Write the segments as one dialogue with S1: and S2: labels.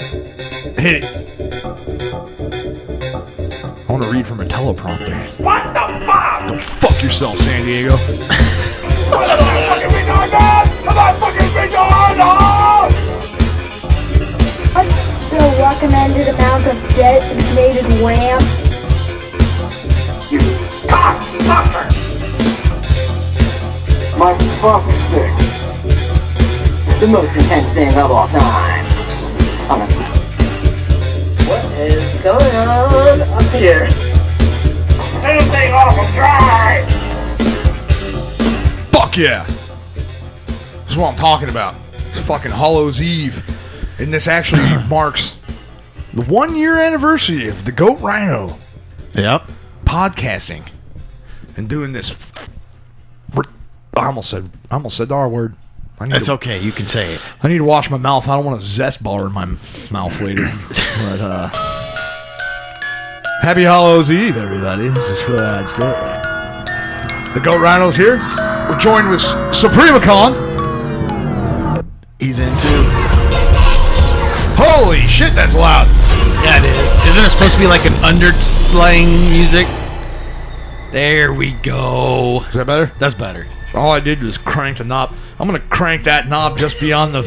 S1: Hit it. I want to read from a teleprompter.
S2: What the fuck?
S1: Go fuck yourself, San Diego.
S2: What the fuck are we doing, man? Am I fucking retarded?
S3: Still recommended amount of designated wham.
S2: You cocksucker!
S4: My fuck stick. The most intense thing of all time. On a- What is going on up here?
S2: Turn the thing off and drive!
S1: Fuck yeah. This is what I'm talking about. It's fucking Hollow's Eve. And this actually marks the one year anniversary of the Goat Rhino
S5: Yep.
S1: podcasting and doing this. r- I almost said I almost said the R word. I need,
S5: It's
S1: to,
S5: okay. You can say it.
S1: I need to wash my mouth. I don't want a zest bar in my m- mouth later. but, uh, happy Hollow's Eve, everybody. This is Phil Hyde's Goat. The Goat Rhino's here. We're joined with Supremacon.
S5: He's in too.
S1: Holy shit, that's loud.
S6: Yeah, it is. Isn't it supposed to be like an underlying music? There we go.
S1: Is that better?
S6: That's better.
S1: All I did was crank the knob. I'm gonna crank that knob just beyond the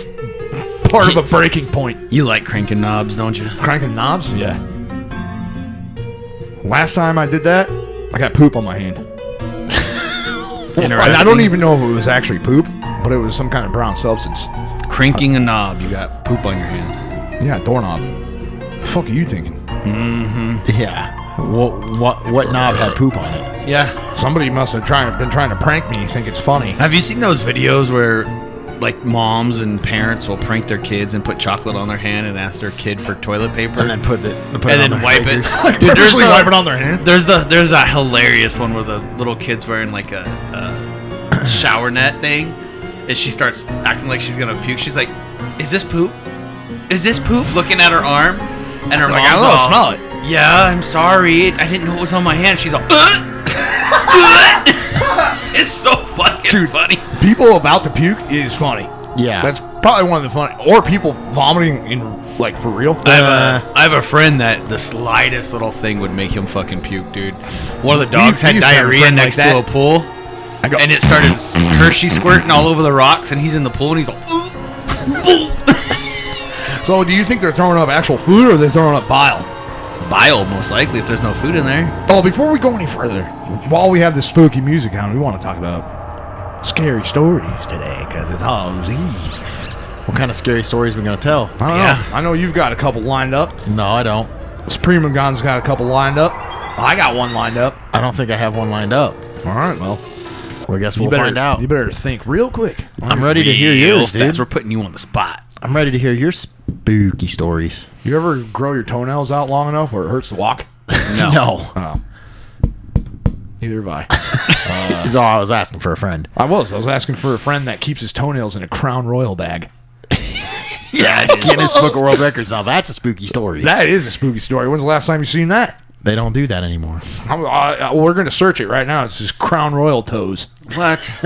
S1: part of a breaking point.
S6: You like cranking knobs, don't you?
S1: Cranking knobs? Yeah. Last time I did that, I got poop on my hand. And I don't even know if it was actually poop, but it was some kind of brown substance.
S6: Cranking a knob, you got poop on your hand.
S1: Yeah, doorknob. The fuck are you thinking?
S5: Yeah. Mm-hmm. What what what knob had poop on it?
S6: Yeah.
S1: Somebody must have trying, been trying to prank me. Think it's funny.
S6: Have you seen those videos where like moms and parents will prank their kids and put chocolate on their hand and ask their kid for toilet paper
S5: And then put the put
S6: and then
S5: it on the
S6: wipe it.
S5: fingers.
S6: Dude, there's
S1: Purposely
S6: the-
S1: wipe it on their hand.
S6: There's the there's that hilarious one where the little kid's wearing like a, a shower net thing, and she starts acting like she's gonna puke. She's like, "Is this poop? Is this poop?" Looking at her arm, and her
S1: Like, I
S6: mom's
S1: don't
S6: all,
S1: smell it.
S6: "Yeah, I'm sorry. I didn't know it was on my hand." She's all, "Ugh." "It's so fucking funny."
S1: people about to puke is funny.
S5: Yeah.
S1: That's probably one of the funny or people vomiting in like for real.
S6: I have,
S1: Uh,
S6: a, I have a friend that the slightest little thing would make him fucking puke, dude. One of the dogs
S1: we
S6: had
S1: used to have a
S6: diarrhea
S1: friend like
S6: next
S1: that.
S6: to a pool,
S1: go-
S6: and it started s- Hershey squirting all over the rocks, and he's in the pool, and he's like, "Ooh."
S1: So do you think they're throwing up actual food or they're throwing up bile?
S6: bile, most likely, if there's no food in there.
S1: Oh, before we go any further, while we have this spooky music on, we want to talk about scary stories today because it's Halloween.
S5: What kind of scary stories we gonna tell?
S1: I don't
S6: Yeah.
S1: know. I know you've got a couple lined up.
S5: No, I don't.
S1: Supreme and Gon's got a couple lined up. I got one lined up.
S5: I don't think I have one lined up.
S1: All right, well,
S5: Well, I guess
S1: you
S5: we'll
S1: better
S5: find out.
S1: You better think real quick.
S5: I'm ready to hear
S6: Real
S5: yours,
S6: fast,
S5: dude.
S6: We're putting you on the spot.
S5: I'm ready to hear your spooky stories.
S1: You ever grow your toenails out long enough where it hurts to walk?
S6: No.
S1: Oh. Neither have I.
S5: is all I was asking for a friend.
S1: I was. I was asking for a friend that keeps his toenails in a Crown Royal bag.
S5: Yeah, Guinness Book of World Records. Now that's a spooky story.
S1: That is a spooky story. When's the last time you seen that?
S5: they don't do that anymore.
S1: I'm, I, I- we're going to search it right now. It's his Crown Royal toes.
S6: What?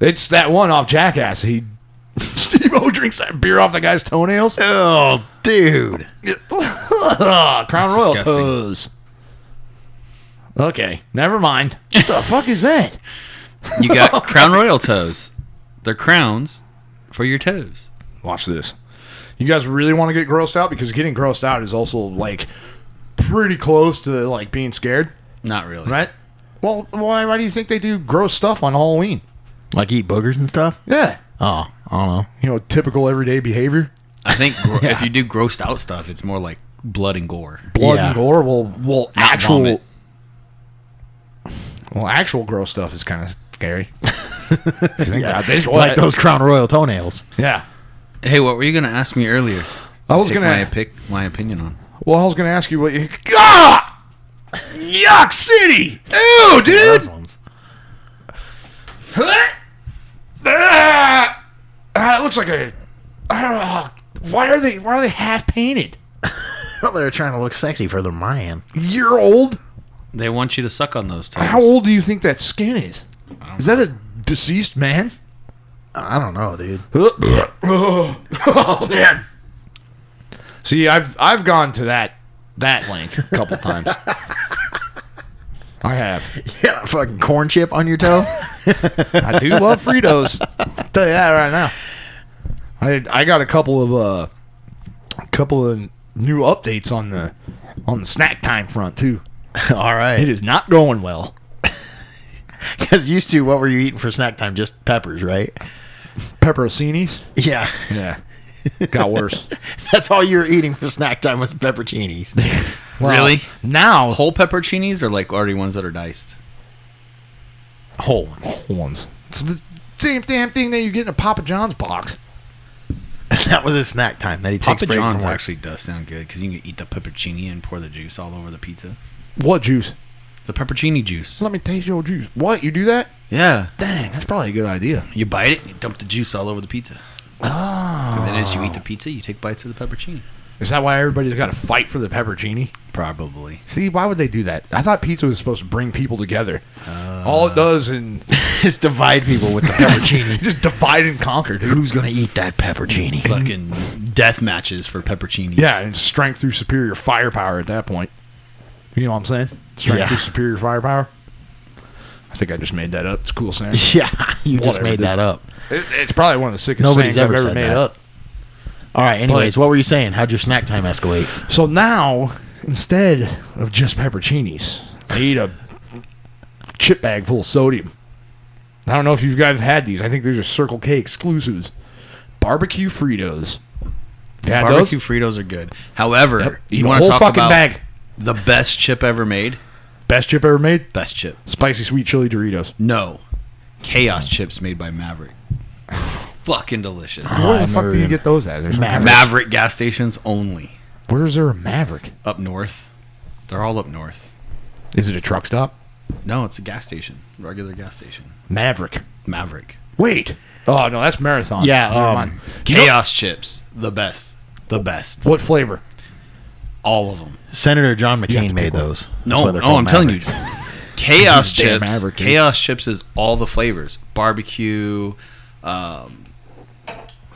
S1: It's that one off Jackass. He Steve O drinks that beer off the guy's toenails.
S5: Oh, dude.
S1: Ugh, Uh, Crown Royal
S6: disgusting.
S1: toes. Okay, never mind. What the fuck is that?
S6: You got crown royal toes. They're crowns for your toes.
S1: Watch this. You guys really want to get grossed out because getting grossed out is also like pretty close to like being scared,
S6: Not really.
S1: right? Well, why why do you think they do gross stuff on Halloween?
S5: Like eat boogers and stuff?
S1: Yeah,
S5: Oh, I don't know.
S1: you know, typical everyday behavior.
S6: I think gro- if you do grossed out stuff, it's more like blood and gore.
S1: blood
S5: Yeah.
S1: and gore. Well, well,
S6: Not
S1: actual,
S6: vomit.
S1: well, actual gross stuff is kind of scary. If you think about it, they just-
S5: like those Crown Royal toenails.
S1: Yeah,
S6: Hey, what were you gonna ask me earlier?
S1: I was
S6: Take my
S1: gonna.
S6: pick, my opinion on.
S1: Well, I was gonna ask you what you. Ah! Yuck City! Ew,
S5: Those
S1: dude!
S5: ones.
S1: Ah! Ah, it looks like a. I don't know. Why are they? Why are they half painted?
S5: Well, they're trying to look sexy for their man.
S1: Year old?
S6: They want you to suck on those toes.
S1: How old do you think that skin is? Is that a deceased man?
S5: I don't know, dude.
S1: oh man! See, I've I've gone to that that length a couple times. I have.
S5: Yeah, fucking corn chip on your toe.
S1: I do love Fritos. tell you that right now. I I got a couple of uh, a couple of new updates on the on the snack time front too.
S5: All
S1: It
S5: right.
S1: is not going well.
S5: Because used to, what were you eating for snack time? Just peppers, right?
S1: Pepperoncinis.
S5: Yeah.
S1: Yeah, got worse.
S5: That's all you were eating for snack time was pepperoncinis.
S1: Well,
S6: Really?
S1: Now
S6: Whole pepperoncinis or like already ones that are diced?
S1: whole ones. Whole ones. It's the same damn thing that you get in a Papa John's box.
S5: that was his snack time that he takes
S6: Papa
S5: break
S6: John's
S5: from work.
S6: actually does sound good because you can eat the peppercini and pour the juice all over the pizza.
S1: What juice?
S6: The peppercini juice.
S1: Let me taste your juice. What? You do that?
S6: Yeah.
S1: Dang, that's probably a good idea.
S6: You bite it, you dump the juice all over the pizza. Oh. And then as you eat the pizza, you take bites of the peppercini.
S1: Is that why everybody's got to fight for the peppercini?
S6: Probably.
S1: See, why would they do that? I thought pizza was supposed to bring people together. All it does and
S5: Just divide people with the peppercini.
S1: just divide and conquer, dude.
S5: Who's gonna eat that peppercini?
S6: Fucking death matches for peppercini.
S1: Yeah, and strength through superior firepower at that point. You know what I'm saying? Strength
S5: Yeah.
S1: through superior firepower. I think I just made that up. It's a cool saying.
S5: Yeah, you just
S1: Whatever,
S5: made
S1: dude.
S5: that up.
S1: It- it's probably one of the sickest
S5: Nobody's
S1: sayings
S5: ever
S1: I've ever
S5: said
S1: made
S5: that.
S1: up.
S5: All right. Anyways, what were you saying? How'd your snack time escalate?
S1: So now, instead of just pepperoncinis, I eat a chip bag full of sodium. I don't know if you guys have had these. I think these are Circle K exclusives. Barbecue Fritos. You had
S6: Barbecue
S1: those?
S6: Fritos are good. However,
S1: Eat
S6: you
S1: a
S6: want to
S1: whole
S6: talk
S1: fucking
S6: about
S1: bag.
S6: the best chip ever made?
S1: Best chip ever made?
S6: Best chip.
S1: Spicy sweet chili Doritos.
S6: No. Chaos chips made by Maverick. Fucking delicious.
S1: Where
S5: I
S1: the fuck
S5: never
S1: do you
S5: even-
S1: get those at? There's some kind of-
S6: Maverick gas stations only.
S1: Where is there a Maverick?
S6: Up north. They're all up north.
S1: Is it a truck stop?
S6: No, it's a gas station. Regular gas station.
S1: Maverick.
S6: Maverick.
S1: Wait. Oh no, that's Marathon.
S5: Yeah,
S1: Never
S5: um,
S1: mind.
S6: Chaos chips. The best. The best.
S1: What flavor?
S6: All of them.
S5: Senator John
S1: have to
S5: McCain
S1: pick
S5: made
S1: one.
S5: those. That's
S6: No,
S5: why they're
S6: no,
S5: called
S6: I'm telling you.
S5: Mavericks.
S6: Chaos
S1: Damn
S6: chips.
S1: Maverick, dude.
S6: Chaos chips is all the flavors. Barbecue, um,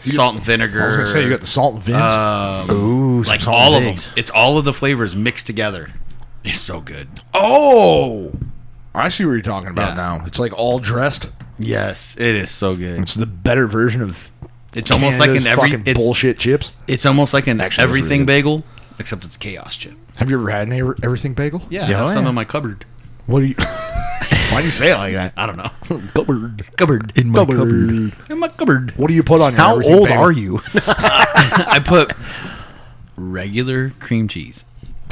S6: salt and vinegar.
S1: I was gonna say you got the salt and Vince.
S6: um,
S5: Ooh, some
S6: like
S5: salt
S6: all of
S5: and
S6: them.
S5: eggs.
S6: It's all of the flavors mixed together. It's so good.
S1: oh, I see what you're talking about
S6: Yeah.
S1: now. It's like all dressed.
S6: Yes, it is so good.
S1: It's the better version of
S6: It's almost like
S1: Canada's
S6: an every.
S1: fucking
S6: It's,
S1: bullshit chips.
S6: it's almost like an
S1: Actually, that's really
S6: everything
S1: good.
S6: bagel, except it's chaos chip.
S1: Have you ever had an ever- everything bagel?
S6: Yeah,
S5: Yeah,
S6: I have
S5: oh,
S6: some
S5: yeah.
S6: in my cupboard.
S1: What do you? Why do you say it like that?
S6: I don't know.
S1: Cupboard.
S6: cupboard
S5: in my cupboard.
S6: in my cupboard.
S1: What do you put on? your
S5: How
S1: everything
S5: old
S1: bagel?
S5: are you?
S6: I put regular cream cheese.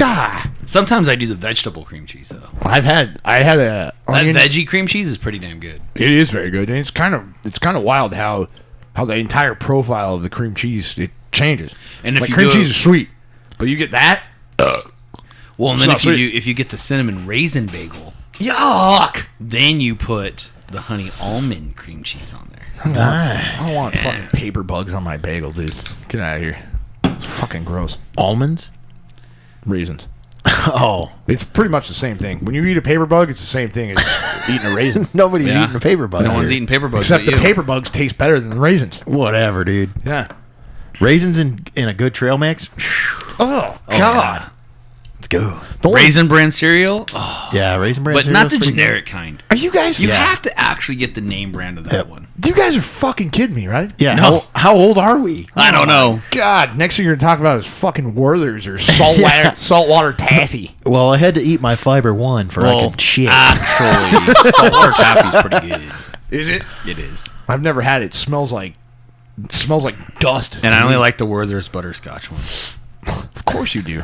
S1: Ah,
S6: Sometimes I do the vegetable cream cheese though.
S1: I've had. I had a
S6: That
S1: onion.
S6: veggie cream cheese is pretty damn good.
S1: It is very good, and it's kind of it's kind of wild how how the entire profile of the cream cheese it changes.
S6: And if
S1: like
S6: you
S1: cream
S6: do
S1: cheese
S6: it-
S1: is sweet, but you get that
S6: Well, and then
S1: not
S6: if you
S1: sweet.
S6: do, if you get the cinnamon raisin bagel,
S1: yuck.
S6: then you put the honey almond cream cheese on there.
S1: I don't want fucking paper bugs on my bagel, dude. Get out of here. It's fucking gross.
S5: Almonds?
S1: Raisins.
S5: Oh,
S1: It's pretty much the same thing. When you eat a paper bug, it's the same thing as eating a raisin.
S5: nobody's
S6: Yeah.
S5: eating a paper bug.
S6: No one's
S5: here.
S6: eating paper bugs.
S1: Except
S6: but
S1: the
S6: you.
S1: paper bugs taste better than the raisins.
S5: Whatever, dude.
S1: Yeah.
S5: Raisins in, in a good trail mix.
S1: Oh, God.
S6: yeah.
S5: Let's go.
S1: The one-
S6: raisin bran cereal, oh,
S5: Yeah, raisin bran.
S6: but
S5: cereal's
S6: not the
S5: pretty good.
S6: generic kind.
S1: Are you guys?
S6: You
S1: You,
S5: Yeah.
S6: have to actually get the name brand of that
S5: Yeah.
S6: one.
S1: guys are fucking kidding me, right?
S5: Yeah.
S6: No.
S5: How, how old are we?
S6: I don't know.
S1: God, next thing you're gonna talk about is fucking Werther's or saltwater saltwater taffy.
S5: Well, I had to eat my fiber one for I
S6: Well, ah.
S5: could shit.
S6: actually, saltwater taffy's pretty good.
S1: Is it?
S6: It is.
S1: I've never had it. it smells like it smells like dust.
S6: And I only like the Werther's butterscotch one.
S1: of course you do.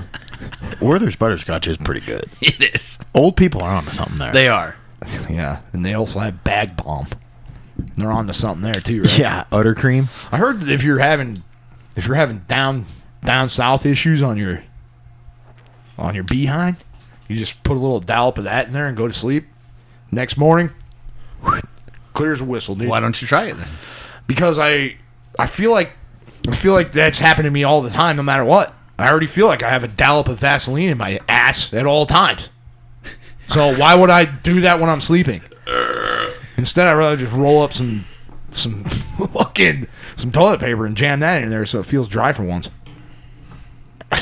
S5: Werther's butterscotch is pretty good.
S6: It is.
S5: Old people are onto something there.
S6: They are.
S1: yeah, and they also have bag bomb. They're on to something there too, right?
S5: yeah, utter cream.
S1: I heard that if you're having if you're having down down south issues on your on your behind, you just put a little dollop of that in there and go to sleep. Next morning, clear as a whistle, dude.
S6: Why don't you try it then?
S1: because I I feel like I feel like that's happened to me all the time, no matter what. I already feel like I have a dollop of Vaseline in my ass at all times. So why would I do that when I'm sleeping? Instead, I'd rather just roll up some some fucking some toilet paper and jam that in there so it feels dry for once.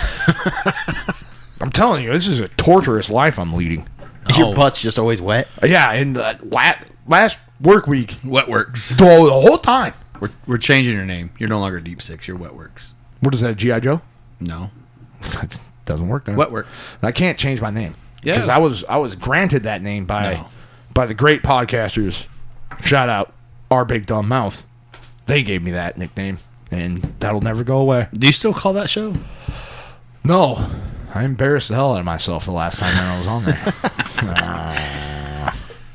S1: I'm telling you, this is a torturous life I'm leading.
S5: Your
S6: Oh.
S5: butt's just always wet.
S1: Yeah, and uh, la- last work week,
S6: Wet Works.
S1: the whole- the whole time.
S6: We're, we're changing your name. You're no longer Deep Six. You're Wet Works.
S1: What is that, GI Joe?
S6: No.
S1: That doesn't work. Then.
S6: Wet Works.
S1: I can't change my name.
S6: Yeah.
S1: Because I was I was granted that name by
S6: No.
S1: by the great podcasters. Shout out our big dumb mouth. They gave me that nickname, and that'll never go away.
S6: Do you still call that show?
S1: No, I embarrassed the hell out of myself the last time that I was on there.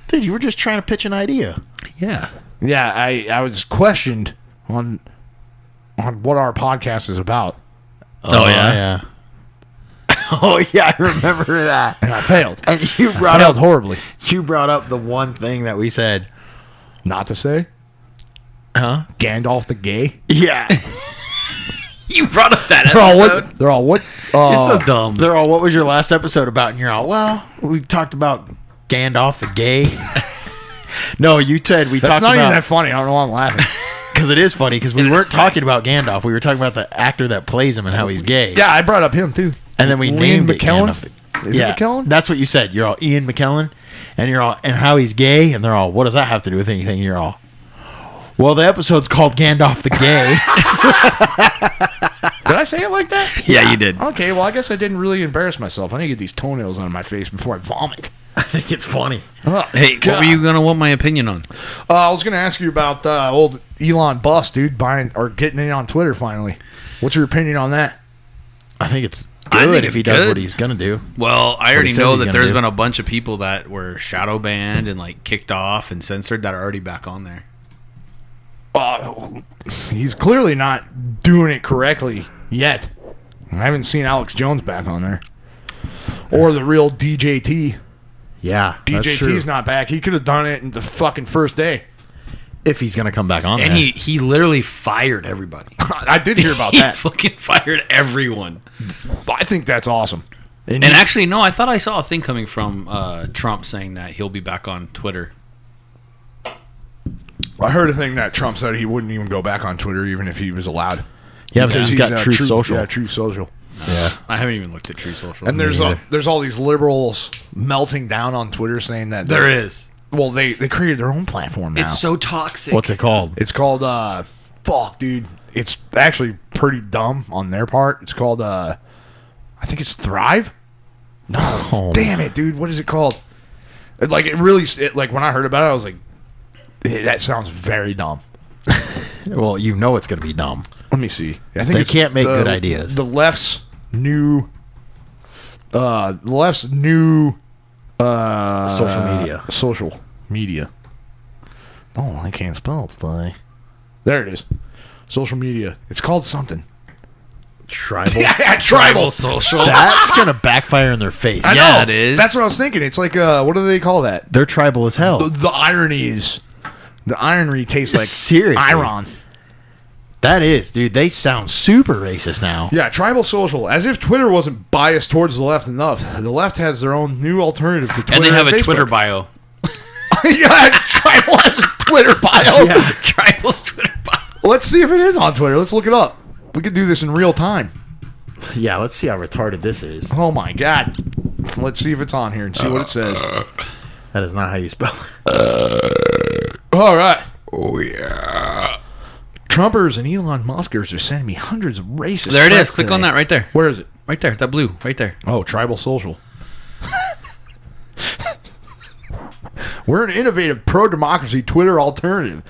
S5: Dude, you were just trying to pitch an idea.
S6: Yeah.
S1: yeah, I I was questioned on on what our podcast is about,
S6: Oh, yeah?
S5: Oh yeah, I remember that.
S1: and I failed. I
S5: And you brought
S1: failed
S5: up
S1: horribly.
S5: you brought up the one thing that we said.
S1: Not to say
S5: Huh?
S1: Gandalf the gay.
S5: Yeah.
S6: You brought up that
S1: They're all
S6: episode.
S1: what? They're all what?
S6: Oh, You're
S1: Uh,
S6: so dumb.
S5: They're all what was your last episode about? And you're all, well, we talked about Gandalf the gay. no, you Ted, we
S1: that's
S5: talked
S1: not even that
S5: about
S1: funny. I don't know why I'm laughing.
S5: because it is funny because we
S6: It is
S5: weren't
S6: funny.
S5: talking about Gandalf. We were talking about the actor that plays him and how he's gay.
S1: Yeah, I brought up him too.
S5: And then we
S1: Ian
S5: named
S1: McKellen?
S5: It Gandalf.
S1: Is it McKellen?
S5: That's what you said. You're all Ian McKellen, and you're all and how he's gay, and they're all, what does that have to do with anything? You're all, well, the episode's called Gandalf the Gay.
S1: Did I say it like that?
S6: yeah, you did.
S1: Okay, well, I guess I didn't really embarrass myself. I need to get these toenails out of my face before I vomit.
S5: I think it's funny.
S1: Ugh.
S6: Hey, what
S1: God.
S6: were you gonna want my opinion on?
S1: Uh, I was going to ask you about uh, old Elon Bus, dude, buying or getting in on Twitter finally. What's your opinion on that?
S5: I think it's good
S6: I think
S5: if
S6: it's
S5: he does
S6: good.
S5: what he's gonna do.
S6: Well, I
S5: he
S6: already
S5: says
S6: know
S5: he's
S6: that
S5: gonna
S6: there's
S5: do.
S6: been a bunch of people that were shadow banned and like kicked off and censored that are already back on there.
S1: Uh, he's clearly not doing it correctly yet. I haven't seen Alex Jones back on there. Or the real DJT.
S5: Yeah, that's true.
S1: DJT's E not back. He could have done it in the fucking first day.
S5: if he's gonna come back on.
S6: And
S5: there.
S6: he he literally fired everybody.
S1: I did hear about
S6: he
S1: that.
S6: fucking fired everyone.
S1: I think that's awesome.
S6: And actually, no, I thought I saw a thing coming from uh, Trump saying that he'll be back on Twitter.
S1: I heard a thing that Trump said he wouldn't even go back on Twitter even if he was allowed.
S5: yeah, because he's got
S1: uh,
S5: Truth Social.
S1: Yeah, True Social.
S6: I haven't even looked at True Social.
S1: And there's uh
S5: neither.
S1: there's all these liberals melting down on Twitter saying that
S6: there
S1: they're-
S6: is.
S1: Well, they they created their own platform now.
S6: It's so toxic.
S5: What's it called?
S1: It's called uh fuck, dude. It's actually pretty dumb on their part. It's called uh I think it's Thrive. No,
S5: Oh,
S1: damn it, dude. What is it called? It, like it really it, like when I heard about it, I was like, "Eh, that sounds very dumb.
S5: Well, you know it's gonna be dumb.
S1: Let me see. I think
S5: They
S1: it's
S5: can't make
S1: the-
S5: good ideas.
S1: The left's new, uh, the left's new uh,
S5: Social media.
S1: social media. Oh, I can't spell it today. There it is. Social media. It's called something.
S5: Tribal.
S1: yeah,
S6: tribal social?
S5: That's gonna backfire in their face.
S1: I
S6: Yeah,
S1: know.
S6: it is.
S1: That's what I was thinking. It's like uh, what do they call that?
S5: They're tribal as hell.
S1: The, the irony is, the irony tastes like
S5: Seriously.
S1: iron.
S5: That is, dude. They sound super racist now.
S1: Yeah, tribal social. As if Twitter wasn't biased towards the left enough. The left has their own new alternative to Twitter.
S6: and they have a
S1: Facebook.
S6: Twitter bio.
S1: yeah, tribal has a Twitter bio.
S5: Yeah.
S6: Tribal's Twitter bio.
S1: Let's see if it is on Twitter. Let's look it up. We could do this in real time.
S5: Yeah, let's see how retarded this is.
S1: Oh my god. Let's see if it's on here and see what it says.
S5: That is not how you spell.
S1: All right. Oh yeah. Trumpers and Elon Muskers are sending me hundreds of racist.
S6: There it
S1: threats
S6: is. Click on
S1: today.
S6: that right there.
S1: Where is it?
S6: Right there. That blue. Right there.
S1: Oh, tribal social. We're an innovative pro democracy Twitter alternative.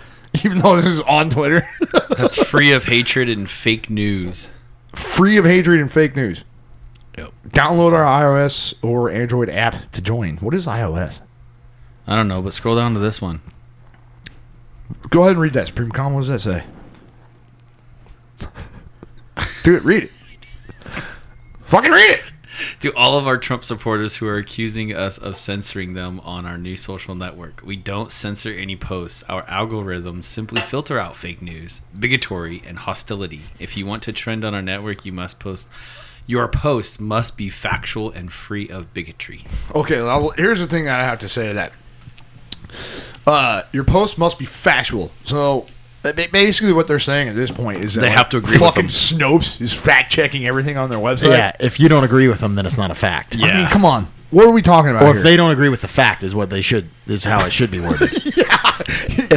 S1: Even though this is on Twitter.
S6: That's free of hatred and fake news.
S1: Free of hatred and fake news.
S6: Yep.
S1: Download our iOS or Android app to join. What is iOS?
S6: I don't know, but scroll down to this one.
S1: Go ahead and read that. Supreme Con, what does that say? Do it. Read it. Fucking read it.
S6: To all of our Trump supporters who are accusing us of censoring them on our new social network, we don't censor any posts. Our algorithms simply filter out fake news, bigotry, and hostility. If you want to trend on our network, you must post. Your posts must be factual and free of bigotry.
S1: Okay, now, here's the thing that I have to say to that. Uh, your post must be factual. So Ba- ba- Basically, what they're saying at this point is that
S6: They
S1: like,
S6: have to agree with
S1: Fucking
S6: them.
S1: Snopes is fact checking everything on their website.
S5: yeah, if you don't agree with them, then it's not a fact.
S1: I mean,
S6: Yeah.
S1: come on. What are we talking about
S5: Or if
S1: here?
S5: they don't agree with the fact, is what they should is how it should be worded. if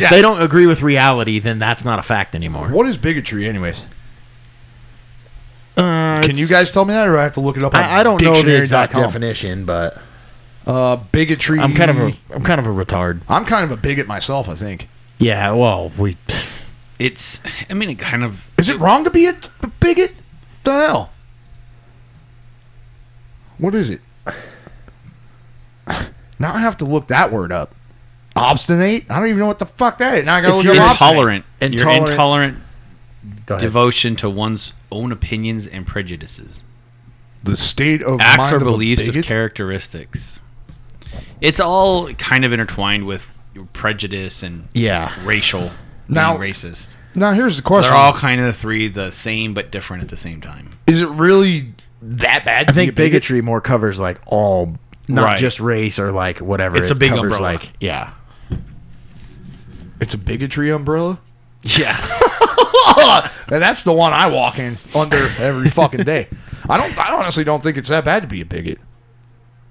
S1: Yeah.
S5: they don't agree with reality, then that's not a fact anymore.
S1: what is bigotry, anyways?
S5: Uh,
S1: Can you guys tell me that, or do I have to look it up? On
S5: I, I don't know the exact
S1: dictionary.com?
S5: definition, but
S1: Uh, bigotry.
S5: I'm kind of a I'm kind of a retard.
S1: I'm kind of a bigot myself. I think.
S5: Yeah, well, we
S6: It's. I mean, it kind of.
S1: Is it wrong to be a, a bigot? The hell? What is it? Now I have to look that word up. Obstinate? I don't even know what the fuck that is. Now I gotta
S5: If
S1: look
S5: you're
S1: up obstinate.
S6: Intolerant.
S5: Intolerant-
S6: Your intolerant
S5: go ahead.
S6: devotion to one's own opinions and prejudices,
S1: The state of
S6: acts
S1: mind
S6: or
S1: of a
S6: beliefs of
S1: bigot?
S6: characteristics. It's all kind of intertwined with your prejudice and
S5: yeah.
S6: racial.
S1: Now-
S6: and racist.
S1: Now here's the question:
S6: They're all kind of the three the same but different at the same time.
S1: Is it really that bad?
S5: I think bigotry more covers like all, not
S6: Right.
S5: just race or like whatever.
S6: It's a big
S5: covers,
S6: umbrella.
S5: Like yeah,
S1: It's a bigotry umbrella.
S6: Yeah.
S1: And that's the one I walk in under every fucking day. I don't. I honestly don't think it's that bad to be a bigot.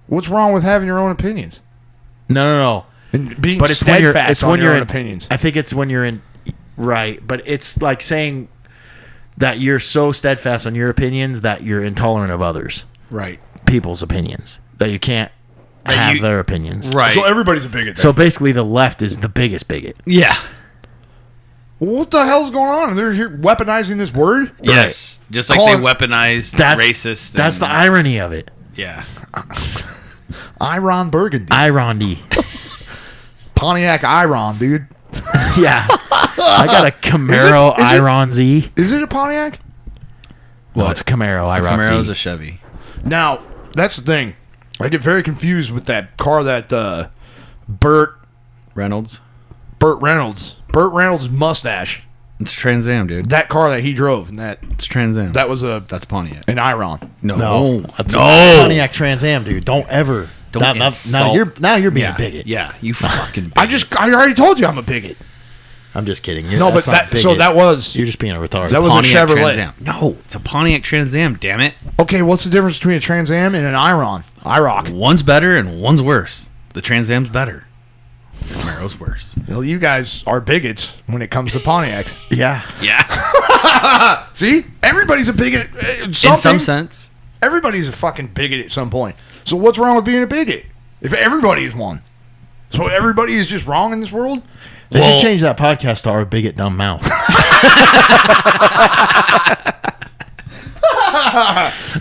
S1: What's wrong with having your own opinions
S5: no, no, no.
S1: and being
S5: But it's when you're
S1: steadfast
S5: it's
S1: on
S5: when
S1: your
S5: you're
S1: own
S5: in,
S1: opinions?
S5: I think it's when you're in right, but it's like saying that you're so steadfast on your opinions that you're intolerant of others,
S1: Right.
S5: people's opinions, that you can't
S6: That
S5: have
S6: you-
S5: their opinions.
S6: right.
S1: So everybody's a bigot.
S5: So
S1: So
S5: basically, the left is the biggest bigot.
S6: yeah.
S1: what the hell's going on? They're here weaponizing this word.
S6: Yes. Just like
S1: Calling-
S6: they weaponized
S5: That's
S6: racist.
S5: That's the
S6: and-
S5: irony of it.
S6: yeah.
S1: Iron Burgundy,
S5: Irony.
S1: Pontiac Iron, dude.
S5: yeah. I got a Camaro
S1: is it-
S5: Iron Z.
S1: Is it a Pontiac?
S5: Well, it's a Camaro Iron
S6: Camaro's
S5: Z.
S6: a Chevy.
S1: Now that's the thing. I get very confused with that car that uh, Burt
S6: Reynolds.
S1: Burt Reynolds Burt Reynolds mustache.
S6: It's Trans Am, dude.
S1: That car that he drove and that
S6: It's Trans Am.
S1: that was a
S6: That's Pontiac.
S1: an Iron.
S6: No.
S5: no, that's a Pontiac Trans Am, dude. Don't ever.
S6: Don't
S5: Now- now- now
S6: insult-
S5: you're now you're being
S6: yeah.
S5: a bigot.
S6: Yeah. You fucking bigot.
S1: I just I already told you I'm a bigot.
S5: I'm just kidding. You're,
S1: No,
S5: that's
S1: but
S5: not
S1: that so
S5: bigot.
S1: that was
S5: you're just being a retard.
S1: That was a Chevrolet.
S6: Trans Am. No, it's a Pontiac Trans Am, damn it.
S1: okay. What's the difference between a Trans Am and an Iron? IROC.
S6: One's better and one's worse. The Trans Am's better. The Camaro's worse.
S1: Well, you guys are bigots when it comes to Pontiacs.
S5: yeah.
S6: Yeah.
S1: See, everybody's a bigot. uh, Something.
S6: In some sense.
S1: everybody's a fucking bigot at some point. So what's wrong with being a bigot? If everybody is one, so everybody is just wrong in this world.
S5: They
S6: Well-
S5: should change that podcast to our bigot dumb mouth.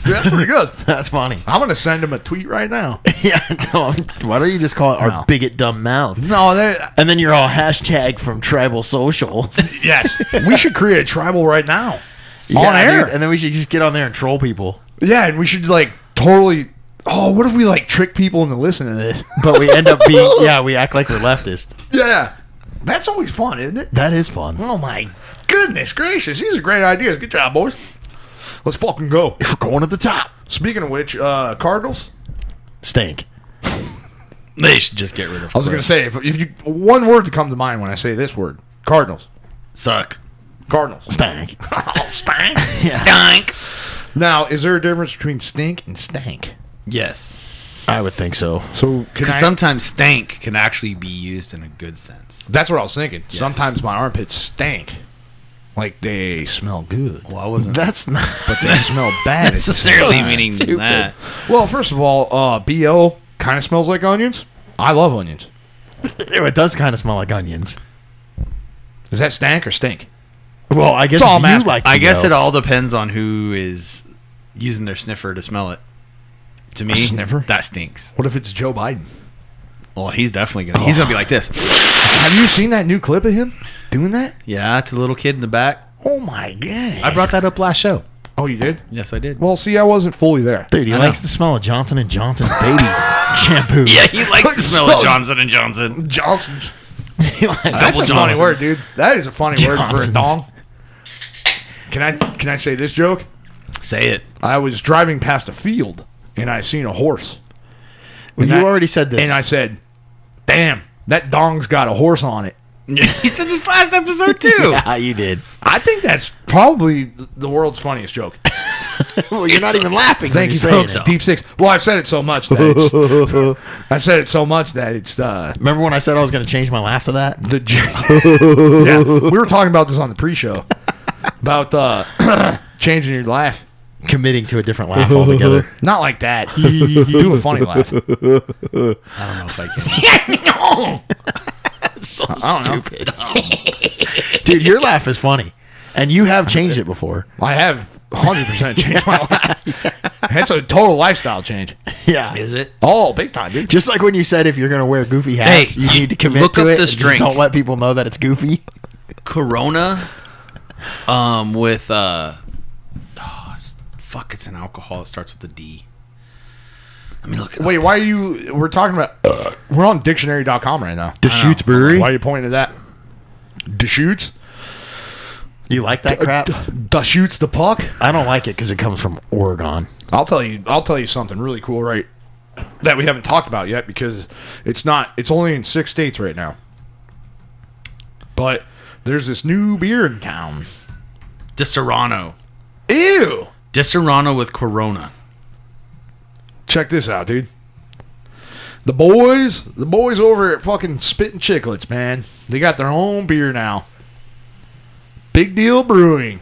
S1: Dude, that's pretty good.
S5: That's funny.
S1: I'm gonna send him a tweet right now.
S5: yeah. No, why don't you just call it our
S1: No.
S5: bigot dumb mouth?
S1: No, that
S5: And then you're all hashtag from tribal socials
S1: yes, we should create a tribal right now on
S5: Yeah,
S1: air.
S5: dude, and then we should just get on there and troll people.
S1: Yeah, and we should like totally. Oh, what if we like trick people into listening to this?
S5: But we end up being yeah, we act like we're leftist.
S1: yeah, that's always fun, isn't it?
S5: That is fun.
S1: Oh my goodness gracious, these are great ideas. Good job, boys. Let's fucking go.
S5: We're going at the top.
S1: Speaking of which, uh Cardinals.
S5: Stink.
S6: They should just get rid of
S1: I was gonna say if, if you one word to come to mind when I say this word, Cardinals.
S6: suck.
S1: Cardinals.
S5: Stank.
S1: Oh, stank.
S6: Dank.
S1: Now, is there a difference between stink and stank?
S6: Yes.
S5: I would think so.
S1: So can
S6: Because
S1: I,
S6: sometimes stank can actually be used in a good sense.
S1: that's what I was thinking. Sometimes my armpits stank, like they smell good.
S6: Well, I wasn't
S5: That's not
S1: but they smell bad. It's
S6: necessarily
S1: so
S6: meaning
S5: stupid.
S6: that.
S1: st- Well, first of all, uh, bo kind of smells like onions. I love onions.
S5: it does kind of smell like onions.
S1: Is that stank or stink?
S5: Well, I guess
S1: It's all
S5: if you
S1: math.
S5: like
S6: I
S5: to
S6: guess
S5: go-
S6: it all depends on who is using their sniffer to smell it. To me,
S1: sniffer?
S6: that stinks.
S1: What if it's Joe Biden?
S6: Well, he's definitely gonna. He's gonna be like this.
S1: Have you seen that new clip of him doing that?
S6: Yeah, to the little kid in the back.
S1: Oh my god!
S6: I brought that up last show.
S1: oh, you did?
S6: Yes, I did.
S1: Well, see, I wasn't fully there.
S5: Dude, he
S6: I
S5: likes
S6: know.
S5: the smell of Johnson and Johnson baby shampoo.
S6: yeah, he likes the smell of
S1: So-
S6: Johnson and Johnson.
S1: Johnson's.
S5: He likes-
S1: That's a funny
S6: Johnsons.
S1: word, dude. That is a funny word for a
S5: Johnsons.
S1: dong. Can I can I say this joke?
S6: Say it.
S1: I was driving past a field and I seen a horse.
S5: Well,
S1: And
S5: you
S1: I-
S5: already said this.
S1: And I said, "Damn, that dong's got a horse on it."
S6: you said this last episode too.
S5: Yeah, you did.
S1: I think that's probably the world's funniest joke.
S5: Well, you're not even laughing. when
S1: Thank you,
S5: you're saying
S1: folks.
S5: it.
S1: Deep six. Well, I've said it so much that it's, I've said it so much that it's uh,
S5: Remember when I said I was going to change my laugh to that?
S1: the. j- yeah, we were talking about this on the pre-show about uh, changing your laugh.
S5: Committing to a different laugh altogether.
S1: Not like that. Do a funny laugh.
S6: I don't know if I can.
S5: so stupid. Dude, your laugh is funny. And you have changed it before.
S1: I have 100% changed my life. That's a total lifestyle change.
S5: Yeah.
S6: Is it?
S1: Oh, big time, dude.
S5: Just like when you said if you're going to wear goofy hats, you
S6: you
S5: need to commit
S6: look
S5: to
S6: up
S5: it.
S6: this
S5: and
S6: drink.
S5: Just don't let people know that it's goofy.
S6: Corona, um, with uh, oh, it's, fuck, it's an alcohol. It starts with a D. Let me look. It
S1: Wait, why are you? We're talking about. uh, we're on dictionary.com right now.
S5: Deschutes Brewery.
S1: Why are you pointing to that? Deschutes?
S5: You like that crap?
S1: Deschutes the puck?
S5: I don't like it because it comes from Oregon.
S1: I'll tell you. I'll tell you something really cool, right? That we haven't talked about yet because it's not. It's only in six states right now. But there's this new beer in town.
S6: up. Disaronno.
S1: Ew!
S6: Disaronno with Corona.
S1: Check this out, dude. The boys, the boys over at fucking Spittin' Chicklets, man. They got their own beer now. Big Deal Brewing.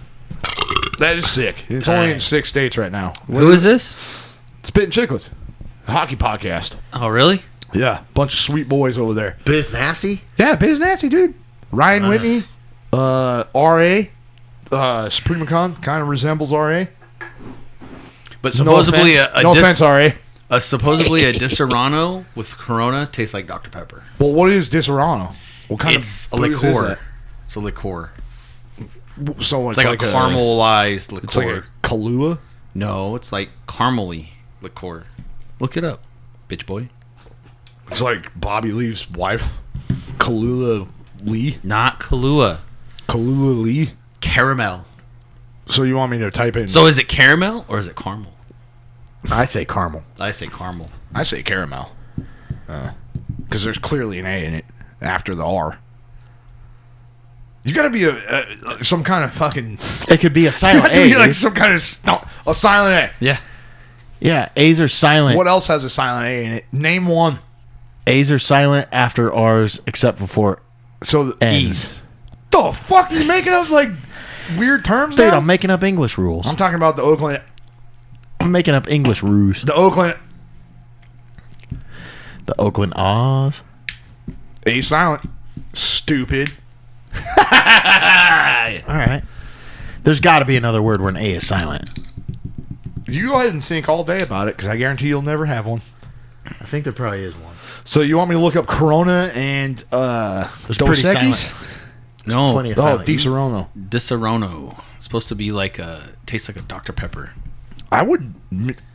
S1: That is sick. It's only in six states right now.
S6: Who is this?
S1: Spittin' Chicklets, hockey podcast.
S6: Oh, really?
S1: Yeah, bunch of sweet boys over there.
S5: Biz Nasty?
S1: Yeah, Biz Nasty, dude. Ryan Whitney, uh, RA, uh, Supremacon kind of resembles RA.
S6: But
S1: No
S6: supposedly
S1: offense,
S6: a, a,
S1: no
S6: dis-
S1: offense, RA.
S6: a supposedly a Disaronno with Corona tastes like Dr Pepper.
S1: Well, what is Disaronno? What kind
S6: It's a
S1: of booze is
S6: liqueur.
S1: that?
S6: It's a liqueur.
S1: So it's,
S6: It's like, a caramelized liqueur.
S1: It's like a Kahlua.
S6: no, it's like caramely liqueur. Look it up, bitch boy.
S1: It's like Bobby Lee's wife, Kalula Lee.
S6: Not Kahlua.
S1: Kalula Lee.
S6: Caramel.
S1: So you want me to type in?
S6: So is it caramel or is it caramel?
S5: I say caramel.
S6: I say caramel.
S1: I say caramel, because there's clearly an A in it after the R. You gotta be a, a some kind of fucking.
S5: It could be a
S1: You
S5: silent
S1: have to
S5: A.
S1: be like some kind of st- a silent
S6: Yeah.
S5: yeah, A's are
S1: A.
S5: silent.
S1: What else has a silent A in it? Name one.
S5: A's are silent after R's except before
S1: So the
S5: N's.
S1: The fuck you making up like weird terms?
S5: Dude,
S1: now?
S5: I'm making up English rules.
S1: I'm talking about the Oakland,
S5: I'm making up English rules.
S1: the Oakland
S5: The Oakland Oz.
S1: A silent. Stupid.
S5: All right. There's got to be another word where an A is silent.
S1: You go ahead and think all day about it because I guarantee you'll never have one.
S5: I think there probably is one.
S1: So you want me to look up Corona and uh,
S5: It's
S1: Dos
S5: pretty
S1: Equis?
S5: silent.
S6: No.
S5: Plenty of
S1: Oh,
S5: silent.
S1: Di Serono.
S6: Disaronno. It's supposed to be like a tastes like a Dr Pepper.
S1: I would.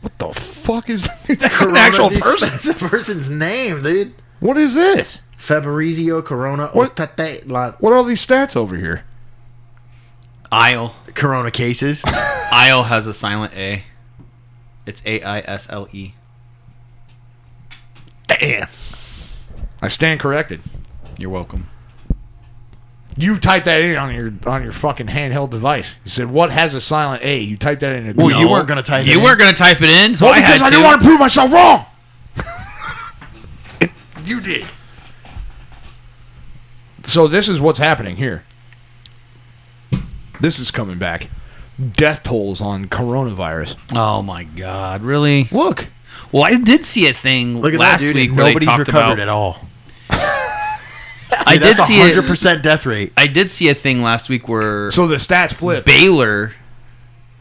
S1: What the fuck is that? An
S5: Corona
S1: actual
S5: Dis-
S1: person?
S5: That's the person's name, dude.
S1: What is this?
S5: Fabrizio Corona
S1: What?
S5: Otate La
S1: What are all these stats over here?
S6: Isle.
S5: Corona cases.
S6: Isle has a silent A. It's A I S L E.
S1: Damn. I stand corrected.
S6: You're welcome.
S1: You typed that in on your on your fucking handheld device. You said what has a silent A? You typed that in. A
S5: Well, you weren't gonna type it
S6: You
S5: in.
S6: weren't gonna type it in, so
S1: Well,
S6: I
S1: because
S6: had
S1: I didn't
S6: to.
S1: want to prove myself wrong. you did. So this is what's happening here. This is coming back. Death tolls on coronavirus.
S6: oh my god, really?
S1: Look,
S6: Well, I did see a thing
S5: Look at
S6: last
S5: that, dude.
S6: week
S5: and
S6: where they
S5: nobody's
S6: talked
S5: recovered
S6: about.
S5: at all.
S6: I did
S5: That's a
S6: see
S5: hundred
S6: a,
S5: percent death rate.
S6: I did see a thing last week where
S1: so the stats flip.
S6: Baylor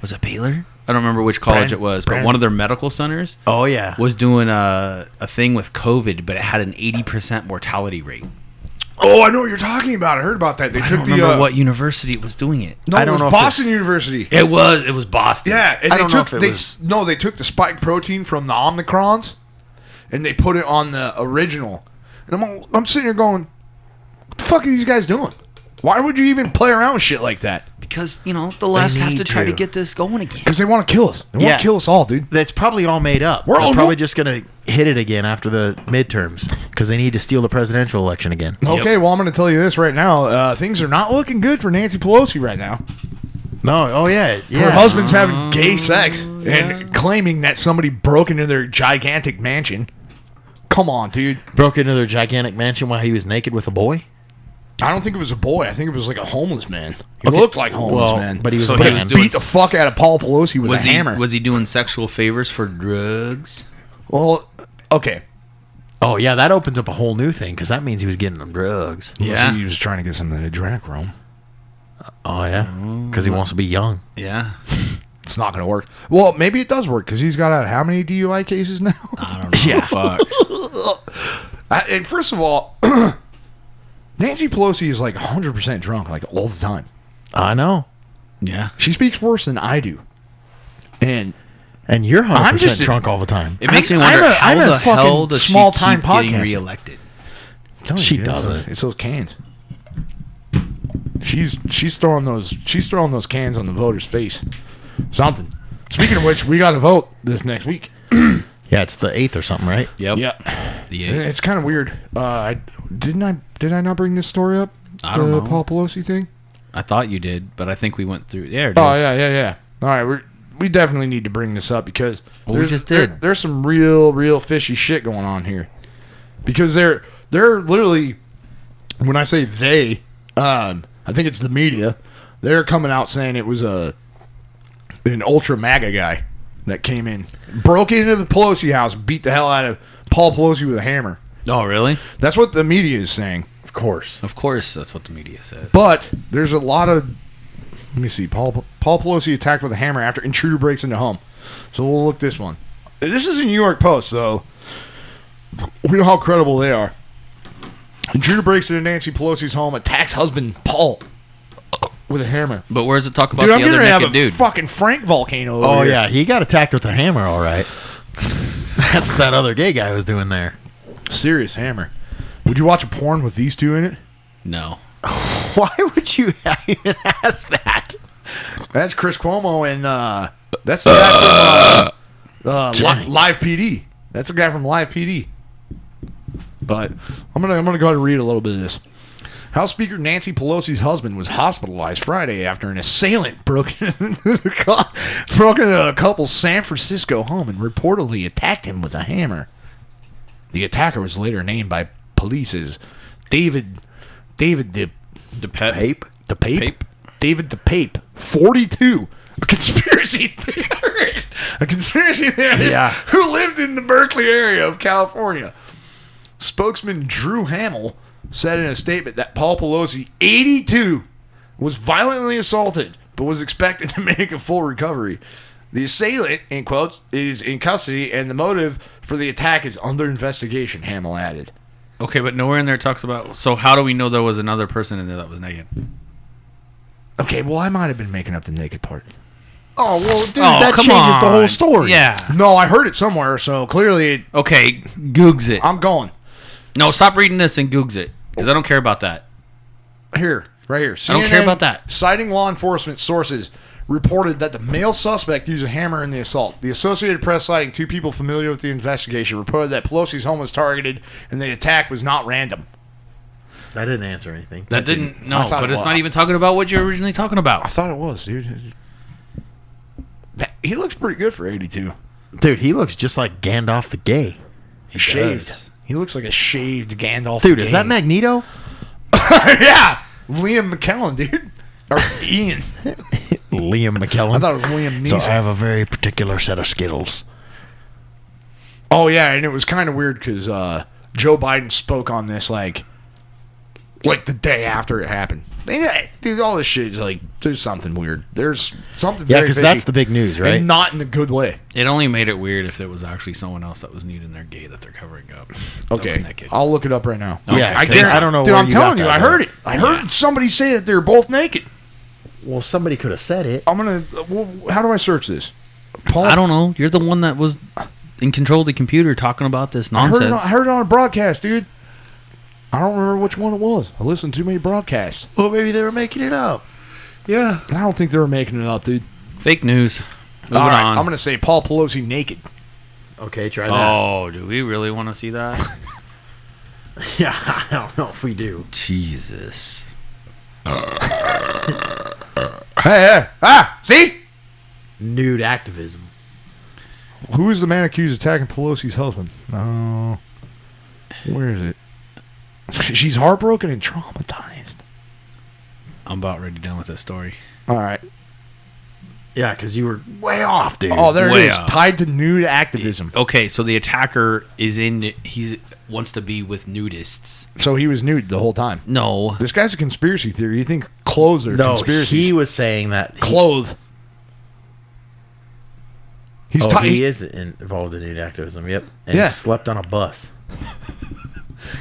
S6: was it Baylor? I don't remember which college
S1: Brand-
S6: it was,
S1: Brand-
S6: but one of their medical centers
S5: Oh yeah.
S6: was doing a, a thing with COVID, but it had an eighty percent mortality rate.
S1: Oh, I know what you're talking about. I heard about that. They
S6: I
S1: took
S6: don't
S1: the
S6: remember
S1: uh,
S6: what university was doing it.
S1: no,
S5: I
S1: it
S5: don't
S1: was
S5: know if
S1: Boston University.
S6: It was it was Boston.
S1: Yeah, and
S5: I
S1: they
S5: don't know
S1: took
S5: if it
S1: they
S5: was-
S1: no, they took the spike protein from the Omicrons, and they put it on the original. And I'm all- I'm sitting here going, what the fuck are these guys doing? Why would you even play around with shit like that?
S6: because you know the left have
S5: need
S6: to, try to
S5: to.
S6: get this going again.
S1: Because they want to kill us. They
S5: Yeah.
S1: want to kill us all, dude.
S5: That's probably all made up.
S1: We're
S5: They're
S1: all-
S5: probably just gonna hit it again after the midterms. because they need to steal the presidential election again.
S1: Okay, well, I'm going to tell you this right now. Uh, things are not looking good for Nancy Pelosi right now.
S5: No, oh yeah, yeah.
S1: Her husband's
S5: Mm.
S1: having gay sex and claiming that somebody broke into their gigantic mansion. Come on, dude.
S5: broke into their gigantic mansion while he was naked with a boy.
S1: I don't think it was a boy. I think it was like a homeless man. He looked like a homeless
S5: Well,
S1: man.
S5: but he was
S6: So
S5: a
S6: he
S1: But
S5: man.
S1: he
S6: was doing-
S1: beat the fuck out of Paul Pelosi with
S6: Was
S1: a
S6: he
S1: hammer.
S6: was he doing sexual favors for drugs?
S1: well, okay.
S5: oh yeah, that opens up a whole new thing because that means he was getting them drugs.
S6: Yeah.
S1: he was trying to get some of that adrenochrome.
S5: Oh yeah, because he wants to be young.
S6: Yeah.
S1: It's not going to work. Well, maybe it does work because he's got out how many DUI cases now? Oh,
S5: Yeah,
S6: Fuck.
S1: I, and first of all, Nancy Pelosi is like 100% drunk like all the time.
S5: I know.
S6: Yeah.
S1: She speaks worse than I do. And
S5: And you're 100
S1: I'm just
S5: percent
S1: a-
S5: drunk all the time.
S6: It makes
S1: I'm-
S6: me wonder
S1: I'm a-
S6: how
S1: I'm a
S6: the hell
S1: fucking
S6: does
S1: small-time
S6: she keep getting
S1: podcaster.
S6: reelected?
S1: Tell
S5: She
S1: dude, it's
S5: doesn't.
S1: those- It's those cans. She's she's throwing those she's throwing those cans on the voter's face. Something. Speaking of which, we got to vote this next week.
S5: Yeah, it's the eighth or something, right?
S6: Yep.
S1: Yeah,
S6: The eight.
S1: it's kind of weird. Uh, I didn't I did I not bring this story up?
S6: I don't
S1: the
S6: know.
S1: Paul Pelosi thing.
S6: I thought you did, but I think we went through there. It
S1: Oh
S6: is.
S1: yeah, yeah, yeah. All right, we we definitely need to bring this up because
S6: Well, we
S1: there's-
S6: just
S1: there-
S6: did.
S1: there's some real, real fishy shit going on here because they're they're literally when I say they, um, I think it's the media. They're coming out saying it was a an ultra MAGA guy that came in, broke into the Pelosi house, beat the hell out of Paul Pelosi with a hammer.
S6: Oh really?
S1: That's what the media is saying. Of course.
S6: Of course, that's what the media said.
S1: But there's a lot of. Let me see. Paul Paul Pelosi attacked with a hammer after intruder breaks into home. So we'll look this one. This is a New York Post, so we know how credible they are. Intruder breaks into Nancy Pelosi's home, attacks husband Paul with a hammer.
S6: But where does it talk about
S1: Dude, I'm
S6: the
S1: getting
S6: other
S1: ready to have a
S6: naked dude?
S1: fucking Frank volcano. Over
S5: Oh
S1: here.
S5: yeah, he got attacked with a hammer. All right, that's what that other gay guy was doing there.
S1: serious hammer. Would you watch a porn with these two in it?
S6: no.
S5: Why would you even ask that?
S1: That's Chris Cuomo and uh, that's the guy from uh, uh, Li-
S5: Dang.
S1: Live PD. That's the guy from Live PD. But I'm gonna I'm gonna go ahead and read a little bit of this. House Speaker Nancy Pelosi's husband was hospitalized Friday after an assailant broke into, the cou- broke into a couple's San Francisco home and reportedly attacked him with a hammer. The attacker was later named by police as David David the
S6: The pet.
S1: the Pape?
S6: Pape.
S1: David the Pape, 42. A conspiracy theorist. A conspiracy theorist
S5: Yeah.
S1: who lived in the Berkeley area of California. Spokesman Drew Hamill said in a statement that Paul Pelosi, 82, was violently assaulted but was expected to make a full recovery. The assailant, in quotes, is in custody and the motive for the attack is under investigation, Hamill added.
S6: Okay, but nowhere in there talks about. So how do we know there was another person in there that was naked?
S1: Okay, well, I might have been making up the naked part.
S5: Oh well, dude,
S6: Oh,
S5: that
S6: come
S5: changes the
S6: on.
S5: whole story.
S6: Yeah.
S1: No, I heard it somewhere, so clearly it,
S6: Okay, googs it.
S1: I'm going.
S6: no, stop reading this and googs it because I don't care about that.
S1: Here, right here.
S6: I don't care about that.
S1: Citing law enforcement sources reported that the male suspect used a hammer in the assault. The Associated Press, citing two people familiar with the investigation, reported that Pelosi's home was targeted and the attack was not random.
S5: that didn't answer anything.
S6: That didn't.
S1: I
S6: No,
S1: thought
S6: but
S1: it
S6: it's
S1: was.
S6: not even talking about what you're originally talking
S1: I
S6: about.
S1: thought it was, dude. That- he looks pretty good for 82.
S5: Dude, he looks just like Gandalf the Gay.
S1: He shaved. He looks like a shaved Gandalf.
S5: Dude,
S1: the
S5: is that
S1: Gay.
S5: Magneto?
S1: yeah, Liam McKellen, dude, or Ian.
S5: Liam McKellen.
S1: I thought it was Liam
S5: so
S1: Neeson.
S5: I have a very particular set of Skittles.
S1: Oh yeah, and it was kind of weird because uh, Joe Biden spoke on this like, like the day after it happened. They, dude, all this shit is like, there's something weird. There's something.
S5: Yeah,
S1: very
S5: because
S1: fishy.
S5: that's the big news, right?
S1: and not in a good way.
S6: It only made it weird if there was actually someone else that was nude in their gay that they're covering up. that was
S1: Okay,
S6: naked.
S1: I'll look it up right now.
S6: Okay,
S5: Yeah,
S1: I,
S5: I,
S1: guarantee-
S5: I don't know.
S1: Dude,
S5: where
S1: I'm
S5: you got
S1: telling you,
S5: that
S1: I
S5: from.
S1: heard it. I heard somebody say that they're both naked.
S5: Well, somebody could have said it.
S1: I'm gonna. Well, how do I search this? Paul,
S6: I don't know. You're the one that was in control of the computer talking about this
S1: I heard,
S6: nonsense.
S1: it on, I heard it on a broadcast, dude. I don't remember which one it was. I listened to too many broadcasts.
S5: Well, maybe they were making it up.
S6: yeah.
S1: I don't think they were making it up, dude.
S6: Fake news. Moving
S1: All right,
S6: on.
S1: I'm gonna say Paul Pelosi naked.
S5: Okay, try that.
S6: oh, do we really want to see that?
S5: Yeah, I don't know if we do.
S6: Jesus.
S1: Hey, hey, ah, see?
S5: Nude activism.
S1: Who is the man accused of attacking Pelosi's husband? No. Where is it? She's heartbroken and traumatized.
S6: I'm about ready done with this story.
S1: All right.
S5: Yeah, because you were way off, Oh. dude.
S1: Oh, there
S6: Way
S1: it is.
S6: up.
S1: Tied to nude activism.
S6: Okay, so the attacker is in. He wants to be with nudists.
S1: So he was nude the whole time.
S6: No.
S1: This guy's a conspiracy theory. You think clothes are
S5: no,
S1: conspiracies?
S5: he was saying that. He,
S1: clothes. He's
S5: oh,
S1: tied.
S5: he is in, involved in nude activism. Yep, and
S1: Yeah.
S5: he slept on a bus.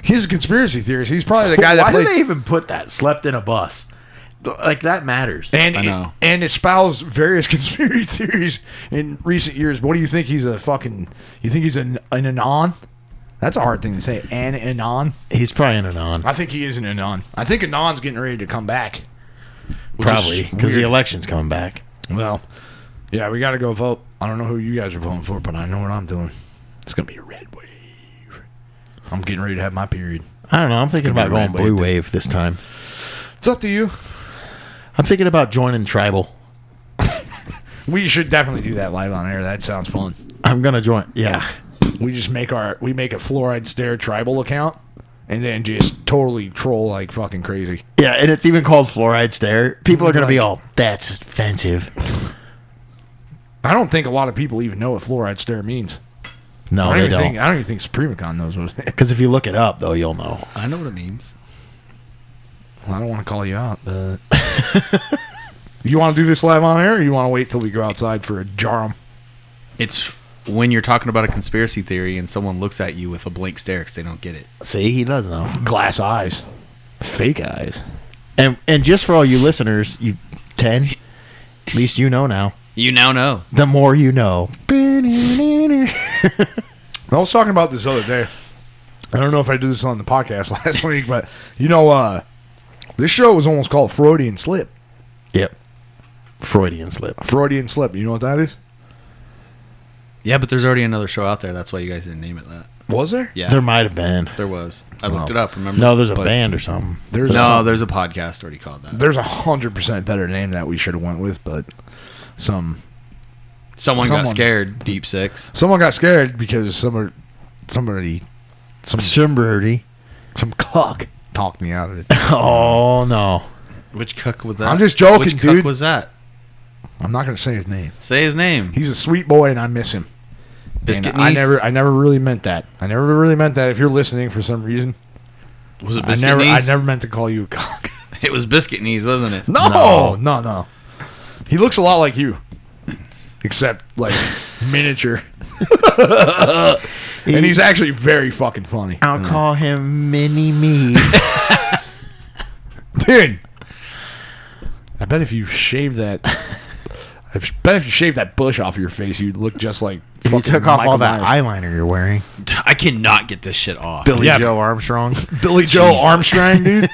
S1: He's a conspiracy theorist. He's probably the guy that
S5: Why
S1: played
S5: do they even put that? Slept in a bus. Like that matters.
S1: and
S6: I know.
S1: and espoused various conspiracy theories in recent years. What do you think? He's a fucking. You think he's an an anon? That's a hard thing to say. An anon.
S5: He's probably in and on,
S1: I think he is an anon. I think anon's getting ready to come back. Which is
S5: probably because the
S1: weird.
S5: election's coming back.
S1: Well, yeah, we got to go vote. I don't know who you guys are voting for, but I know what I'm doing. It's gonna be a red wave. I'm getting ready to have my period.
S5: I don't know. I'm thinking
S1: gonna
S5: about
S1: be a
S5: going
S1: red
S5: blue
S1: wave.
S5: wave this time.
S1: It's up to you.
S5: I'm thinking about joining tribal.
S1: We should definitely do that live on air. That sounds fun.
S5: I'm gonna join. Yeah,
S1: We just make our we make a fluoride stare tribal account, and then just totally troll like fucking crazy.
S5: yeah, and it's even called fluoride stare. People are gonna be all, "That's offensive."
S1: I don't think a lot of people even know what fluoride stare means. I
S5: No,
S1: don't
S5: they
S1: even think
S5: don't.
S1: I don't even think Supremacon knows what. it is.
S5: Because if you look it up, though, you'll know.
S6: I know what it means.
S1: I don't want to call you out, but you want to do this live on air, or you want to wait till we go outside for a jarum?
S6: It's when you're talking about a conspiracy theory and someone looks at you with a blank stare because they don't get it.
S5: See, he does know.
S1: Glass eyes, fake eyes.
S5: And and just for all you listeners, you ten, at least you know now.
S6: You now know.
S5: The more you know.
S1: I was talking about this other day. I don't know if I did this on the podcast last week, but you know, uh, this show was almost called Freudian Slip.
S5: Yep. Freudian slip.
S1: Freudian Slip. You know what that is?
S6: Yeah, but there's already another show out there. That's why you guys didn't name it that.
S1: Was there?
S6: Yeah,
S5: There
S6: there,
S5: might have been.
S6: was. I looked it up. Remember?
S5: No, there's a
S6: But-
S5: band or something.
S1: There's
S6: No,
S1: some-
S6: there's a podcast already called that.
S1: there's a hundred percent better name that we should have went with, but some
S6: Someone,
S1: Someone-
S6: got scared. Deep six.
S1: someone got scared because somebody somebody some
S5: Somebody.
S1: some cock talked me out of it.
S5: Oh no.
S6: Which cuck was that?
S1: I'm just joking,
S6: Which
S1: dude.
S6: Cuck was that?
S1: I'm not gonna say his name.
S6: Say his name.
S1: He's a sweet boy, and I miss him. And
S6: Biscuit.
S1: I
S6: Knees?
S1: never, I never really meant that. I never really meant that. If you're listening for some reason,
S6: was it.
S1: I
S6: Biscuit
S1: never, I
S6: Knees?
S1: never meant to call you a cock.
S6: It was biscuit knees, wasn't it?
S1: No, no, no. He looks a lot like you, except like miniature. and he's actually very fucking funny,
S5: I'll call him Mini Me.
S1: dude. I bet if you shaved that, I bet if you shaved that bush off your face, you'd look just like.
S5: if you
S1: fucking
S5: took off
S1: Michael
S5: all that
S1: Myers.
S5: eyeliner you're wearing.
S6: I cannot get this shit off.
S5: Billy
S1: Yeah.
S5: Joe Armstrong.
S1: Billy Joe Armstrong, dude.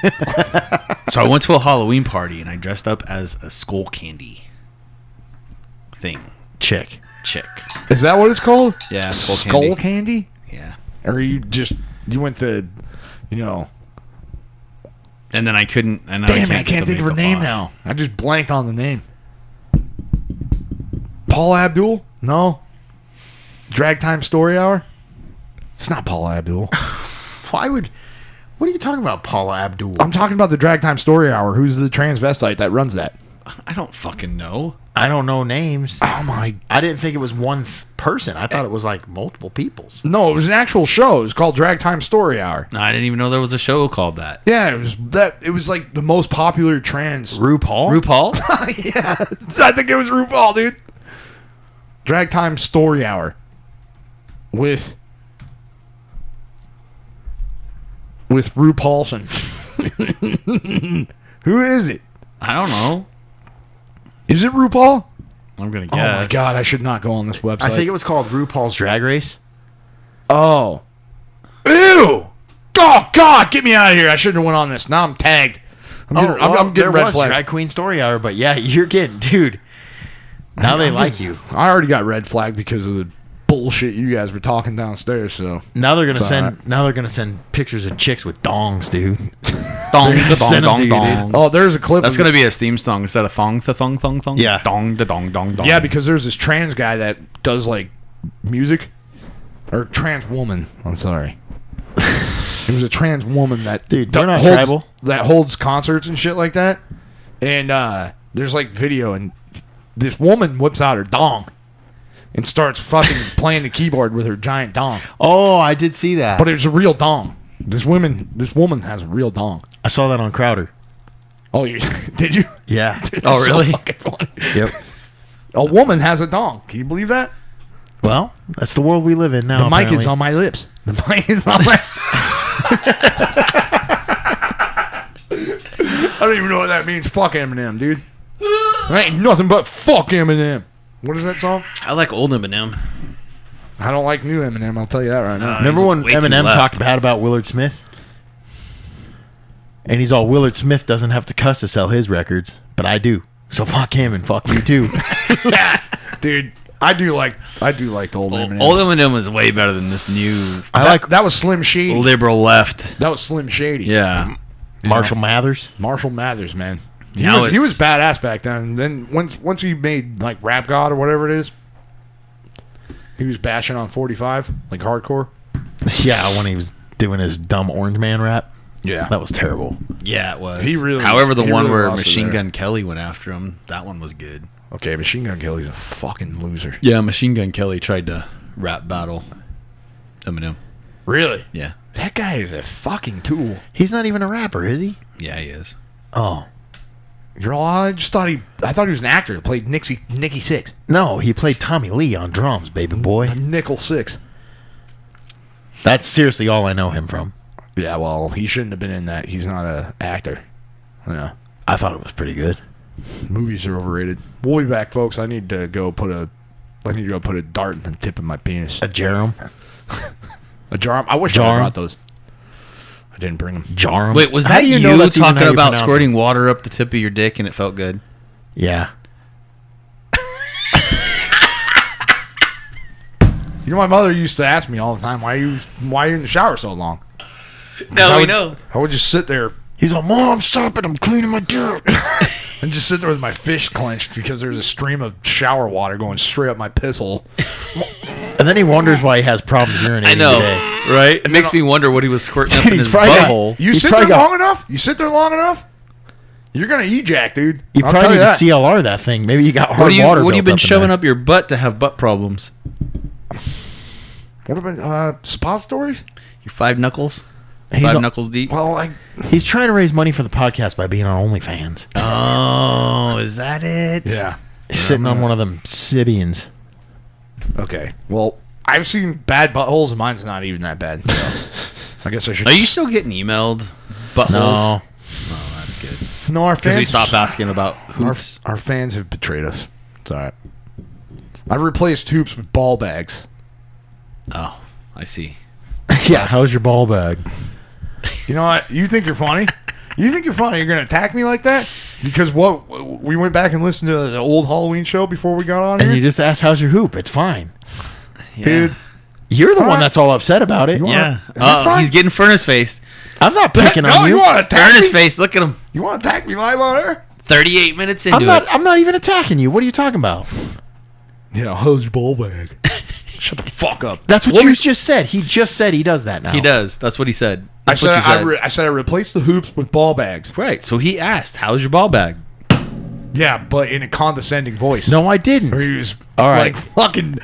S6: So I went to a Halloween party and I dressed up as a skull candy thing
S5: Chick.
S6: chick.
S1: Is that what it's called?
S6: Yeah,
S1: skull,
S6: skull
S1: candy.
S6: candy. Yeah.
S1: Or you just you went to, you know.
S6: And then I couldn't. And
S1: Damn
S6: I
S1: it! I can't
S6: get the
S1: think of her
S6: makeup
S1: name
S6: off.
S1: now. I just blanked on the name. Paul Abdul? No. Drag Time Story Hour? It's not Paul Abdul.
S5: Why would what are you talking about, Paula Abdul?
S1: I'm talking about the Drag Time Story Hour. Who's the transvestite that runs that?
S6: I don't fucking know.
S5: I don't know names.
S1: Oh my!
S5: I didn't think it was one th- person. I thought it was like multiple people's.
S1: No, it was an actual show. It was called Drag Time Story Hour.
S6: No, I didn't even know there was a show called that.
S1: Yeah, it was that. It was like the most popular trans.
S5: RuPaul?
S6: RuPaul?
S1: yeah, I think it was RuPaul, dude. Drag Time Story Hour with with Ru Paulson. Who is it?
S6: I don't know.
S1: Is it RuPaul?
S6: I'm gonna
S1: Oh
S6: guess.
S1: my god, I should not go on this website.
S5: I think it was called RuPaul's Drag Race.
S1: oh, ew! Oh god, get me out of here! I shouldn't have went on this. Now I'm tagged. I'm getting, Oh, I'm,
S5: well,
S1: I'm
S5: there
S1: getting red
S5: was
S1: flags.
S5: Drag Queen Story Hour, but yeah, you're getting dude. Now they like you.
S1: I already got red flagged because of the bullshit you guys were talking downstairs. So
S5: Now they're gonna
S1: It's
S5: send.
S1: alright.
S5: Now they're gonna send pictures of chicks with dongs, dude.
S6: Dong,
S5: They're
S6: da
S5: gonna send 'em
S6: dong,
S5: to you, dude.
S6: dong, dong.
S1: oh, there's a clip.
S6: That's
S1: of-
S6: gonna be his theme song instead of thong, the thong, thong, thong.
S5: Yeah.
S6: Dong, da dong, dong, dong.
S1: yeah, because there's this trans guy that does like music or trans woman. I'm sorry. it was a trans woman that
S5: Dude,
S1: that
S5: they're not
S1: holds,
S5: tribal.
S1: that holds concerts and shit like that. And uh there's like video and this woman whips out her dong and starts fucking playing the keyboard with her giant dong.
S5: Oh, I did see that.
S1: But it's a real dong. This woman, this woman has a real dong.
S5: I saw that on Crowder.
S1: Oh, you did you?
S5: Yeah.
S1: Oh, really?
S5: yep.
S1: A woman has a dong. Can you believe that?
S5: Well, that's the world we live in now.
S1: The mic is
S5: apparently.
S1: on my lips. The mic is on my. I don't even know what that means. Fuck Eminem, dude. That ain't nothing but fuck Eminem. What is that song?
S6: I like old Eminem.
S1: I don't like new Eminem. I'll tell you that right now.
S5: Remember
S6: He's
S5: when
S6: way too
S5: Eminem
S6: left.
S5: talked bad about Willard Smith? And he's all Willard Smith doesn't have to cuss to sell his records, but I do. So fuck him and fuck you too.
S1: dude, I do like I do like the old
S6: Old
S1: Eminem.
S6: Eminem is way better than this new
S5: I
S1: That-
S5: like
S1: that was Slim Shady.
S6: liberal left.
S1: that was Slim Shady.
S6: Yeah.
S5: Marshall Mathers.
S1: Marshall Mathers, man. He
S6: Now
S1: was, he
S6: it's-
S1: was badass back then. And then once once he made like Rap God or whatever it is, he was bashing on 45 like hardcore.
S5: Yeah, when he was doing his dumb Orange Man rap.
S1: Yeah.
S5: That was terrible.
S6: Yeah, it was.
S1: He really-
S6: However, the
S1: he
S6: one
S1: really
S6: where
S1: lost it
S6: Machine
S1: there.
S6: Gun Kelly went after him, that one was good.
S1: Okay, Machine Gun Kelly's a fucking loser.
S6: Yeah, Machine Gun Kelly tried to rap battle Eminem.
S1: Really?
S6: Yeah.
S1: That guy is a fucking tool.
S5: He's not even a rapper, is he?
S6: Yeah, he is.
S5: Oh.
S1: You're all, I just thought he I thought he was an actor. who Played Nixie Nicky Six.
S5: No, he played Tommy Lee on drums, baby boy.
S1: Nickel Six.
S5: That's seriously all I know him from.
S1: Yeah, well, he shouldn't have been in that. He's not a actor. Yeah.
S5: I thought it was pretty good.
S1: Movies are overrated. We'll be back, folks. I need to go put a I need to go put a dart in the tip of my penis.
S5: A Jerem.
S1: A jar. I wish I
S5: Jar.
S1: had brought those. I didn't bring them.
S5: Jarm.
S6: Wait, was
S5: How
S6: that
S5: do
S6: you,
S5: know that's even
S6: talking
S5: how you
S6: about
S5: pronounce it?
S6: squirting water up the tip of your dick and it felt good?
S5: Yeah.
S1: You know, my mother used to ask me all the time, "Why are you why are you in the shower so long?"
S6: No,
S1: I
S6: we
S1: would-
S6: know.
S1: I would just sit there
S5: He's like, Mom, stop it. I'm cleaning my dick.
S1: and just sit there with my fish clenched because there's a stream of shower water going straight up my piss hole.
S5: And then he wonders why he has problems urinating
S6: I know,
S5: today.
S6: right? It makes me wonder what he was squirting up in
S5: he's
S6: his
S5: probably got-
S6: butthole.
S1: You
S5: He's
S1: sit there
S5: probably got-
S1: long enough. You sit there long enough. You're gonna ejac, dude.
S5: You
S1: I'll
S5: probably
S1: tell
S5: need
S1: you
S5: to
S1: that.
S5: CLR that thing. Maybe you got hard
S6: What do you
S5: water.
S6: what have you been
S5: built up in
S6: shoving
S5: there.
S6: up your butt to have butt problems?
S1: What about uh, suppositories?
S6: Your five knuckles,
S5: He's,
S6: five
S5: a-
S6: knuckles deep.
S1: Well, I
S5: he's trying to raise money for the podcast by being on OnlyFans.
S6: Oh, is that it?
S1: yeah.
S5: sitting on one of them Sibians.
S1: Okay. Well, I've seen bad buttholes, and mine's not even that bad. So I guess I should.
S6: Are you still getting emailed? Buttholes.
S1: Oh.
S5: No.
S1: No, our
S6: Because we
S1: fans-
S6: stopped asking about
S1: Our,
S6: hoops.
S1: our fans have betrayed us. It's all right. I replaced hoops with ball bags.
S6: Oh, I see.
S5: yeah. How's your ball bag?
S1: You know what? You think you're funny? You think you're funny? You're gonna attack me like that? Because what? We went back and listened to the old Halloween show before we got on
S5: And
S1: here,
S5: you just ask, how's your hoop? It's fine.
S1: dude.
S5: You're
S1: All
S5: the one
S1: right.
S5: that's all upset about it.
S1: You
S6: Yeah.
S1: Is this
S6: Oh,
S1: fine?
S6: he's getting furnace faced.
S5: I'm not picking
S1: no,
S5: on
S1: you
S5: you.
S1: want to attack
S6: Furnace
S1: me?
S6: face. Look at him.
S1: You want to attack me live on air?
S6: Thirty-eight minutes into
S5: I'm not.
S6: it.
S5: I'm not even attacking you. What are you talking about?
S1: You know, hose your ball bag. Shut the fuck up.
S5: That's what
S1: Let
S5: you
S1: me-
S5: just said. He just said he does that now.
S6: He does. That's what he said.
S1: I
S6: That's
S1: said,
S6: what you
S1: I, re- I said I replaced the hoops with ball bags.
S6: right. So he asked, "How's your ball bag?"
S1: Yeah, but in a condescending voice.
S5: No, I didn't.
S1: Or he was
S5: All right.
S1: like fucking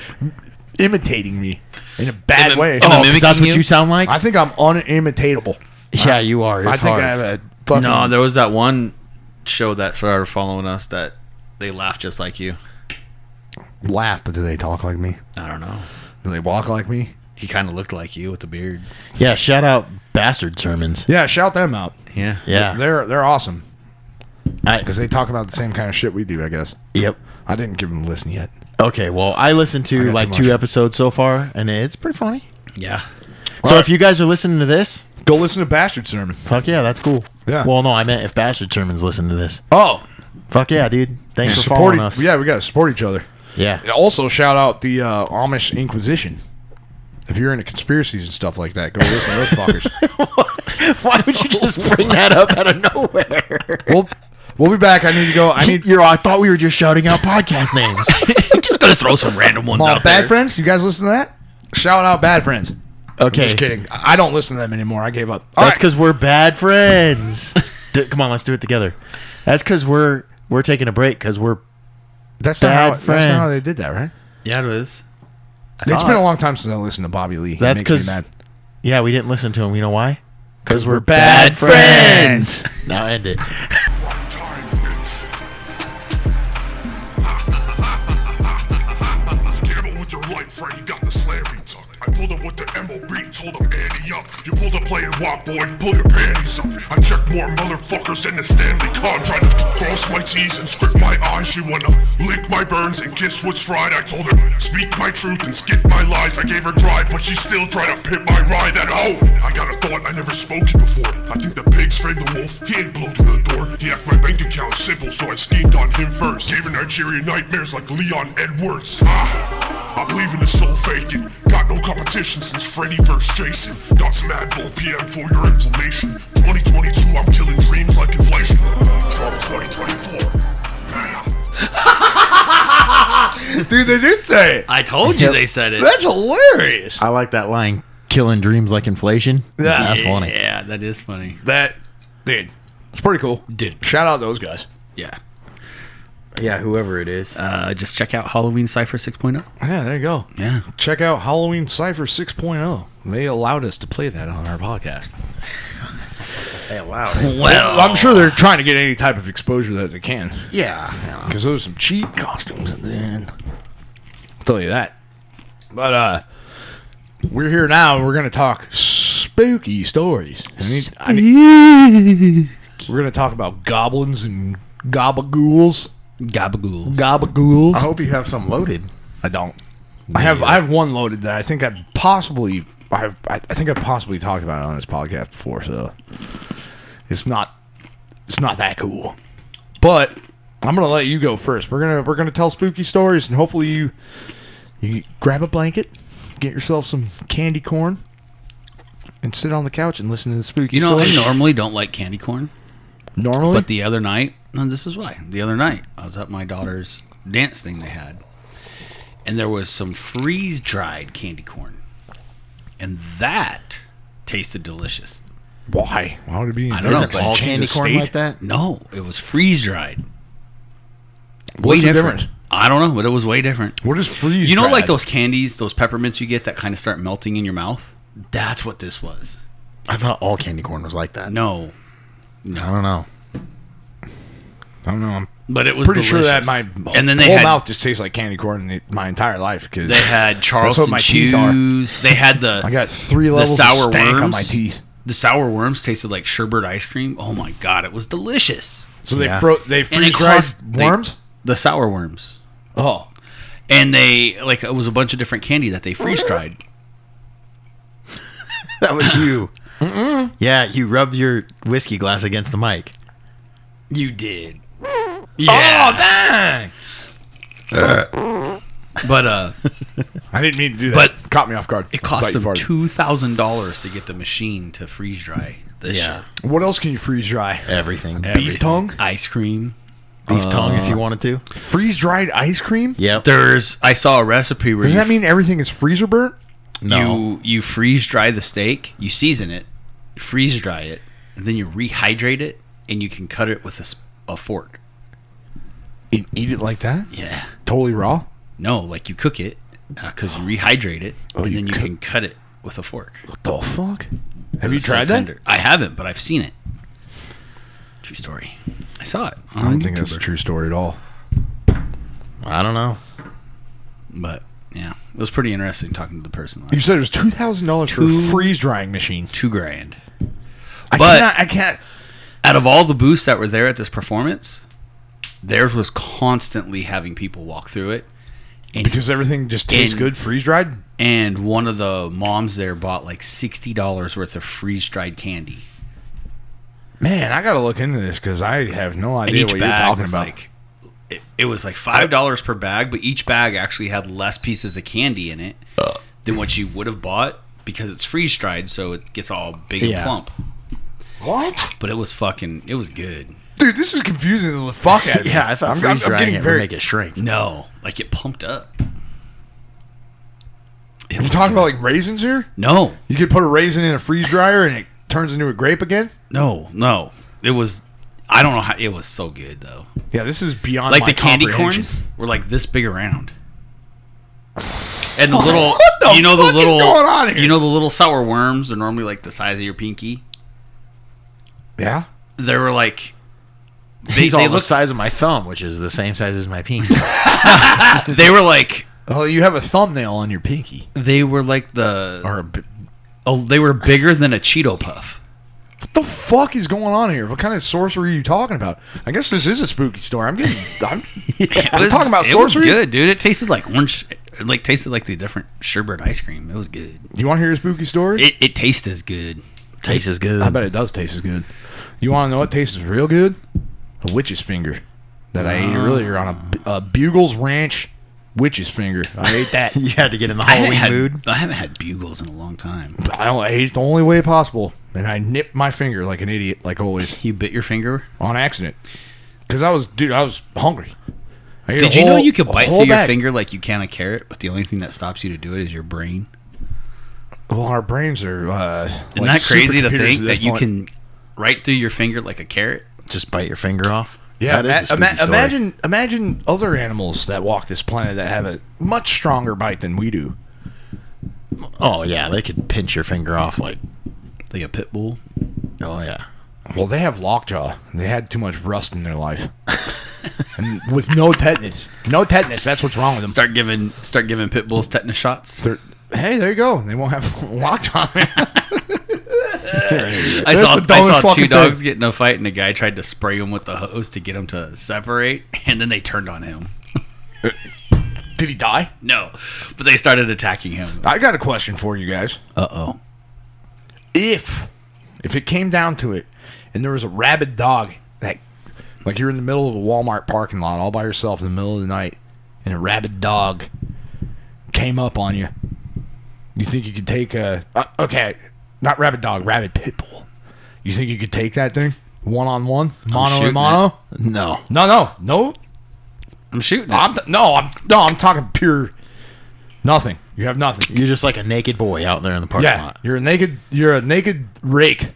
S1: imitating me in a bad
S6: Im-
S1: way.
S6: im-
S5: Oh, 'cause
S6: mimicking
S5: that's what
S6: you?
S5: you sound like.
S1: I think I'm unimitatable.
S5: yeah, you are. It's
S1: I think
S5: hard.
S1: I have a fucking.
S6: No, there was that one show that started following us that they laugh just like you.
S1: laugh, but do they talk like me?
S6: I don't know.
S1: Do they walk like me?
S6: He kind of looked like you with the beard.
S5: Yeah, shout out bastard sermons.
S1: Yeah, shout them out.
S6: Yeah.
S5: Yeah.
S1: They're they're awesome
S5: I,
S1: because they talk about the same kind of shit we do. I guess
S5: yep.
S1: I didn't give them a listen yet.
S5: Okay, well, I listened to
S1: got
S5: like
S1: too
S5: two
S1: much.
S5: episodes so far, and it's pretty funny.
S6: Yeah.
S5: so if you guys are listening to this,
S1: Go listen to Bastard Sermon.
S5: fuck yeah, that's cool.
S1: Yeah.
S5: Well, no, I meant if bastard sermons listen to this.
S1: Oh,
S5: Fuck yeah, dude. Thanks for
S1: support
S5: following
S1: e-
S5: us.
S1: Yeah, we gotta support each other.
S5: Yeah.
S1: Also, shout out the uh, Amish Inquisition. If you're into conspiracies and stuff like that, go listen to those fuckers.
S5: Why would you just bring that up out of nowhere?
S1: We'll we'll be back. I need to go. I need
S5: You're all, I thought we were just shouting out podcast names.
S6: I'm just gonna throw some random ones
S1: Come on,
S6: out
S1: bad
S6: there.
S1: friends. You guys listen to that? Shout out bad friends.
S5: Okay.
S1: Just kidding. I I don't listen to them anymore. I gave up. All right.
S5: That's because we're bad friends. D- come on, let's do it together. That's because we're we're taking a break because we're
S1: that's not how
S5: bad
S1: that's not how
S5: friends.
S1: they did that, right?
S6: Yeah, it is.
S1: It's been a long time since I listened to Bobby Lee. He
S5: That's
S1: makes me
S5: 'cause-
S1: mad.
S5: yeah we didn't listen to him. You know why? Because we're,
S1: bad
S5: friends. now end it.
S2: Damn it with your right, Freddy got the slammy tuck. I pulled up with the MOB, told him Andy up. You pulled up playing WAP, boy, pull your panties up. I check more motherfuckers than the Stanley Con. Trying to cross my T's and script my I's. She wanna lick my burns and kiss what's fried. I told her, speak my truth and skip my lies. I gave her drive, but she still tried to pit my ride. That hoe! I got a thought I never spoke it before. I think the pigs framed the wolf. He ain't blow through the door. He hacked my bank account simple, so I schemed on him first. Gave her Nigerian nightmares like Leon Edwards. Ah, I'm leaving the soul vacant. Got no competition since Freddy vs. Jason. Got some Advil PM for your inflammation. 2022, I'm killing dreams like inflation. Trump 2024.
S1: Dude, they did say it.
S6: I told you they said it.
S1: That's hilarious.
S5: I like that line. Killing dreams like inflation.
S1: Yeah.
S5: that's funny.
S6: Yeah, that is funny.
S1: That dude. It's pretty cool.
S6: Dude.
S1: Shout out those guys.
S6: Yeah.
S5: Yeah, whoever it is.
S6: Uh, just check out Halloween Cipher 6.0.
S1: Yeah, there you go.
S6: oh. Yeah.
S1: Check out Halloween Cypher 6.0. They allowed us to play that on our podcast.
S6: Well,
S1: I'm sure they're trying to get any type of exposure that they can.
S5: Yeah.
S1: Because those are some cheap costumes at the end. I'll tell you that. But uh we're here now and we're gonna talk spooky stories. I need- I need- we're gonna talk about goblins and gobagools.
S6: Gabagool.
S1: Gobagools.
S5: I hope you have some loaded.
S1: I don't. I have I have one loaded that I think I possibly I I I think I possibly talked about it on this podcast before, so it's not it's not that cool. But I'm gonna let you go first. We're gonna we're gonna tell spooky stories, and hopefully you you grab a blanket, get yourself some candy corn, and sit on the couch and listen to the spooky
S6: You know, I
S1: stories.
S6: normally don't like candy corn,
S1: Normally,
S6: but the other night, no, this is why. The other night, I was at my daughter's dance thing they had, and there was some freeze dried candy corn, and that tasted delicious.
S1: why? Why would it be?
S6: I don't know,
S1: Isn't
S6: but
S1: all
S5: Candy
S1: change of
S5: corn
S1: state?
S5: like that?
S6: No, it was freeze dried.
S1: What's the difference?
S6: I don't know, but it was way different.
S1: What is freeze?
S6: You know, like
S1: dried?
S6: those candies, those peppermints you get that kind of start melting in your mouth. That's what this was.
S5: I thought all candy corn was like that.
S6: No,
S5: I don't know.
S1: I don't know. I'm
S6: but it was
S1: pretty sure that my and
S6: delicious. and then they
S1: whole
S6: had
S1: mouth just tastes like candy corn the, my entire life because
S6: they had
S1: what
S6: Charleston
S1: my teeth are.
S6: chews. They had the
S1: I got three levels
S6: sour
S1: of stank on
S6: worms?
S1: my teeth.
S6: the sour worms tasted like sherbet ice cream. Oh my god, it was delicious.
S1: So they
S5: Yeah.
S1: fro they
S6: And it
S1: freeze dried
S6: cost- they-
S1: worms.
S6: the sour worms,
S1: oh,
S6: and they like it was a bunch of different candy that they freeze dried.
S5: That was you. yeah, you rubbed your whiskey glass against the mic.
S6: You did. Yeah.
S1: oh dang!
S6: but uh,
S1: I didn't mean to do that.
S6: But-
S1: But caught me off guard.
S6: it
S1: Thought
S6: cost
S1: you
S6: them
S1: farted.
S6: two thousand dollars to get the machine to freeze dry this
S5: Yeah.
S6: yeah.
S1: What else can you freeze dry?
S5: Everything. Uh,
S1: Beef tongue,
S6: Ice cream.
S5: Beef tongue if you wanted to.
S1: freeze dried ice cream.
S5: Yep.
S6: There's. I saw a recipe where
S1: Does
S6: you,
S1: that mean everything is freezer burnt?
S5: no.
S6: you you freeze dry the steak, you season it, you freeze dry it, and then you rehydrate it, and you can cut it with a, s- a fork.
S1: And eat it like that,
S6: Yeah.
S1: totally raw.
S6: No, like you cook it because you rehydrate it, and
S1: Oh, you
S6: then you
S1: cook-
S6: can cut it with a fork.
S1: What the fuck? Have you
S6: It's so
S1: tried that?
S6: tender. I haven't, but I've seen it. True story. I saw it. On
S1: I don't think that's a
S6: YouTuber.
S1: true story at all.
S5: I don't know.
S6: But yeah, it was pretty interesting talking to the person. Like,
S1: You said it was two thousand dollars for a
S6: Two-
S1: freeze drying machine.
S6: two grand.
S1: I
S6: But-
S1: cannot. I can't.
S6: Out of all the booths that were there at this performance, theirs was constantly having people walk through it. And
S1: Because everything just tastes
S6: And-
S1: good freeze dried.
S6: and one of the moms there bought like sixty dollars worth of freeze dried candy.
S1: Man, I gotta look into this because I have no
S6: And
S1: idea
S6: each
S1: what you're
S6: bag
S1: talking
S6: was
S1: about.
S6: like it, it was like five dollars per bag, but each bag actually had less pieces of candy in it than what you would have bought because it's freeze dried, so it gets all big and
S5: Yeah.
S6: plump.
S1: What?
S6: But it was fucking, it was good.
S1: Dude, this is confusing the fuck out of me.
S5: Yeah, I thought
S1: I'm- I'm- I'm
S5: freeze drying
S1: getting
S5: it
S1: very-
S5: would make it shrink.
S6: No, like it pumped up. It
S1: Are you
S6: was
S1: talking
S6: good.
S1: about like raisins here?
S6: no,
S1: You could put a raisin in a freeze dryer and it turns into a grape again?
S6: no, no. It was, I don't know how. It was so good though.
S1: Yeah, this is beyond
S6: like
S1: my
S6: the candy
S1: comprehension.
S6: corns were like this big around. And the little,
S1: What the
S6: you know, the
S1: fuck is
S6: little,
S1: going on here?
S6: you know, the little sour worms are normally like the size of your pinky.
S1: Yeah.
S6: They were like, they,
S5: He's all
S6: they
S5: the
S6: looked,
S5: size of my thumb, which is the same size as my penis.
S6: they were like,
S1: Oh, you have a thumbnail on your pinky.
S6: they were like the,
S1: Or a b-
S6: oh, they were bigger than a Cheeto puff.
S1: what the fuck is going on here? What kind of sorcery are you talking about? I guess this is a spooky story. I'm getting. I'm,
S6: It
S1: I'm
S6: was-
S1: talking about
S6: it was
S1: sorcery.
S6: good, dude. It tasted like orange. It like tasted like the different sherbet ice cream. It was good.
S1: You want to hear a spooky story?
S6: It, it tastes as good.
S5: Tastes as good.
S1: I bet it does taste as good. You want to know what tastes real good? A witch's finger that I
S6: Ah.
S1: ate earlier on a, a Bugles Ranch witch's finger. I ate that.
S5: you had to get in the
S6: I haven't,
S5: Halloween
S6: had,
S5: mood.
S6: I haven't had bugles in a long time.
S1: I, don't, I ate it the only way possible, and I nipped my finger like an idiot, like always,
S6: You bit your finger.
S1: on accident. Because I was, dude, I was hungry. I ate
S6: Did
S1: a
S6: you know
S1: whole-
S6: you could
S1: a
S6: bite
S1: whole
S6: through your
S1: bag.
S6: finger like you can a carrot, but the only thing that stops you to do it is your brain?
S1: Well, our brains are. Uh,
S6: Isn't that crazy to think that you can right through your finger like a carrot?
S5: Just bite your finger off.
S1: Yeah,
S5: that is a
S1: ima-
S5: spooky story.
S1: imagine imagine other animals that walk this planet that have a much stronger bite than we do.
S5: Oh yeah, they could pinch your finger off like.
S6: Like a pit bull?
S5: Oh yeah.
S1: Well, they have lockjaw. They had too much rust in their life, and with no tetanus. No tetanus. That's what's wrong with them.
S6: Start giving start giving pit bulls tetanus shots.
S1: They're- hey, there you go. They won't have lockjaw. man.
S6: I
S1: That's
S6: saw,
S1: the dumbest
S6: I saw
S1: fucking thing.
S6: two dogs get in a fight, and a guy tried to spray him with the hose to get him to separate, and then they turned on him.
S1: Did he die?
S6: No, but they started attacking him.
S1: I got a question for you guys.
S6: Uh oh.
S1: if if it came down to it and there was a rabid dog that like you're in the middle of a Walmart parking lot all by yourself in the middle of the night and a rabid dog came up on you you think you could take a uh, okay not rabid dog rabid pit bull you think you could take that thing one on one mono
S6: shooting
S1: and mono
S5: No.
S1: no no no
S6: I'm shooting.
S1: I'm t- no I'm no I'm talking pure nothing you have nothing
S5: You're just like a naked boy out there in the parking
S1: yeah,
S5: lot.
S1: you're a naked. You're a naked rake.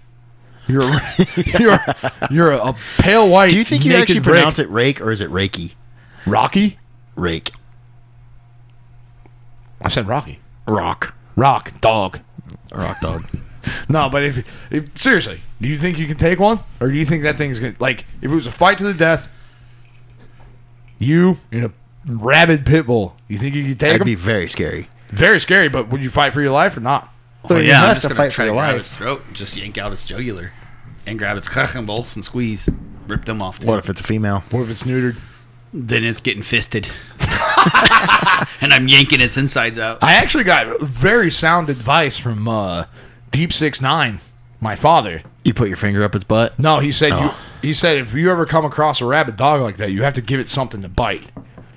S1: You're a, you're a- you're a pale white.
S5: Do you think you
S1: naked
S5: actually
S1: rake.
S5: pronounce it rake or is it reiki?
S1: Rocky?
S5: Rake.
S1: I said Rocky.
S5: Rock.
S1: Rock dog.
S5: Rock dog.
S1: No, but if, if seriously, do you think you can take one, or do you think that thing's gonna like if it was a fight to the death? You in a rabid pit bull. You think you could take
S5: That'd
S1: him?
S5: be very scary.
S1: Very scary, but would you fight for your life or not?
S6: oh,
S5: you
S6: yeah, I'm
S5: have
S6: just
S5: to
S6: gonna
S5: fight
S6: try
S5: for
S6: to
S5: your
S6: grab
S5: life.
S6: its throat and just yank out its jugular, and grab its cock and bolts and squeeze, rip them off. dude.
S5: What if it's a female?
S1: What if it's neutered?
S6: Then it's getting fisted, and I'm yanking its insides out.
S1: I actually got very sound advice from uh, Deep Six Nine, my father.
S5: You put your finger up its butt.
S1: No, he said you,
S5: Oh.
S1: he said if you ever come across a rabid dog like that, you have to give it something to bite.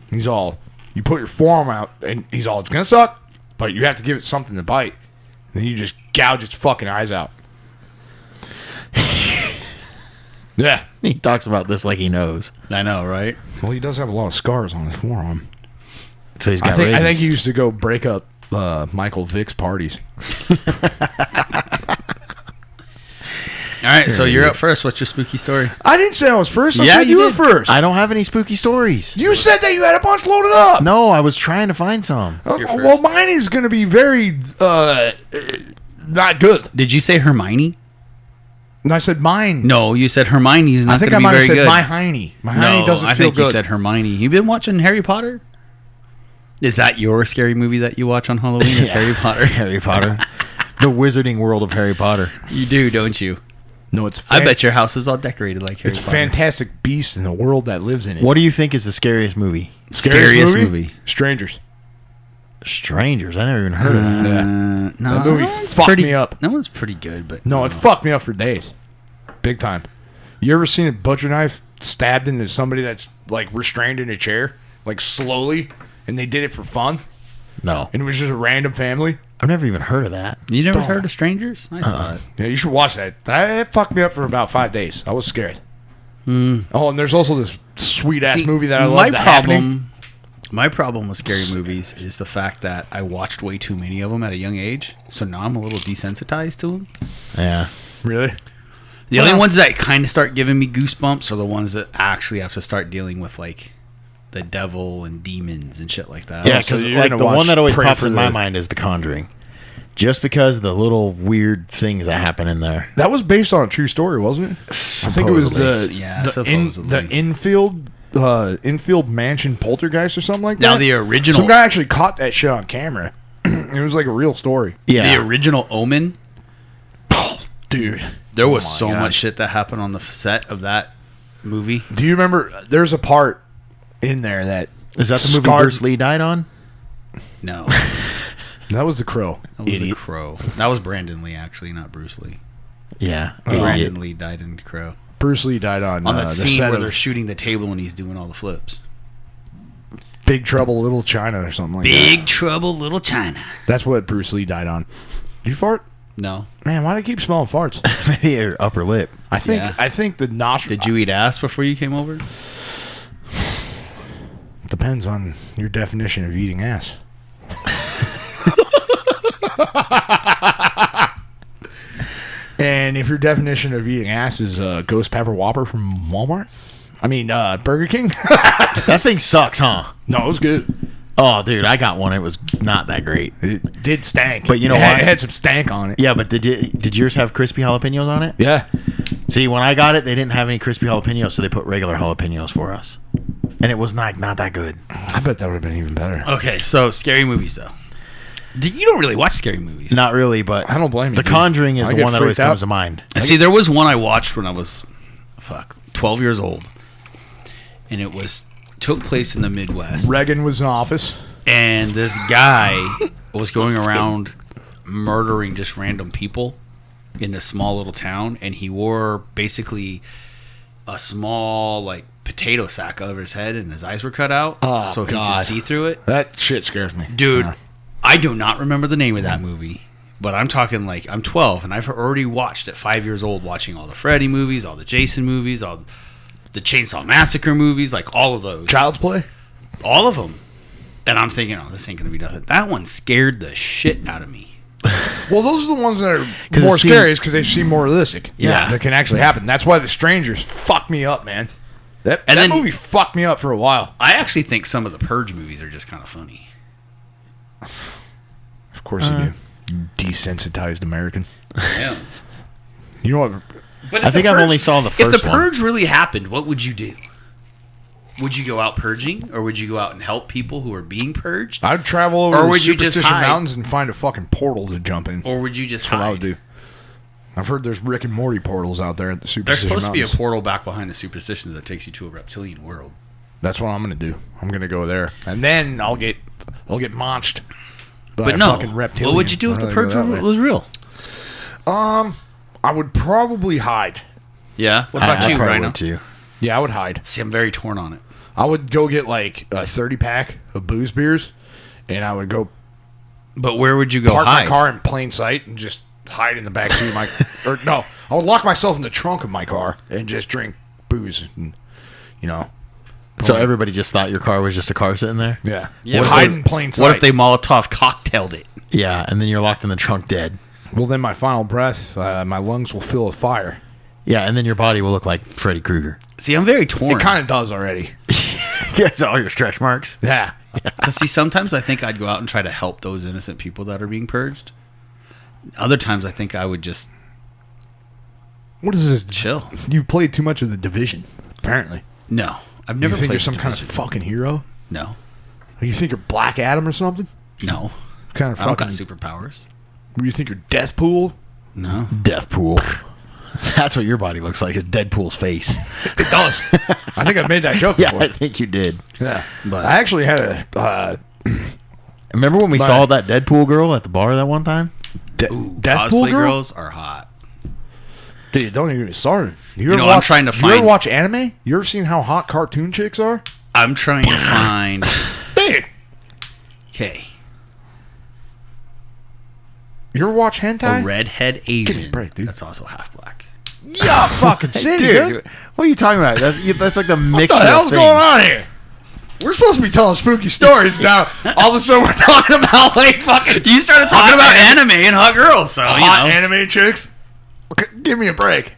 S1: He's all you put your forearm out and he's all it's gonna suck, but you have to give it something to bite. And then you just gouge its fucking eyes out. yeah.
S5: He talks about this like he knows.
S6: I know, right?
S1: Well he does have a lot of scars on his forearm.
S5: So he's got.
S1: I think I
S5: rabies.
S1: think he used to go break up uh, Michael Vick's parties.
S6: All right, so you're up first. What's your spooky story?
S1: I didn't say I was first. I said you, were
S5: did.
S1: first.
S5: I don't have any spooky stories.
S1: you said that you had a bunch loaded up.
S5: No, I was trying to find some.
S1: Uh,
S6: You're
S1: well,
S6: first.
S1: mine is going to be very uh, uh, not good.
S6: Did you say Hermione?
S1: And I said mine.
S6: No, you said Hermione's not
S1: I think I
S6: going to be
S1: might have
S6: very
S1: said
S6: good.
S1: my hiney. My
S6: no,
S1: hiney doesn't
S6: I
S1: feel
S6: think you
S1: good.
S6: said Hermione. You've been watching Harry Potter? Is that your scary movie that you watch on Halloween? Is Harry Potter?
S5: Harry Potter. the Wizarding World of Harry Potter.
S6: You do, don't you?
S1: no, it's.
S6: I bet your house is all decorated like Harry
S1: it's
S6: Potter.
S1: fantastic beast in the world that lives in it.
S5: What do you think is the scariest movie?
S6: Scariest movie?
S1: Strangers.
S5: Strangers. I never even heard of that.
S1: Yeah.
S6: No,
S1: That movie
S6: one's
S1: fucked
S6: pretty-
S1: me up.
S6: That one's pretty good, but
S1: No, it fucked me up for days, big time. You ever seen a butcher knife stabbed into somebody that's like restrained in a chair, like slowly, and they did it for fun,
S5: No,
S1: and it was just a random family.
S5: I've never even heard of that.
S6: You never heard of Strangers? I saw it.
S1: Yeah, you should watch that. That fucked me up for about five days. I was scared. Oh, and there's also this sweet ass
S6: See,
S1: movie that I love.
S6: My
S1: The
S6: problem.
S1: Happening.
S6: My problem with scary movies is the fact that I watched way too many of them at a young age, so now I'm a little desensitized to them.
S5: Yeah.
S1: Really?
S6: The only ones that kind of start giving me goosebumps are the ones that actually have to start dealing with like the devil and demons and shit like that.
S5: Yeah,
S1: so
S5: because
S1: you're
S5: like
S1: gonna
S5: the
S1: watch
S5: one that always
S1: Pray
S5: pops
S1: for
S5: in my
S1: the-
S5: mind is The Conjuring, just because of the little weird things that happen in there.
S1: That was based on a true story, wasn't it? I think it was the
S6: Supposedly. Yeah,
S1: the, in, the
S6: supposedly.
S1: infield uh, infield mansion poltergeist or something like that.
S6: Now, the original-
S1: some guy actually caught that shit on camera. it was like a real story,
S5: Yeah,
S6: The original Omen.
S1: dude.
S6: There was so
S1: Oh God.
S6: much shit that happened on the f- set of that movie.
S1: Do you remember? There's a part in there that
S5: is that the movie
S1: scarred-
S5: Bruce Lee died on?
S6: No,
S1: that was the crow.
S6: that was a Crow. That was Brandon Lee, actually, not Bruce Lee.
S5: Yeah,
S1: Oh,
S6: Brandon
S5: idiot.
S6: Lee died in Crow.
S1: Bruce Lee died on,
S6: on
S1: uh,
S6: that
S1: the
S6: scene
S1: set
S6: where
S1: of
S6: they're shooting the table and he's doing all the flips.
S1: Big Trouble Little China or something like that.
S6: Big Trouble, Little China.
S1: That's what Bruce Lee died on. You fart?
S6: No.
S1: Man, why do I keep smelling farts?
S5: maybe your upper lip.
S1: I think
S6: Yeah.
S1: I think the nostril
S6: Did you eat ass before you came over?
S1: depends on your definition of eating ass. and if your definition of eating ass is a ghost pepper whopper from Walmart, I mean uh, Burger King,
S5: That thing sucks, huh?
S1: no, it was good.
S5: Oh, dude, I got one. It was not that great.
S1: It did stank,
S5: But you know
S1: it had,
S5: what?
S1: It had some stank on it.
S5: Yeah, but did you, did yours have crispy jalapenos on it?
S1: Yeah,
S5: See, when I got it, they didn't have any crispy jalapenos, so they put regular jalapenos for us, and it was not not that good.
S1: I bet that would have been even better.
S6: Okay, so scary movies though. Do- You don't really watch scary movies.
S5: Not really, but
S1: I don't blame you,
S5: The
S1: dude.
S5: Conjuring is
S1: I
S5: the
S1: get
S5: one that always
S1: freaked out.
S5: comes to mind.
S6: See, there was one I watched when I was, fuck, twelve years old, and it was took place in the Midwest.
S1: Reagan was in office.
S6: and this guy was going around murdering just random people in this small little town and he wore basically a small like potato sack over his head and his eyes were cut out
S1: Oh,
S6: so he
S1: God.
S6: could see through it
S1: That shit scares me,
S6: dude
S1: Yeah.
S6: i do not remember the name of that movie but i'm talking like i'm 12 and i've already watched at five years old watching all the freddy movies all the jason movies all the chainsaw massacre movies like all of those
S1: Child's Play.
S6: all of them. And I'm thinking, oh, this ain't gonna be nothing. That one scared the shit out of me.
S1: Well, those are the ones that are
S5: 'Cause it
S1: more
S5: seems-
S1: scary because they seem more realistic.
S6: Yeah.
S1: That can actually happen. That's why The Strangers fucked me up, man. That,
S6: And
S1: that
S6: then-
S1: movie fucked me up for a while.
S6: I actually think some of the Purge movies are just kind of funny.
S1: Of course
S6: Uh.
S1: you do. You desensitized American.
S6: Yeah.
S1: You know what?
S6: But
S5: I
S6: if the
S5: think I've only saw the
S6: If the
S5: first one.
S6: Purge really happened, what would you do? Would you go out purging, or would you go out and help people who are being purged,
S1: I'd travel over
S6: Or
S1: to the
S6: would you just
S1: Superstition
S6: hide?
S1: Mountains and find a fucking portal to jump in.
S6: or would you just
S1: That's what I
S6: hide?
S1: would do. I've heard there's Rick and Morty portals out there at the
S6: There's
S1: Superstition
S6: supposed to be a
S1: Mountains.
S6: portal back behind the superstitions that takes you to a reptilian world.
S1: That's what I'm gonna do. I'm gonna go there, and then I'll get I'll get monched. by
S6: But
S1: a
S6: no,
S1: fucking reptilian.
S6: what would you do
S1: I'd
S6: if the
S1: rather go
S6: Purge
S1: that way.
S6: was real?
S1: I would probably hide.
S6: Yeah. What
S5: I-
S6: about
S5: I
S6: you,
S5: probably
S6: Rhino?
S5: would too.
S1: Yeah, I would hide.
S6: See, I'm very torn on it.
S1: I would go get like a 30 pack of booze beers and I would go
S6: But where would you go
S1: park
S6: hide?
S1: my car in plain sight and just hide in the back seat of my or no, I would lock myself in the trunk of my car and just drink booze and you know.
S5: So everybody just thought your car was just a car sitting there.
S1: Yeah.
S6: Yeah,
S1: Would
S6: but
S1: hide
S6: they-
S1: in plain sight.
S6: What if they Molotov cocktailed it?
S5: Yeah, and then you're locked in the trunk dead.
S1: Well, then my final breath, uh, my lungs will fill with fire.
S5: Yeah, and then your body will look like Freddy Krueger.
S6: See, I'm very torn.
S1: It kind of does already.
S5: Yeah, so all your stretch marks.
S1: Yeah.
S6: Because see, sometimes I think I'd go out and try to help those innocent people that are being purged. Other times I think I would just
S1: What is this?
S6: chill.
S1: You played too much of the division, apparently.
S6: No, I've
S1: You
S6: never.
S1: think
S6: played
S1: you're some
S6: The
S1: kind of
S6: Division.
S1: fucking hero?
S6: No,
S1: You think you're Black Adam or something?
S6: no,
S1: Kind of
S6: I don't
S1: fucking.
S6: got superpowers.
S1: You think you're Deathpool?
S6: No,
S5: Deathpool. That's what your body looks like. Is Deadpool's face?
S1: It does. I think I've made that joke
S5: yeah,
S1: before.
S5: I think you did.
S1: Yeah. But I actually had a uh,
S5: Remember when we saw that Deadpool girl at the bar that one time?
S1: de-
S6: Ooh,
S1: Deathpool
S6: cosplay
S1: girl?
S6: girls are hot.
S1: Dude, don't even get me started. You, ever
S6: know, I'm trying to
S1: You
S6: find-
S1: ever watch anime? You ever seen how hot cartoon chicks are?
S6: I'm trying to find.
S1: Dude,
S6: Okay.
S1: you ever watch hentai?
S6: A redhead Asian.
S1: break, dude.
S6: That's also half black.
S1: yeah, fucking city, dude.
S5: Dude, what are you talking about? That's, you- that's like the
S1: What
S5: mixture.
S1: the
S5: of
S1: hell's
S5: things.
S1: going on here? We're supposed to be telling spooky stories now. All of a sudden, we're talking about like fucking
S6: You started talking about anime and hot girls, so you
S1: hot
S6: know.
S1: anime chicks. Okay, Give me a break.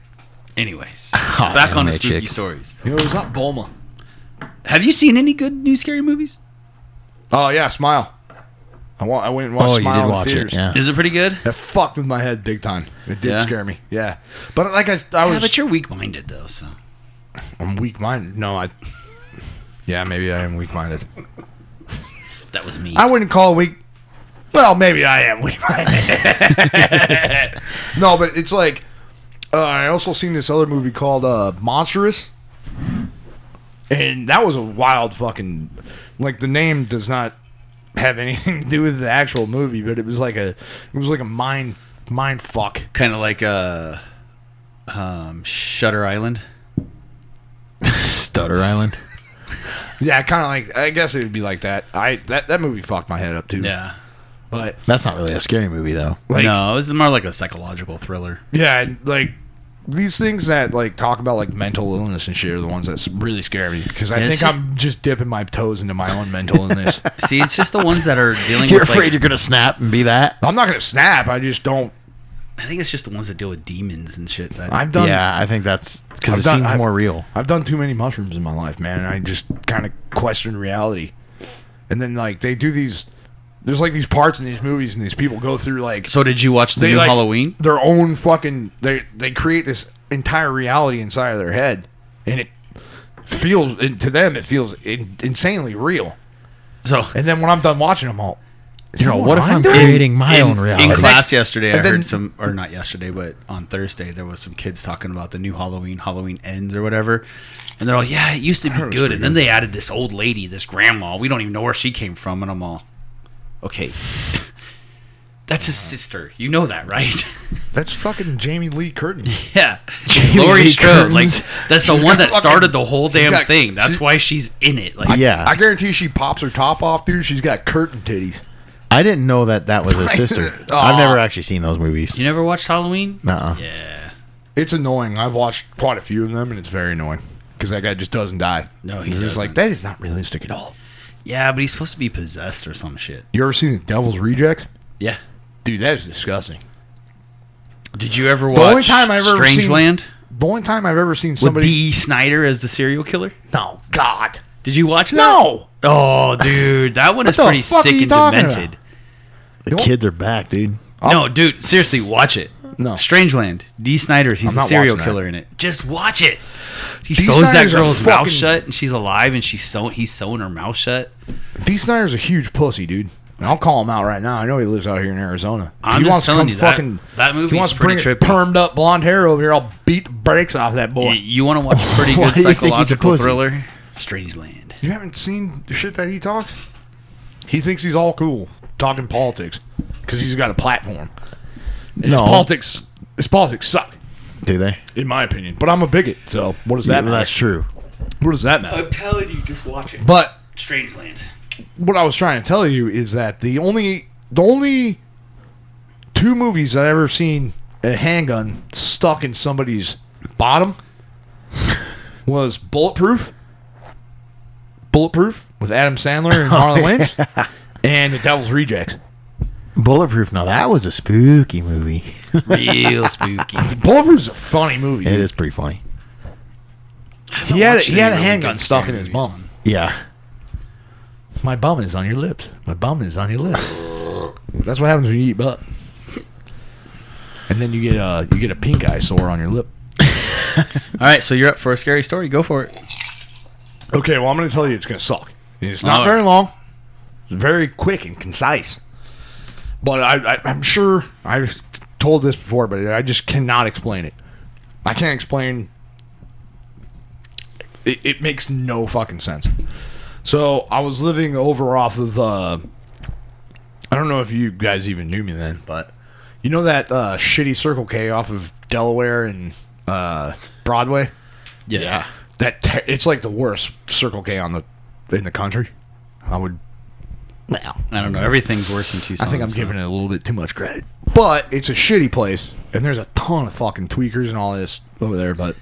S6: Anyways, back on to
S5: anime
S6: spooky
S5: chicks.
S6: stories.
S1: Yo, was up, Bulma?
S6: Have you seen any good new scary movies?
S1: Oh yeah, Smile. I wa- I went and watched
S5: Oh, you
S1: Smile
S5: did
S1: in
S5: watch
S1: theaters.
S5: it. Yeah.
S6: Is it pretty good?
S1: That fucked with my head big time. It did
S6: Yeah?
S1: scare me. Yeah, but like I, I
S6: Yeah,
S1: was.
S6: but you're weak-minded though, so
S1: I'm weak minded. No, I. Yeah, maybe I am weak minded.
S6: that was me.
S1: I wouldn't call it weak. Well, maybe I am weak minded. no, but it's like uh, I also seen this other movie called uh, Monstrous, and that was a wild fucking. Like the name does not have anything to do with the actual movie, but it was like a it was like a mind mind fuck.
S6: kind of like uh, um, Shutter Island.
S5: Stutter Island.
S1: Yeah, kind of like I guess it would be like that. I that that movie fucked my head up too.
S6: Yeah.
S1: but
S5: That's not really a scary movie though.
S1: like
S6: no, this is more like a psychological thriller.
S1: Yeah, and, like these things that like talk about like mental illness and shit are the ones that really scare me because I
S6: Yeah, it's
S1: think I'm just dipping my toes into my own mental illness.
S6: See, it's just the ones that are dealing
S5: You're
S6: with.
S5: afraid
S6: like,
S5: you're gonna snap and be that.
S1: I'm not gonna snap. I just don't.
S6: I think it's just the ones that deal with demons and shit. That,
S1: I've done.
S5: yeah, I think that's because
S1: I've
S5: it
S1: done-
S5: seems
S1: I've-
S5: more real.
S1: I've done too many mushrooms in my life, man. And I just kind of question reality. And then like they do these. There's like these parts in these movies, and these people go through like
S6: so did you watch the
S1: they
S6: new
S1: like
S6: Halloween?
S1: their own fucking they they create this entire reality inside of their head and it feels and to them it feels in, insanely real
S6: So
S1: and then when i'm done watching them all
S5: You're all,
S1: know
S5: what if
S1: what
S5: I'm
S1: I'm doing?
S5: creating my
S6: in,
S5: own reality?
S6: in class yesterday, I
S1: And then-
S6: heard some, or not yesterday, but on Thursday, there was some kids talking about the new Halloween, Halloween ends or whatever. And they're all, yeah, it used to be good. And then they added this old lady, this grandma. We don't even know where she came from. And I'm all, okay. That's his sister. You know that, right?
S1: that's fucking jamie lee curtin
S6: yeah. It's Lori
S5: Lee
S6: Strode. Like,
S5: Curtin's-
S6: that's the
S1: She's
S6: one
S1: got
S6: that
S1: fucking-
S6: started the whole
S1: she's
S6: damn
S1: got-
S6: thing. That's
S1: she-
S6: why she's in it. Like,
S5: yeah,
S1: i guarantee she pops her top off dude she's got curtain titties
S5: I didn't know that that was his sister. I've never actually seen those movies.
S6: You never watched Halloween?
S5: Nuh-uh.
S6: Yeah.
S1: it's annoying i've watched quite a few of them and it's very annoying because that guy just doesn't die
S6: No, he
S1: he's just like
S6: doesn't.
S1: that is not realistic at all
S6: Yeah, but he's supposed to be possessed or some shit.
S1: you ever seen the devil's rejects
S6: Yeah.
S1: dude that is disgusting
S6: Did you ever watch
S1: only time I've ever seen-
S6: Strangeland
S1: the only time i've ever seen
S6: with
S1: somebody
S6: D. Snyder as the serial killer?
S1: no god
S6: Did you watch that?
S1: no
S6: Oh, dude, that one is
S1: What the
S6: pretty
S1: fuck are
S6: sick
S1: you
S6: and
S1: talking
S6: demented.
S1: Don't-
S5: Kids are back, dude.
S6: No, dude, seriously, watch it.
S1: No.
S6: Strangeland. D. Snyder, he's
S1: I'm
S6: a
S1: not
S6: serial
S1: watching that.
S6: killer in it. Just watch it. He
S1: Dee
S6: sews
S1: Snider's a
S6: that girl's mouth
S1: fucking-
S6: shut, and she's alive, and she's sew- he's sewing her mouth shut.
S1: D. Snyder's a huge pussy, dude. And I'll call him out right now. I know he lives out here in Arizona. If
S6: I'm
S1: he
S6: just
S1: wants to
S6: telling
S1: come
S6: you, that-
S1: fucking,
S6: that
S1: if
S6: movie's
S1: He wants to
S6: pretty
S1: bring his
S6: trippy.
S1: permed up blonde hair over here. I'll beat the brakes off that boy. You,
S6: You, you want to watch a pretty
S5: Why
S6: good
S5: do you think he's a
S6: psychological
S5: pussy?
S6: thriller? Strangeland.
S1: haven't seen the shit that he talks. He thinks he's all cool talking politics because he's got a platform. And His
S5: No.
S1: politics, his politics suck,
S5: Do they?
S1: in my opinion. But I'm a bigot, so what does
S5: Yeah,
S1: that
S5: well, that's
S1: matter?
S5: true.
S1: What does that matter?
S6: telling you, just watch it.
S1: But
S6: Strangeland.
S1: what I was trying to tell you is that the only the only two movies that I've ever seen a handgun stuck in somebody's bottom was Bulletproof, Bulletproof with Adam Sandler and Marlon Wayans, and The Devil's Rejects.
S5: Bulletproof. Now that was a spooky movie.
S6: Real spooky.
S1: Bulletproof's a funny movie.
S5: it
S1: dude.
S5: is pretty funny.
S1: He had a,
S6: watched
S1: he had a
S6: any really
S1: handgun
S6: good
S1: stuck in
S6: scary
S1: his bum.
S6: movies.
S5: Yeah.
S1: My bum is on your lips. My bum is on your lips. That's what happens when you eat butt. And then you get a you get a pink eye sore on your lip.
S6: All right, so you're up for a scary story. Go for it.
S1: Okay, well, I'm going to tell you it's going to suck. It's not
S6: All right.
S1: very long. It's very quick and concise. But I, I, I'm sure I've told this before, but I just cannot explain it. I can't explain. It, it makes no fucking sense. So I was living over off of. Uh, I don't know if you guys even knew me then, but you know that uh, shitty Circle K off of Delaware and uh, Broadway.
S5: Yeah.
S1: That ter- it's like the worst Circle K on the in the country. I would. Well,
S7: I don't know. Everything's worse in Tucson.
S1: I think I'm
S7: so-
S1: giving it a little bit too much credit, but it's a shitty place, and there's a ton of fucking tweakers and all this over there. But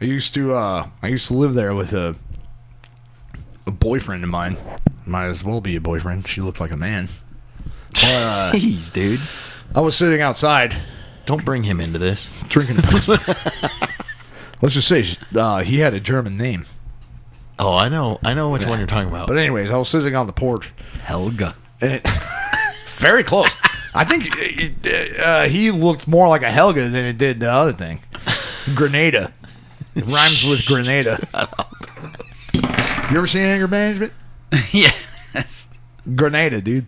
S1: I used to, uh, I used to live there with a a boyfriend of mine. Might as well be a boyfriend. She looked like a man.
S5: Please, dude.
S1: I was sitting outside
S5: Don't bring him into this.
S1: drinking. Let's just say uh, he had a German name.
S5: Oh, I know. I know which one you're talking about.
S1: But anyways, I was sitting on the porch.
S7: Helga.
S1: And very close. I think uh, uh, he looked more like a Helga than it did the other thing. Grenada. It rhymes with Grenada. you ever seen anger management?
S7: yes.
S1: Grenada, dude.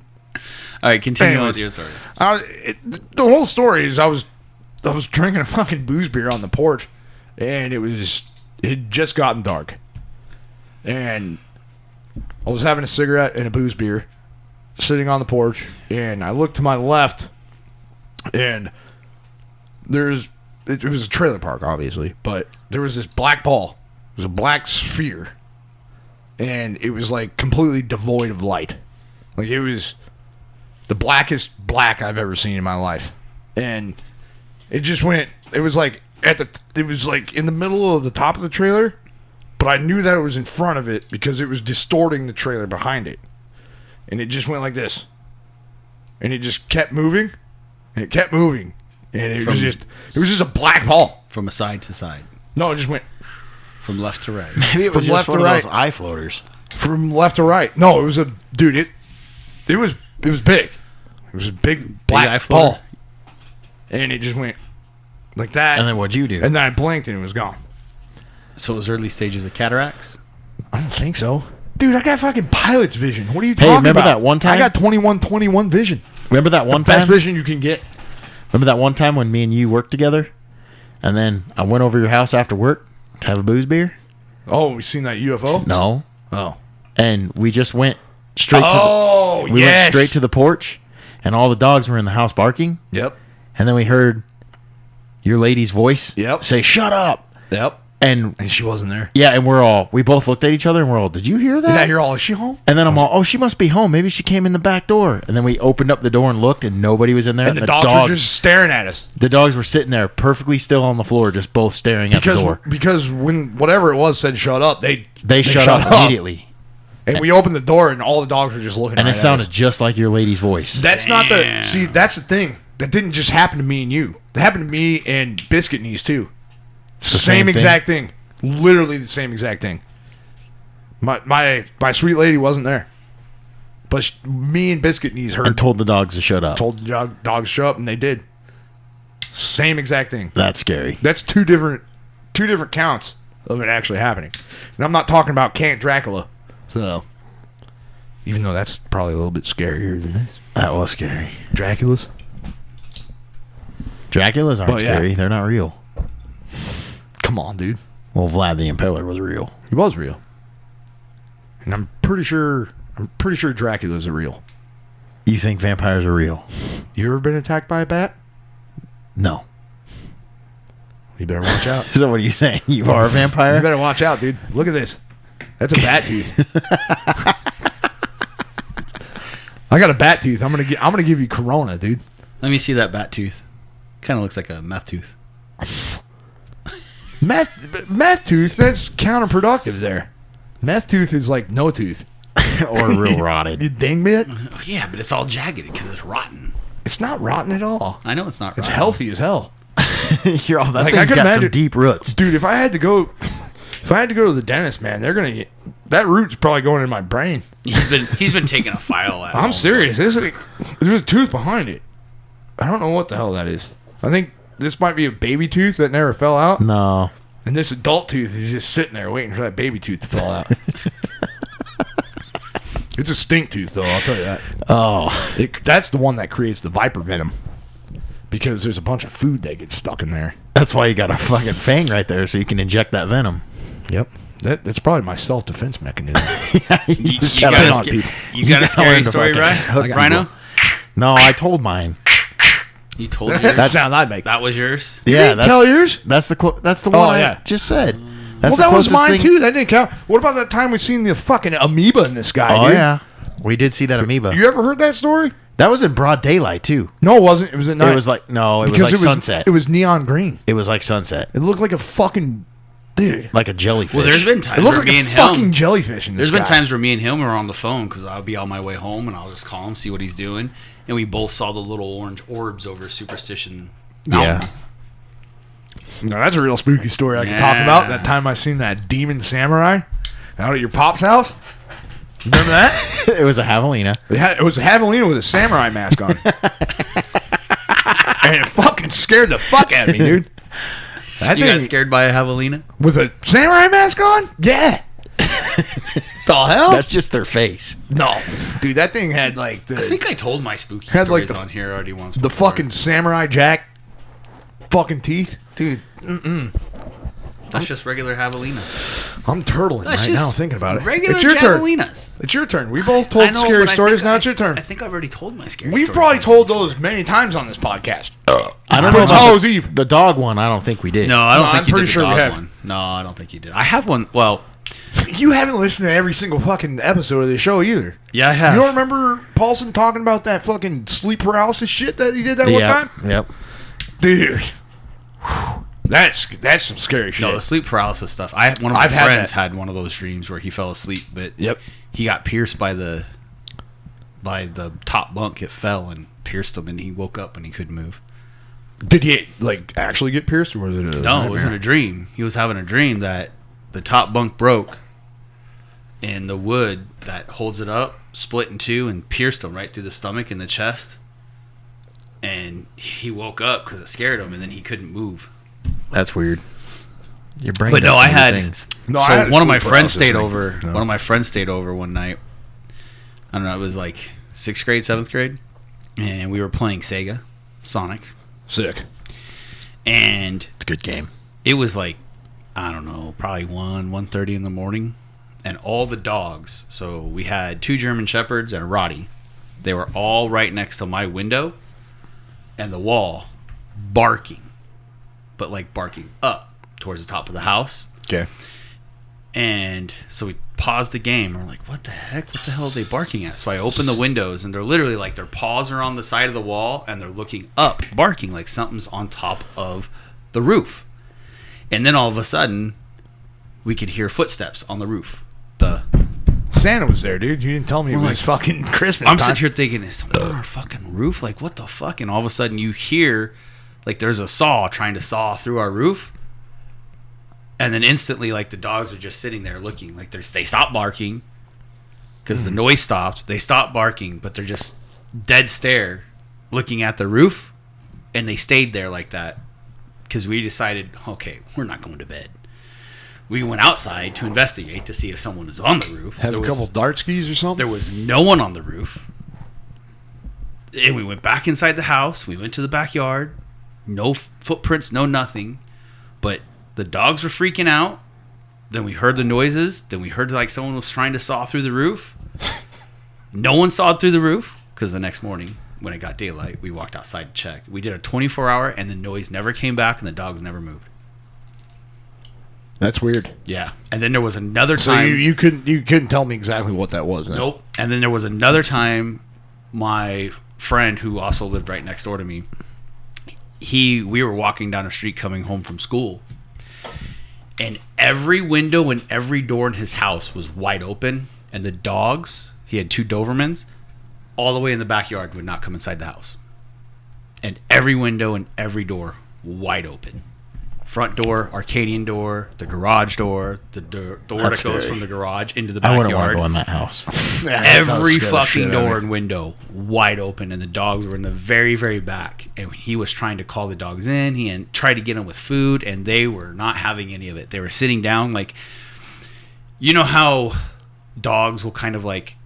S7: All right, continue on
S1: Anyways.
S7: with your story.
S1: I was, it, the whole story is I was I was drinking a fucking booze beer on the porch, and it was it had just gotten dark, and I was having a cigarette and a booze beer, sitting on the porch, and I looked to my left, and there's it, it was a trailer park obviously, but there was this black ball, it was a black sphere, and it was like completely devoid of light, like it was the blackest black I've ever seen in my life. And it just went it was like at the it was like in the middle of the top of the trailer, but I knew that it was in front of it because it was distorting the trailer behind it. And it just went like this. And it just kept moving and it kept moving. And it was
S7: From-
S1: just it was just a black hole.
S7: From a side to side,
S1: No, it just went
S7: from left to right.
S5: Maybe it
S1: From
S5: was just
S1: left
S5: one
S1: to
S5: of
S1: right.
S5: those eye floaters.
S1: from left to right. No, it was a dude, it it was it was big. It was a big
S7: eye
S1: black
S7: floater?
S1: ball. And it just went like that.
S5: And then what'd you do?
S1: And then I blinked and it was gone.
S7: So it was early stages of cataracts.
S1: I don't think so. Dude, I got fucking pilot's vision. What are you
S5: Hey,
S1: talking
S5: remember
S1: about?
S5: that one time?
S1: I got 21 21 vision.
S5: remember that one
S1: Best
S5: time?
S1: vision you can get.
S5: Remember that one time when me and you worked together? And then I went over your house after work to have a booze beer?
S1: Oh, we seen that UFO?
S5: No.
S1: Oh.
S5: And we just went straight
S1: Oh,
S5: to the, we
S1: yes.
S5: went straight to the porch and all the dogs were in the house barking.
S1: Yep.
S5: And then we heard your lady's voice
S1: Yep.
S5: say, Shut up.
S1: Yep.
S5: And
S1: And she wasn't there.
S5: yeah, and we're all we both looked at each other and we're all, Did you hear that?
S1: Yeah, you're all, is she home?
S5: And then I'm all, oh, she must be home. Maybe she came in the back door. And then we opened up the door and looked, and nobody was in there.
S1: And the, dogs, were just staring at us.
S5: the dogs were sitting there perfectly still on the floor, just both staring at the
S1: Because
S5: door.
S1: because when whatever it was said shut up, they
S5: They, shut, up, immediately,
S1: And we opened the door and all the dogs were just looking
S5: and
S1: right
S5: it
S1: at
S5: sounded
S1: us.
S5: just like your lady's voice.
S1: That's not the see. That's the thing. That didn't just happen to me and you. That happened to me and Biscuit Knees too.
S5: same
S1: Same,
S5: thing?
S1: exact thing. Literally the same exact thing. My my my sweet lady wasn't there, but sh me and Biscuit Knees heard
S5: and told the dogs to shut up.
S1: told the dog, dogs show up and they did. Same exact thing.
S5: That's scary.
S1: That's two different two different counts of it actually happening. And I'm not talking about Count Dracula. So even though that's probably a little bit scarier than this.
S5: That was scary.
S1: Dracula's?
S5: Draculas aren't
S1: But, yeah.
S5: scary. They're not real.
S1: Come on, dude.
S5: Well, Vlad the Impaler was real.
S1: He was real. And I'm pretty sure I'm pretty sure Dracula's a real.
S5: You think vampires are real?
S1: You ever been attacked by a bat?
S5: No.
S1: You better watch out.
S5: So what are you saying? You are
S1: you
S5: a vampire?
S1: better watch out, dude. Look at this. That's a bat tooth. I got a bat tooth. I'm gonna gi- I'm gonna give you corona, dude.
S7: Let me see that bat tooth. Kind of looks like a meth tooth.
S1: Meth but meth tooth, that's counterproductive there. Meth tooth is like no tooth.
S5: or real rotted?
S1: You ding bit?
S7: Oh, yeah, but it's all jagged because it's rotten.
S1: It's not rotten at all.
S7: I know it's not.
S1: It's
S7: rotten.
S1: healthy as hell.
S5: You're all that
S1: Like, I
S5: thing's
S1: could
S5: got some
S1: imagine-
S5: deep roots.
S1: dude if i had to go if i had to go to the dentist man they're gonna get that root's probably going in my brain
S6: He's been he's been taking a file at
S1: i'm
S6: home.
S1: serious this is, there's a tooth behind it i don't know what the hell that is i think this might be a baby tooth that never fell out
S5: No.
S1: and this adult tooth is just sitting there waiting for that baby tooth to fall out it's a stink tooth though i'll tell you that
S5: Oh,
S1: it, that's the one that creates the viper venom because there's a bunch of food that gets stuck in there
S5: that's why you got a fucking fang right there, so you can inject that venom.
S1: yep that, that's probably my self-defense mechanism
S6: You,
S5: You just
S6: you
S5: gotta
S1: it
S6: got, a,
S1: on
S5: skip-
S6: sca-
S1: people.
S6: you got a
S5: gotta
S6: scary
S5: learn to
S6: story,
S5: fucking
S6: right?
S5: hook
S6: Rhino?
S5: people. No, I told mine.
S6: You told yours.
S1: That's the sound I'd make.
S6: that was yours.
S5: Yeah,
S1: didn't tell yours?
S5: That's the clo- that's the one I
S1: yeah.
S5: just said.
S1: Well,
S5: That's the
S1: that was
S5: closest
S1: mine
S5: thing-
S1: too. That didn't count. What about that time we seen the fucking amoeba in this guy?
S5: Oh
S1: dude?
S5: yeah, we did see that amoeba.
S1: You ever heard that story?
S5: that was in broad daylight too.
S1: No, it wasn't. It was at night.
S5: It was like no, it was like sunset.
S1: It was neon green.
S5: It was like sunset,
S1: It looked like a fucking dude.
S5: like a jellyfish.
S6: Well, there's been
S1: It
S6: times where
S1: looked like
S6: me
S1: a
S6: and him.
S1: fucking jellyfish in this
S6: There's been
S1: guy.
S6: times where me and him are on the phone because I'll be on my way home and I'll just call him, see what he's doing, and we both saw the little orange orbs over Superstition.
S5: yeah.
S1: No, that's a real spooky story I could talk
S6: Yeah.
S1: about. That time I seen that demon samurai out at your pop's house. Remember that?
S5: it was a javelina.
S1: it, had, it was a javelina with a samurai mask on. and it fucking scared the fuck out of me, dude. That
S6: You
S1: thing
S6: got scared by a javelina?
S1: with a samurai mask on? Yeah. the hell?
S5: That's just their face.
S1: no, dude. That thing had like the
S6: I think I told my spooky
S1: Had, like,
S6: stories
S1: the-
S6: on here already once.
S1: the
S6: before.
S1: fucking samurai jack, fucking teeth, dude.
S6: that's just regular javelina.
S1: I'm turtling
S6: That's
S1: right
S6: just
S1: now thinking about it.
S6: Regular
S1: it's your turn.
S6: javelinas.
S1: It's your turn. We both
S6: I
S1: told
S6: know,
S1: scary
S6: but I
S1: stories.
S6: think
S1: Now
S6: I-
S1: it's your turn.
S6: I think I've already told my scary.
S1: We've
S6: stories.
S1: probably told those many times on this podcast.
S5: I don't know
S1: Prince
S5: about
S1: Hallow's
S5: the,
S1: Eve.
S5: the dog one. I don't think we did.
S6: No, I don't
S1: No,
S6: think
S1: I'm
S6: you
S1: pretty
S6: did
S1: sure
S6: the
S1: we
S6: dog
S1: have.
S6: one. No, I don't think you did. I have one. Well,
S1: You haven't listened to every single fucking episode of the show either.
S6: yeah, I have.
S1: You don't remember Paulson talking about that fucking sleep paralysis shit that he did that one
S5: Yep.
S1: time,
S5: Yep.
S1: dude. whew, That's that's some scary shit.
S6: No, the sleep paralysis stuff. I one of my
S1: I've had
S6: friends
S1: that.
S6: had, one of those dreams where he fell asleep, but
S1: Yep.
S6: he got pierced by the by the top bunk. It fell and pierced him, and he woke up and he couldn't move.
S1: Did he like actually get pierced or was it? A
S6: No, it wasn't a dream. He was having a dream that the top bunk broke, and the wood that holds it up split in two and pierced him right through the stomach and the chest. And he woke up because it scared him, and then he couldn't move.
S7: That's weird.
S5: Your brain.
S6: But no,
S5: does
S6: I
S5: weird
S6: had-
S5: things.
S1: No,
S6: so
S1: I had a
S6: one of my
S1: sleep paralysis
S6: friends stayed
S1: thing.
S6: over.
S1: No.
S6: One of my friends stayed over one night. I don't know. It was like sixth grade, seventh grade, and we were playing Sega, Sonic,
S1: sick.
S6: and
S5: It's a good game.
S6: it was like I don't know, probably one one thirty in the morning, and all the dogs. So we had two German shepherds and a Roddy. They were all right next to my window, and the wall, barking, but like barking up towards the top of the house.
S1: Okay.
S6: And so we paused the game. We're like, what the heck? What the hell are they barking at? So I open the windows and they're literally like their paws are on the side of the wall and they're looking up, barking like something's on top of the roof. And then all of a sudden, we could hear footsteps on the roof. The
S1: Santa was there, dude. You didn't tell me it was fucking Christmas
S6: I'm
S1: time.
S6: sitting here thinking, is someone on our fucking roof? Like, what the fuck? And all of a sudden, you hear like there's a saw trying to saw through our roof, and then instantly, like the dogs are just sitting there looking. Like there's they stop barking because
S1: Hmm.
S6: the noise stopped. They stop barking, but they're just dead stare looking at the roof, and they stayed there like that because we decided, okay, we're not going to bed. We went outside to investigate to see if someone was on the roof.
S1: Have
S6: There
S1: a
S6: was-
S1: couple dart skis or something.
S6: there was no one on the roof. And we went back inside the house. We went to the backyard. No f- footprints, no nothing. But the dogs were freaking out. Then we heard the noises. Then we heard like someone was trying to saw through the roof. no one saw through the roof because the next morning, when it got daylight, we walked outside to check. We did a 24 hour, and the noise never came back, and the dogs never moved.
S1: That's weird.
S6: Yeah. And then there was another
S1: So
S6: time.
S1: you, you couldn't you couldn't tell me exactly what that was. then?
S6: Nope. And then there was another time my friend who also lived right next door to me, he we were walking down a street coming home from school. And every window and every door in his house was wide open and the dogs, he had two Dobermans, all the way in the backyard would not come inside the house. And every window and every door wide open. Front door, Arcadian door, the garage door, the door, door that
S5: That's
S6: goes
S5: scary.
S6: from the garage into the
S5: I
S6: backyard
S5: wouldn't want to go in that house.
S1: Yeah, that does
S6: every
S1: scare the shit
S6: fucking
S1: out of me.
S6: door and window wide open, and the dogs were in the very, very back. And he was trying to call the dogs in. He and tried to get them with food, and they were not having any of it. They were sitting down, like you know how dogs will kind of like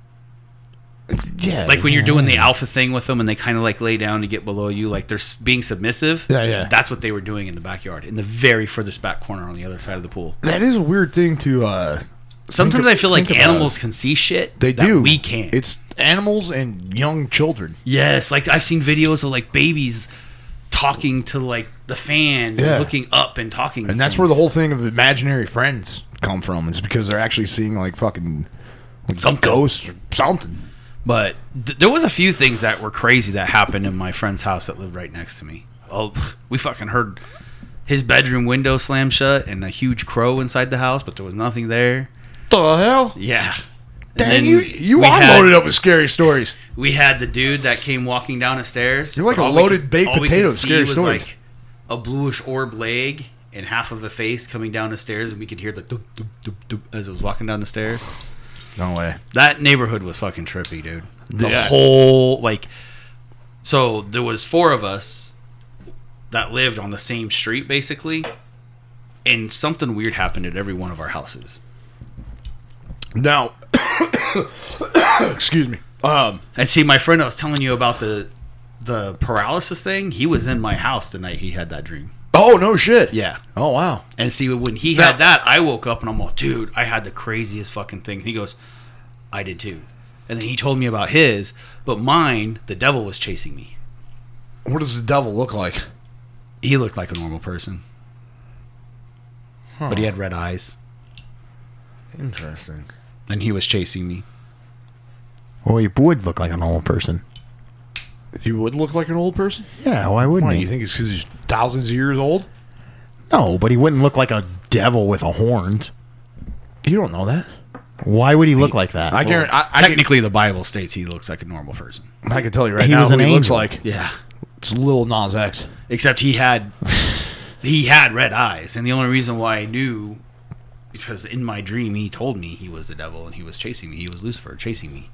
S1: Yeah.
S6: like when you're doing the alpha thing with them, and they kind of like lay down to get below you, like they're s- being submissive.
S1: Yeah, yeah.
S6: That's what they were doing in the backyard, in the very furthest back corner on the other side of the pool.
S1: that is a weird thing to. uh
S6: Sometimes I feel like
S1: think about
S6: animals can see shit.
S1: They
S6: that
S1: do.
S6: We can't.
S1: It's animals and young children.
S6: Yes, like I've seen videos of like babies talking to like the fan,
S1: Yeah.
S6: looking up and talking.
S1: And that's where the whole thing of imaginary friends come from. It's because they're actually seeing like fucking like some
S6: Something.
S1: ghosts or something.
S6: But th- there was a few things that were crazy that happened in my friend's house that lived right next to me. Oh, we fucking heard his bedroom window slam shut and a huge crow inside the house, but there was nothing there.
S1: The hell?
S6: Yeah. And
S1: Dang,
S6: then
S1: you you
S6: we
S1: are
S6: had-
S1: loaded up with scary stories.
S6: we had the dude that came walking down the stairs.
S1: You're like
S6: but
S1: a
S6: all we
S1: loaded
S6: could-
S1: baked
S6: all we
S1: potato
S6: could
S1: of
S6: see
S1: scary
S6: was,
S1: stories.
S6: Like a bluish orb leg and half of a face coming down the stairs, and we could hear the doop, doop, doop, doop as it was walking down the stairs.
S1: No way.
S6: That neighborhood was fucking trippy, dude. The
S1: Yeah.
S6: whole like, so there was four of us that lived on the same street basically, and something weird happened at every one of our houses.
S1: Now, excuse me.
S6: And see, my friend I was telling you about the the paralysis thing, he was in my house the night he had that dream.
S1: Oh no shit.
S6: Yeah.
S1: Oh wow.
S6: And see, when he had that, I woke up and I'm like, dude, I had the craziest fucking thing. And he goes, I did too. And then he told me about his, but mine, the devil was chasing me.
S1: What does the devil look like?
S6: He looked like a normal person, but he had red eyes,
S1: Interesting.
S6: and he was chasing me.
S5: Well, you would look like a normal person.
S1: He would look like an old person.
S5: Yeah, why wouldn't
S1: Why
S5: he?
S1: you think it's because he's thousands of years old?
S5: No, but he wouldn't look like a devil with a horns.
S1: You don't know that.
S5: Why would he look like that?
S1: I guarantee. I, I, can,
S6: Technically, the Bible states he looks like a normal person.
S1: I can tell you right
S5: He
S1: now
S5: was
S1: what
S5: an
S1: he looks
S5: angel.
S1: like.
S6: Yeah,
S1: It's Lil Nas X.
S6: except he had he had red eyes, and the only reason why I knew is because in my dream he told me he was the devil and he was chasing me. He was Lucifer chasing me.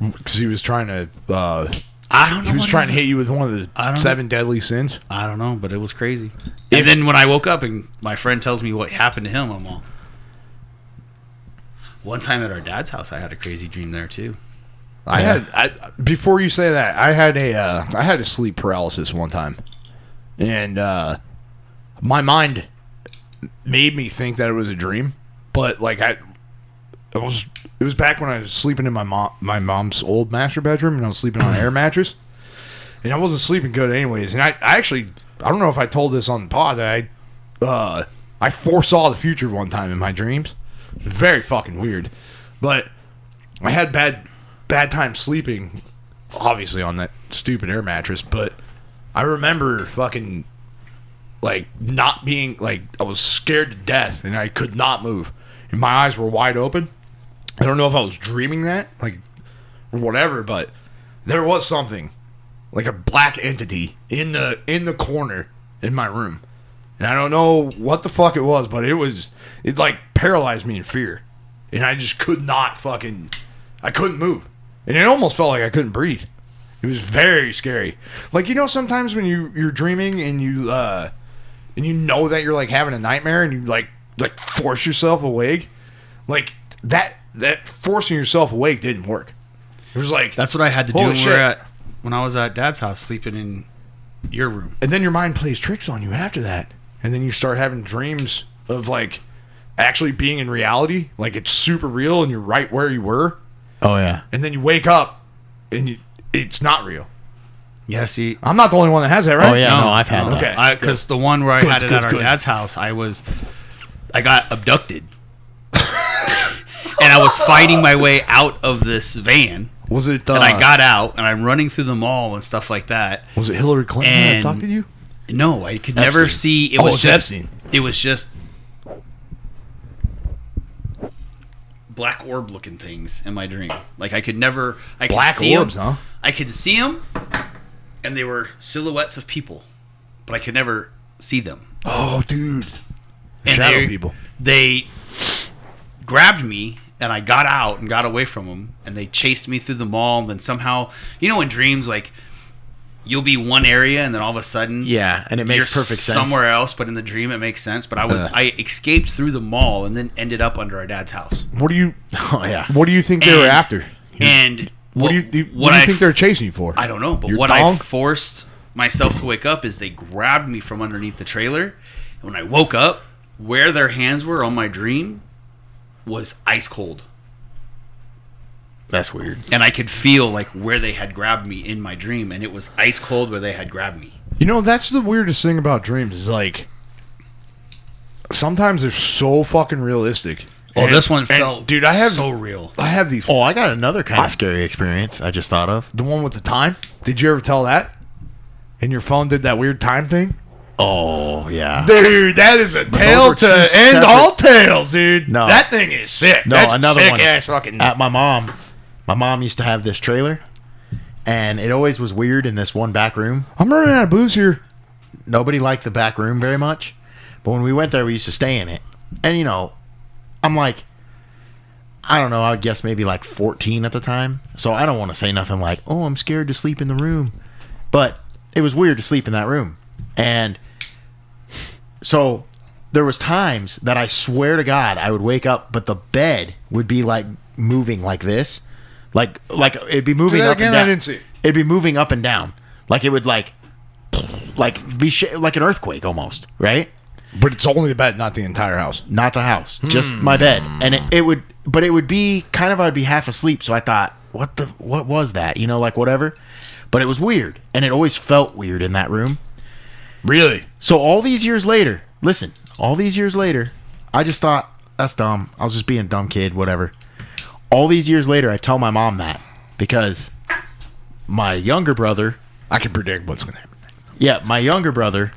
S1: Because he was trying to. Uh,
S6: I don't know.
S1: he was
S6: what
S1: trying to hit you with one of
S6: I don't
S1: the
S6: know.
S1: seven deadly sins.
S6: I don't know, but it was crazy. and then when I woke up and my friend tells me what happened to him, I'm all. One time at our dad's house, I had a crazy dream there too.
S1: I had I before you say that I had a uh, I had a sleep paralysis one time, and uh, my mind made me think that it was a dream, but like I, it was it was back when I was sleeping in my mom my mom's old master bedroom and I was sleeping on an air mattress, and I wasn't sleeping good anyways, and I, I actually I don't know if I told this on the pod that I uh, I foresaw the future one time in my dreams, very fucking weird, but. I had bad bad time sleeping, obviously on that stupid air mattress. But I remember fucking like not being like I was scared to death and I could not move, and my eyes were wide open. I don't know if I was dreaming that like or whatever, but there was something like a black entity in the in the corner in my room. And I don't know what the fuck it was, but it was it like paralyzed me in fear. And I just could not fucking I couldn't move. And it almost felt like I couldn't breathe. It was very scary. Like you know sometimes when you you're dreaming and you uh and you know that you're like having a nightmare and you like like force yourself awake. Like that that forcing yourself awake didn't work. It was like
S6: That's what I had to do
S1: Holy
S6: when, we were
S1: shit.
S6: at, when I was at dad's house sleeping in your room.
S1: and then your mind plays tricks on you after that and then you start having dreams of like actually being in reality like it's super real and you're right where you were
S5: oh yeah.
S1: and then you wake up and you, it's not real
S6: Yeah, see,
S1: i'm not the only one that has that right
S5: Oh yeah. No, I've had that.
S1: Okay.
S6: Because the one where I
S1: Good,
S6: had it
S1: good,
S6: at our
S1: good.
S6: dad's house, I was, I got abducted, and I was fighting my way out of this van,
S1: was it uh,
S6: and I got out, and I'm running through the mall and stuff like that.
S1: was it hillary clinton that
S6: and-
S1: abducted you
S6: No, I could never
S5: Epstein.
S6: see. It
S1: Oh,
S6: was
S1: it's
S6: just.
S1: Epstein.
S6: It was just black orb looking things in my dream. Like I could never. I could
S1: Black
S6: see 'em.
S1: orbs, huh?
S6: I could see them, and they were silhouettes of people, but I could never see them.
S1: oh dude
S6: And
S1: shadow
S6: they-
S1: people
S6: They grabbed me. And I got out and got away from them, and they chased me through the mall. And then somehow, you know, in dreams, like you'll be one area, and then all of a sudden,
S5: Yeah, and it makes
S6: you're
S5: perfect sense.
S6: somewhere else, but in the dream it makes sense. But I was
S5: Ugh.
S6: I escaped through the mall and then ended up under our dad's house.
S1: what do you
S5: Oh yeah.
S1: what do you think they were
S6: And-
S1: after
S6: And
S1: what, do you do, what do you
S6: I,
S1: think they're chasing you for
S6: I don't know, but
S1: Your
S6: what I
S1: dong?
S6: forced myself to wake up is they grabbed me from underneath the trailer. And when I woke up, where their hands were on my dream was ice cold.
S5: That's weird.
S6: And I could feel like where they had grabbed me in my dream, and it was ice cold where they had grabbed me.
S1: You know, that's the weirdest thing about dreams is like sometimes they're so fucking realistic.
S7: Oh,
S1: And-
S7: this one
S1: and,
S7: felt
S1: dude. I have
S7: so real.
S1: I have these.
S5: Oh, I got another kind of scary experience I just thought of.
S1: The one with the time. Did you ever tell that? And your phone did that weird time thing,
S5: Oh, yeah.
S1: dude. That is a
S5: those
S1: tale
S5: were
S1: to
S5: two
S1: end
S5: separate-
S1: all tales, dude.
S5: No.
S1: that thing is sick.
S5: No,
S1: That's
S5: another
S1: sick
S5: one.
S1: ass fucking.
S5: At my mom, my mom used to have this trailer, and it always was weird in this one back room.
S1: I'm running out of booze here.
S5: Nobody liked the back room very much, but when we went there, we used to stay in it. And you know, I'm like, I don't know. I would guess maybe like 14 at the time. So I don't want to say nothing like, "Oh, I'm scared to sleep in the room," but it was weird to sleep in that room. And so there was times that I swear to God I would wake up, but the bed would be like moving like this, like like it'd be moving
S1: that
S5: up
S1: again,
S5: and
S1: I
S5: down.
S1: didn't see.
S5: It'd be moving up and down, like it would like like be sh- like an earthquake almost, right?
S1: But it's only the bed, not the entire house.
S5: not the house, just my bed. And it, it would, but it would be kind of, I'd be half asleep. So I thought, what the, what was that? You know, like whatever. But it was weird. And it always felt weird in that room.
S1: Really?
S5: So all these years later, listen, all these years later, I just thought, that's dumb. I was just being a dumb kid, whatever. All these years later, I tell my mom that because my younger brother,
S1: I can predict what's gonna happen.
S5: yeah, my younger brother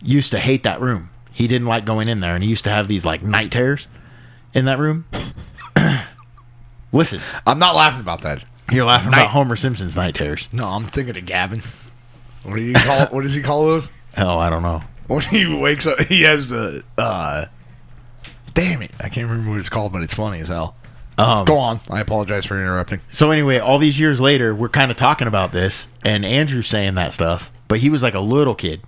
S5: used to hate that room. He didn't like going in there, and he used to have these like night terrors in that room. Listen,
S1: I'm not laughing about that.
S5: you're laughing
S1: Night-
S5: about Homer Simpson's night terrors.
S1: No, I'm thinking of Gavin. What do you call? what does he call those?
S5: Oh, I don't know.
S1: When he wakes up, he has the. uh Damn it! I can't remember what it's called, but it's funny as hell.
S5: Um,
S1: Go on. I apologize for interrupting.
S5: So anyway, all these years later, we're kind of talking about this, and Andrew's saying that stuff, but he was like a little kid.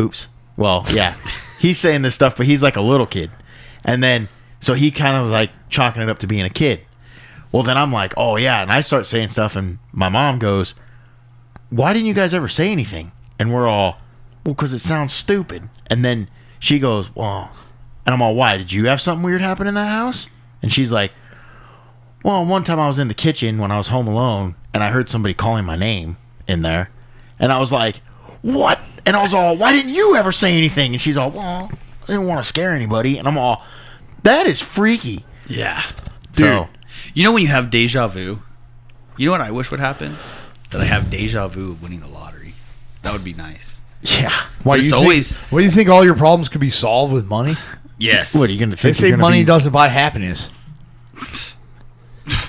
S5: Oops. Well, yeah, he's saying this stuff, but he's like a little kid, and then so he kind of was like chalking it up to being a kid. Well, then I'm like, oh yeah, and I start saying stuff, and my mom goes, "Why didn't you guys ever say anything?" And we're all, "Well, because it sounds stupid." And then she goes, "Well," and I'm all, "Why did you have something weird happen in that house?" And she's like, well, one time I was in the kitchen when I was home alone and I heard somebody calling my name in there. And I was like, what? And I was all, why didn't you ever say anything? And she's all, well, I didn't want to scare anybody. And I'm all, that is freaky.
S6: Yeah.
S5: So,
S6: You know when you have deja vu? You know what I wish would happen? That I have deja vu of winning the lottery. That would be nice.
S5: yeah.
S1: Why do
S6: But
S1: you
S6: it's
S1: think,
S6: always-
S1: What do you think? All your problems could be solved with money?
S6: Yes.
S5: What are you going to think?
S1: They say
S5: you're gonna
S1: money
S5: be-
S1: doesn't buy happiness.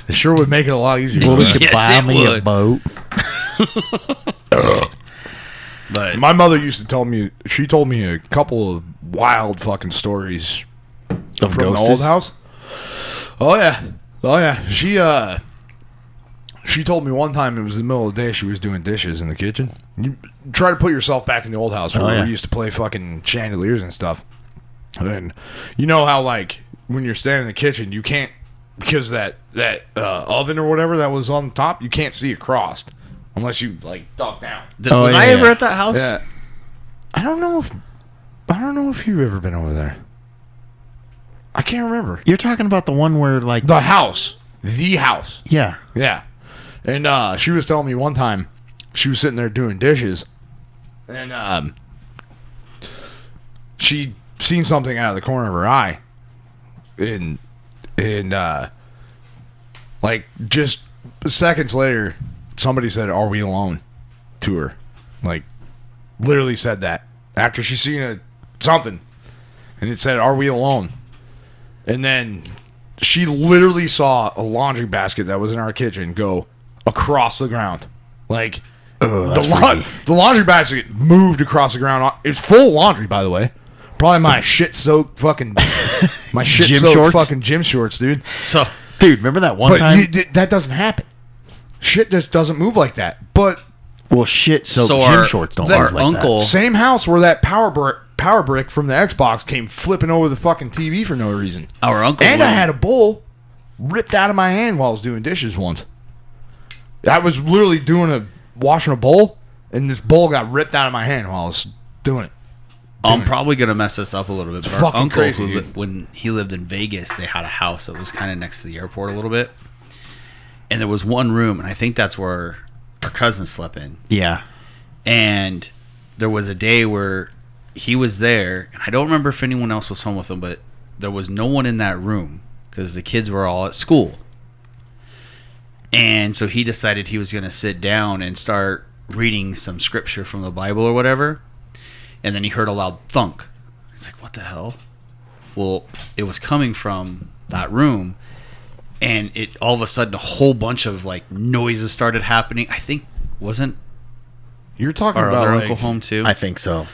S1: It sure would make it a lot easier.
S5: Well, we
S1: Well,
S5: could
S6: Yes,
S5: buy
S6: it
S5: me a
S6: would.
S5: boat.
S6: But
S1: My mother used to tell me. She told me a couple of wild fucking stories
S5: Of
S1: from the old
S5: ghosts?
S1: house. Oh yeah, oh yeah. She uh, she told me one time it was the middle of the day. She was doing dishes in the kitchen. You try to put yourself back in the old house where
S5: Oh, yeah.
S1: we used to play fucking chandeliers and stuff. And you know how like when you're standing in the kitchen, you can't because that that uh, oven or whatever that was on top, you can't see across unless you like duck down.
S6: Th-
S5: Oh,
S6: was
S5: yeah,
S6: I ever
S5: yeah.
S6: at that house?
S1: Yeah. I don't know if I don't know if you've ever been over there. I can't remember.
S5: You're talking about the one where, like,
S1: The house. The house.
S5: yeah.
S1: Yeah. And uh she was telling me one time she was sitting there doing dishes and um she seen something out of the corner of her eye and and uh like just seconds later somebody said are we alone to her like literally said that after she seen a something and it said are we alone and then she literally saw a laundry basket that was in our kitchen go across the ground like the, la- the laundry basket moved across the ground it's full of laundry by the way probably my shit soaked fucking my shit
S5: Gym
S1: soaked
S5: shorts?
S1: fucking gym shorts dude
S6: So
S5: Dude, remember that one
S1: but
S5: time?
S1: you, th- that doesn't happen shit just doesn't move like that but
S5: well, shit, so,
S6: So
S5: gym
S6: our-
S5: shorts don't
S6: our
S5: move like
S6: uncle-
S5: That.
S1: Same house where that power brick, power brick from the Xbox came flipping over the fucking TV for no reason.
S6: our uncle
S1: And I
S6: lived-
S1: had a bowl ripped out of my hand while I was doing dishes once. I was literally doing a washing a bowl, and this bowl got ripped out of my hand while I was doing it.
S6: I'm probably gonna mess this up a little bit. But our
S1: fucking
S6: uncle,
S1: crazy,
S6: who li-
S1: dude.
S6: when he lived in Vegas, they had a house that was kind of next to the airport a little bit, and there was one room, and I think that's where our cousin slept in.
S5: Yeah.
S6: And there was a day where he was there, and I don't remember if anyone else was home with him, but there was no one in that room because the kids were all at school. And so he decided he was going to sit down and start reading some scripture from the Bible or whatever. And then he heard a loud thunk. He's like, what the hell? Well, it was coming from that room. And it all of a sudden, a whole bunch of like noises started happening. I think wasn't
S1: You're talking
S6: our
S1: about
S6: other
S1: like,
S6: uncle home too.
S5: I think so.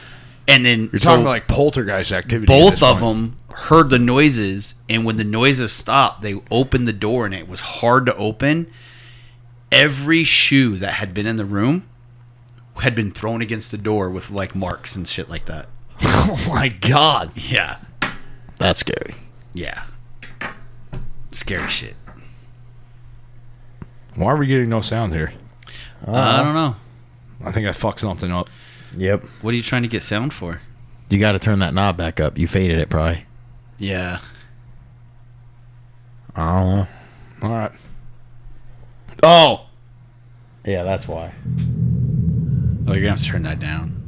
S6: and then
S1: You're talking
S6: so-
S1: about like poltergeist activity. at
S6: both
S1: this
S6: of
S1: point.
S6: them heard the noises and when the noises stopped they opened the door and it was hard to open every shoe that had been in the room had been thrown against the door with like marks and shit like that
S1: Oh my god.
S6: yeah
S5: That's scary.
S6: yeah scary shit
S1: Why are we getting no sound here?
S6: i don't know
S1: I think I fucked something up.
S5: Yep.
S6: what are you trying to get sound for
S5: You got to turn that knob back up. You faded it probably.
S6: yeah
S5: I don't know.
S1: All right. Oh,
S5: Yeah, that's why.
S6: oh you're gonna have to turn that down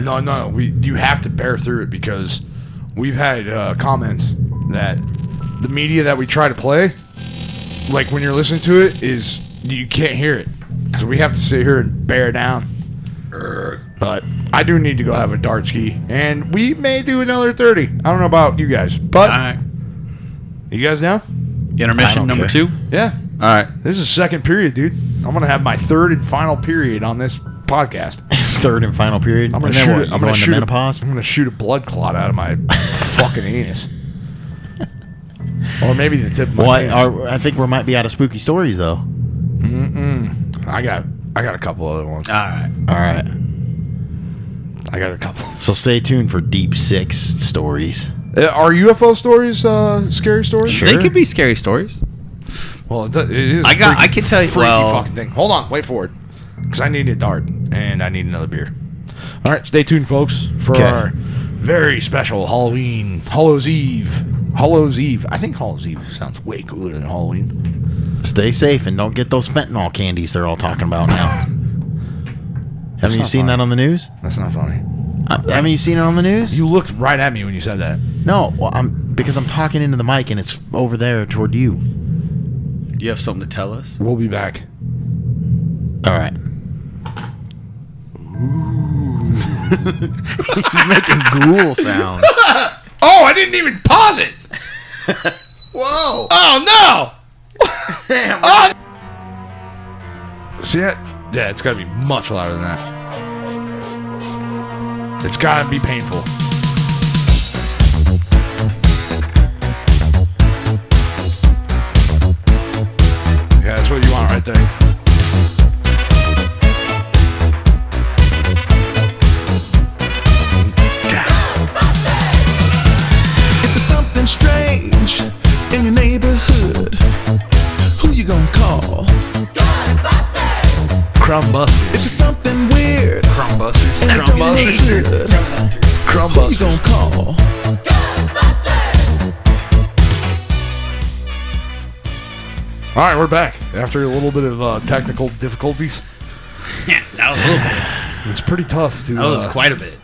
S1: No, no, we you have to bear through it because we've had uh, comments that the media that we try to play, like when you're listening to it, is you can't hear it, so we have to sit here and bear down. But I do need to go have a dart ski, and we may do another thirty. I don't know about you guys, but
S6: all right
S1: you guys now,
S6: intermission number
S5: care.
S6: two
S1: yeah,
S6: all right
S1: this is second period, dude. I'm gonna have my third and final period on this podcast.
S5: Third and final period.
S1: I'm gonna
S5: And then
S1: shoot.
S5: what,
S1: a, I'm
S5: you
S1: gonna
S5: going to
S1: shoot. a-
S5: menopause.
S1: I'm gonna shoot a blood clot out of my fucking anus, or maybe the tip of my.
S5: Well, I,
S1: penis.
S5: our- I think we might be out of spooky stories though. All
S1: I got. I got a couple other ones.
S6: all right
S5: right.
S1: I got a couple.
S5: So stay tuned for deep six stories.
S1: Uh, Are UFO stories uh, scary stories?
S6: they could be scary stories
S1: Well, it do- it is. a
S6: I got-
S1: freaky-
S6: I can tell you-
S1: Freaky
S6: well-
S1: fucking thing. Hold on. Wait for it, because I need a dart and I need another beer. All right, stay tuned, folks, for
S5: 'Kay.
S1: our very special Halloween, Hallows Eve, Hallows Eve. I think Hallows Eve sounds way cooler than Halloween.
S5: Stay safe and don't get those fentanyl candies they're all talking about now. Haven't you
S1: not
S5: seen
S1: fun.
S5: that on the news?
S1: That's not funny.
S5: I, haven't you seen it on the news?
S1: You looked right at me when you said that.
S5: no, well, I'm because I'm talking into the mic and it's over there toward you.
S6: you have something to tell us
S1: We'll be back.
S5: All right. He's making ghoul sounds.
S1: Oh, I didn't even pause it.
S6: whoa
S1: Oh no! oh. See it? Yeah, it's gotta be much louder than that. It's gotta be painful. Yeah, that's what you want right there.
S8: If there's something strange in your neighborhood, who you gonna call?
S1: Crumb
S8: If
S1: busters.
S8: there's something weird
S1: Crumb busters.
S8: in your neighborhood,
S1: Crumb
S8: who you gonna call?
S1: All right, we're back after a little bit of uh, technical difficulties.
S6: that was a little bit
S1: It's pretty tough to.
S6: that was
S1: uh,
S6: quite a bit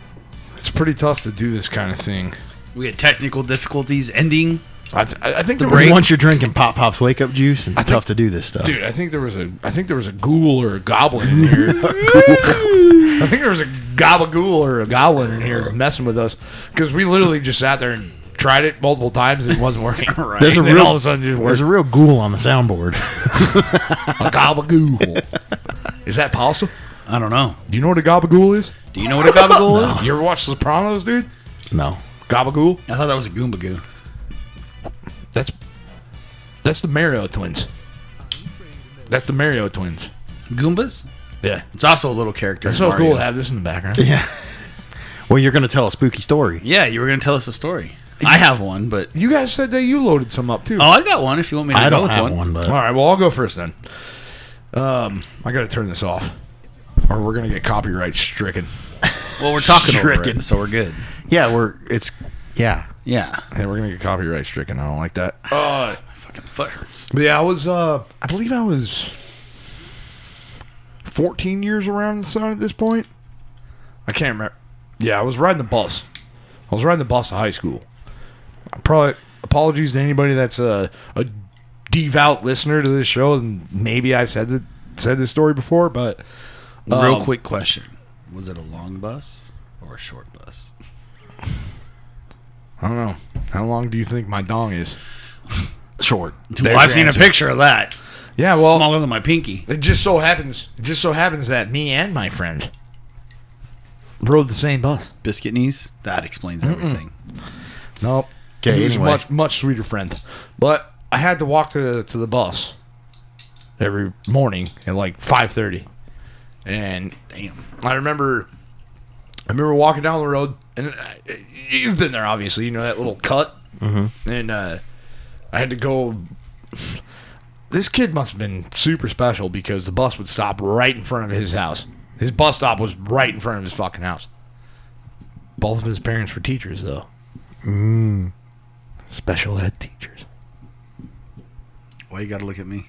S1: it's pretty tough to do this kind of thing.
S6: We had technical difficulties ending.
S1: I, th- I I think there was
S6: break.
S1: one,
S5: Once you're drinking Pop Pop's wake up juice, it's tough to do this stuff.
S1: dude. I think there was a. I think there was a ghoul or a goblin in here. I think there was a gabagool or a goblin in here messing with us because we literally just sat there and tried it multiple times and it wasn't working. right.
S5: There's a
S1: and then
S5: real-
S1: all of a sudden it
S5: There's
S1: worked.
S5: a real ghoul on the soundboard.
S1: A gabagool. is that possible?
S6: I don't know.
S1: Do you know what a gabagool is?
S6: Do you know what a gabagool is?
S1: You ever watch Sopranos, dude?
S5: no.
S1: Gabagool.
S6: I thought that was a goomba goo.
S1: That's that's the Mario twins. That's the Mario twins.
S6: Goombas?
S1: Yeah.
S6: It's also a little character.
S1: That's
S6: in
S1: so
S6: Mario.
S1: cool to have this in the background.
S5: Well, you're going to tell a spooky story.
S6: Yeah, you were gonna tell us a story. I have one, but
S1: You guys said that you loaded some up too.
S6: oh, I got one. If you want me to
S5: I
S6: go
S5: don't
S6: with
S5: have
S6: one.
S5: one, but
S1: All right, well I'll go first then. Um, I gotta turn this off, or we're gonna get copyright stricken.
S6: Well, we're talking over
S5: Stricken.
S6: it, so we're good.
S5: yeah, we're it's yeah.
S6: Yeah.
S1: Yeah, we're gonna get copyright stricken. I don't like that. Uh,
S6: Fucking foot hurts.
S1: but yeah, I was. Uh, I believe I was 14 years around the sun at this point. I I can't remember. Yeah, I was riding the bus. I was riding the bus to high school. I probably apologies to anybody that's a, a devout listener to this show, and maybe I've said that said this story before, but
S7: Real
S1: Um,
S7: quick question: Was it a long bus or a short bus?
S1: I don't know. How long do you think my dong is?
S7: Short.
S1: There's
S7: Well, I've
S1: your
S7: seen
S1: answer.
S7: a picture of that.
S1: Yeah, well,
S7: Smaller than my pinky.
S1: it just so happens. It just so happens that me and my friend rode the same bus.
S7: Biscuit knees. That explains everything.
S1: Nope.
S5: Okay,
S1: he was
S5: anyway.
S1: much much sweeter friend. But I had to walk to to the bus every morning at like five thirty, and
S7: Damn.
S1: I remember, I remember walking down the road, and I, you've been there, obviously. You know that little cut, mm-hmm. and uh, I had to go. This kid must have been super special because the bus would stop right in front of his house. His bus stop was right in front of his fucking house. Both of his parents were teachers, though. Special ed teachers.
S7: Why you got to look at me?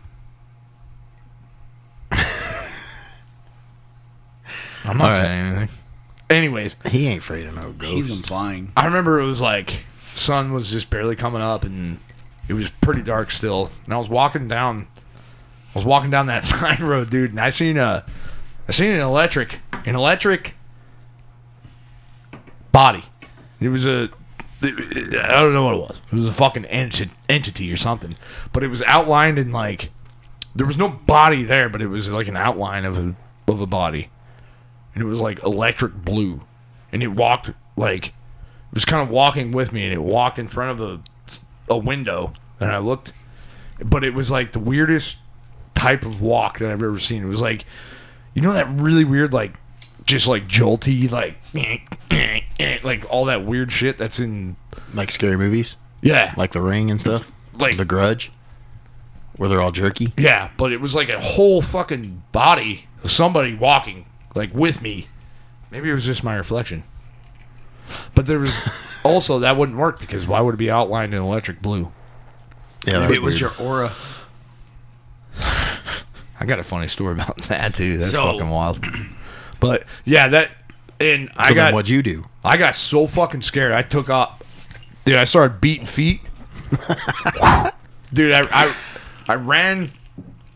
S1: I'm not
S5: All right.
S1: saying anything. Anyways,
S5: He ain't afraid of no
S7: He's
S5: ghosts.
S7: implying.
S1: I remember it was like sun was just barely coming up and it was pretty dark still. And I was walking down I was walking down that side road, dude, and I seen a I seen an electric an electric body. It was a I don't know what it was. It was a fucking enti- entity or something. But it was outlined in like there was no body there, but it was like an outline of a of a body. And it was like electric blue. And it walked like it was kind of walking with me and it walked in front of a, a window and i looked but it was like the weirdest type of walk that i've ever seen it was like you know that really weird like just like jolty like like all that weird shit that's in
S5: Like scary movies,
S1: yeah
S5: like The Ring and stuff,
S1: Like-
S5: The Grudge, where they're all jerky.
S1: yeah but it was like a whole fucking body of somebody walking like with me maybe it was just my reflection but there was also that wouldn't work because why would it be outlined in electric blue
S7: Maybe
S5: Yeah, that's
S7: it was
S5: weird.
S7: your aura.
S1: I got a funny story about that too. That's
S6: So-
S1: fucking wild. But yeah, that and I
S5: So then
S1: got
S5: what'd you do?
S1: I got so fucking scared. I took off, dude. I started beating feet, dude. I, I I ran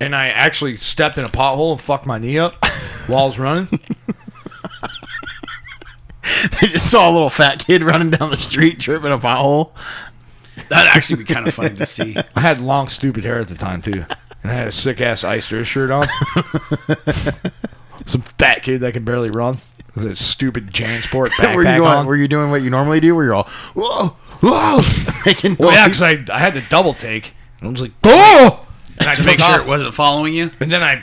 S1: and I actually stepped in a pothole and fucked my knee up while I was running.
S5: they just saw a little fat kid running down the street, tripping a pothole.
S7: That'd actually be kind of funny to see.
S1: I had long stupid hair at the time too, and I had a sick ass Ister shirt on. Some fat kid that can barely run with a stupid JanSport backpack
S5: were you going?
S1: on.
S5: Were you doing what you normally do? Where you're all whoa, whoa, making noise?
S1: Well, Oh, yeah, because I, I had to double take. I was like, oh! And I
S6: to make
S1: took
S6: sure
S1: off.
S6: it wasn't following you.
S1: And then I,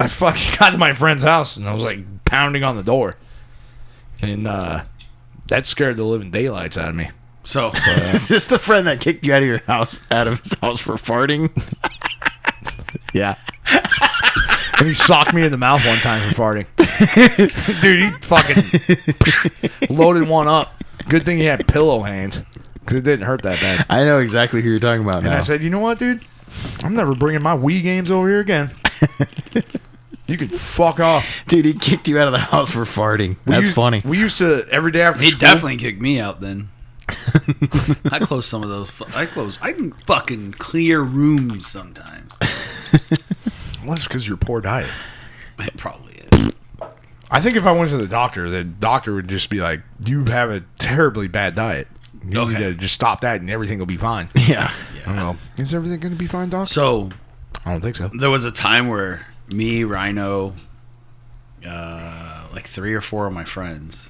S1: I fucking got to my friend's house and I was like pounding on the door, and uh, that scared the living daylights out of me.
S6: So
S5: Is this the friend that kicked you out of your house, out of his house for farting?
S1: Yeah. and he socked me in the mouth one time for farting. Dude, he fucking loaded one up. Good thing he had pillow hands because it didn't hurt that bad.
S5: I know exactly who you're talking about
S1: And
S5: now.
S1: I said, you know what, dude? I'm never bringing my Wii games over here again. you could fuck off.
S5: Dude, he kicked you out of the house for farting.
S1: We
S5: That's
S1: used-
S5: funny.
S1: We used to every day after
S6: he
S1: school.
S6: definitely kicked me out then. I close some of those. fu- I close. I can fucking clear rooms sometimes.
S1: Well, it's because of your poor diet.
S6: It probably is.
S1: I think if I went to the doctor, the doctor would just be like, "You have a terribly bad diet. You need
S6: Okay.
S1: to just stop that, and everything will be fine."
S5: yeah.
S1: I don't know. Is everything going to be fine, doctor?
S6: So
S1: I don't think so.
S6: there was a time where me, Rhino, uh, like three or four of my friends,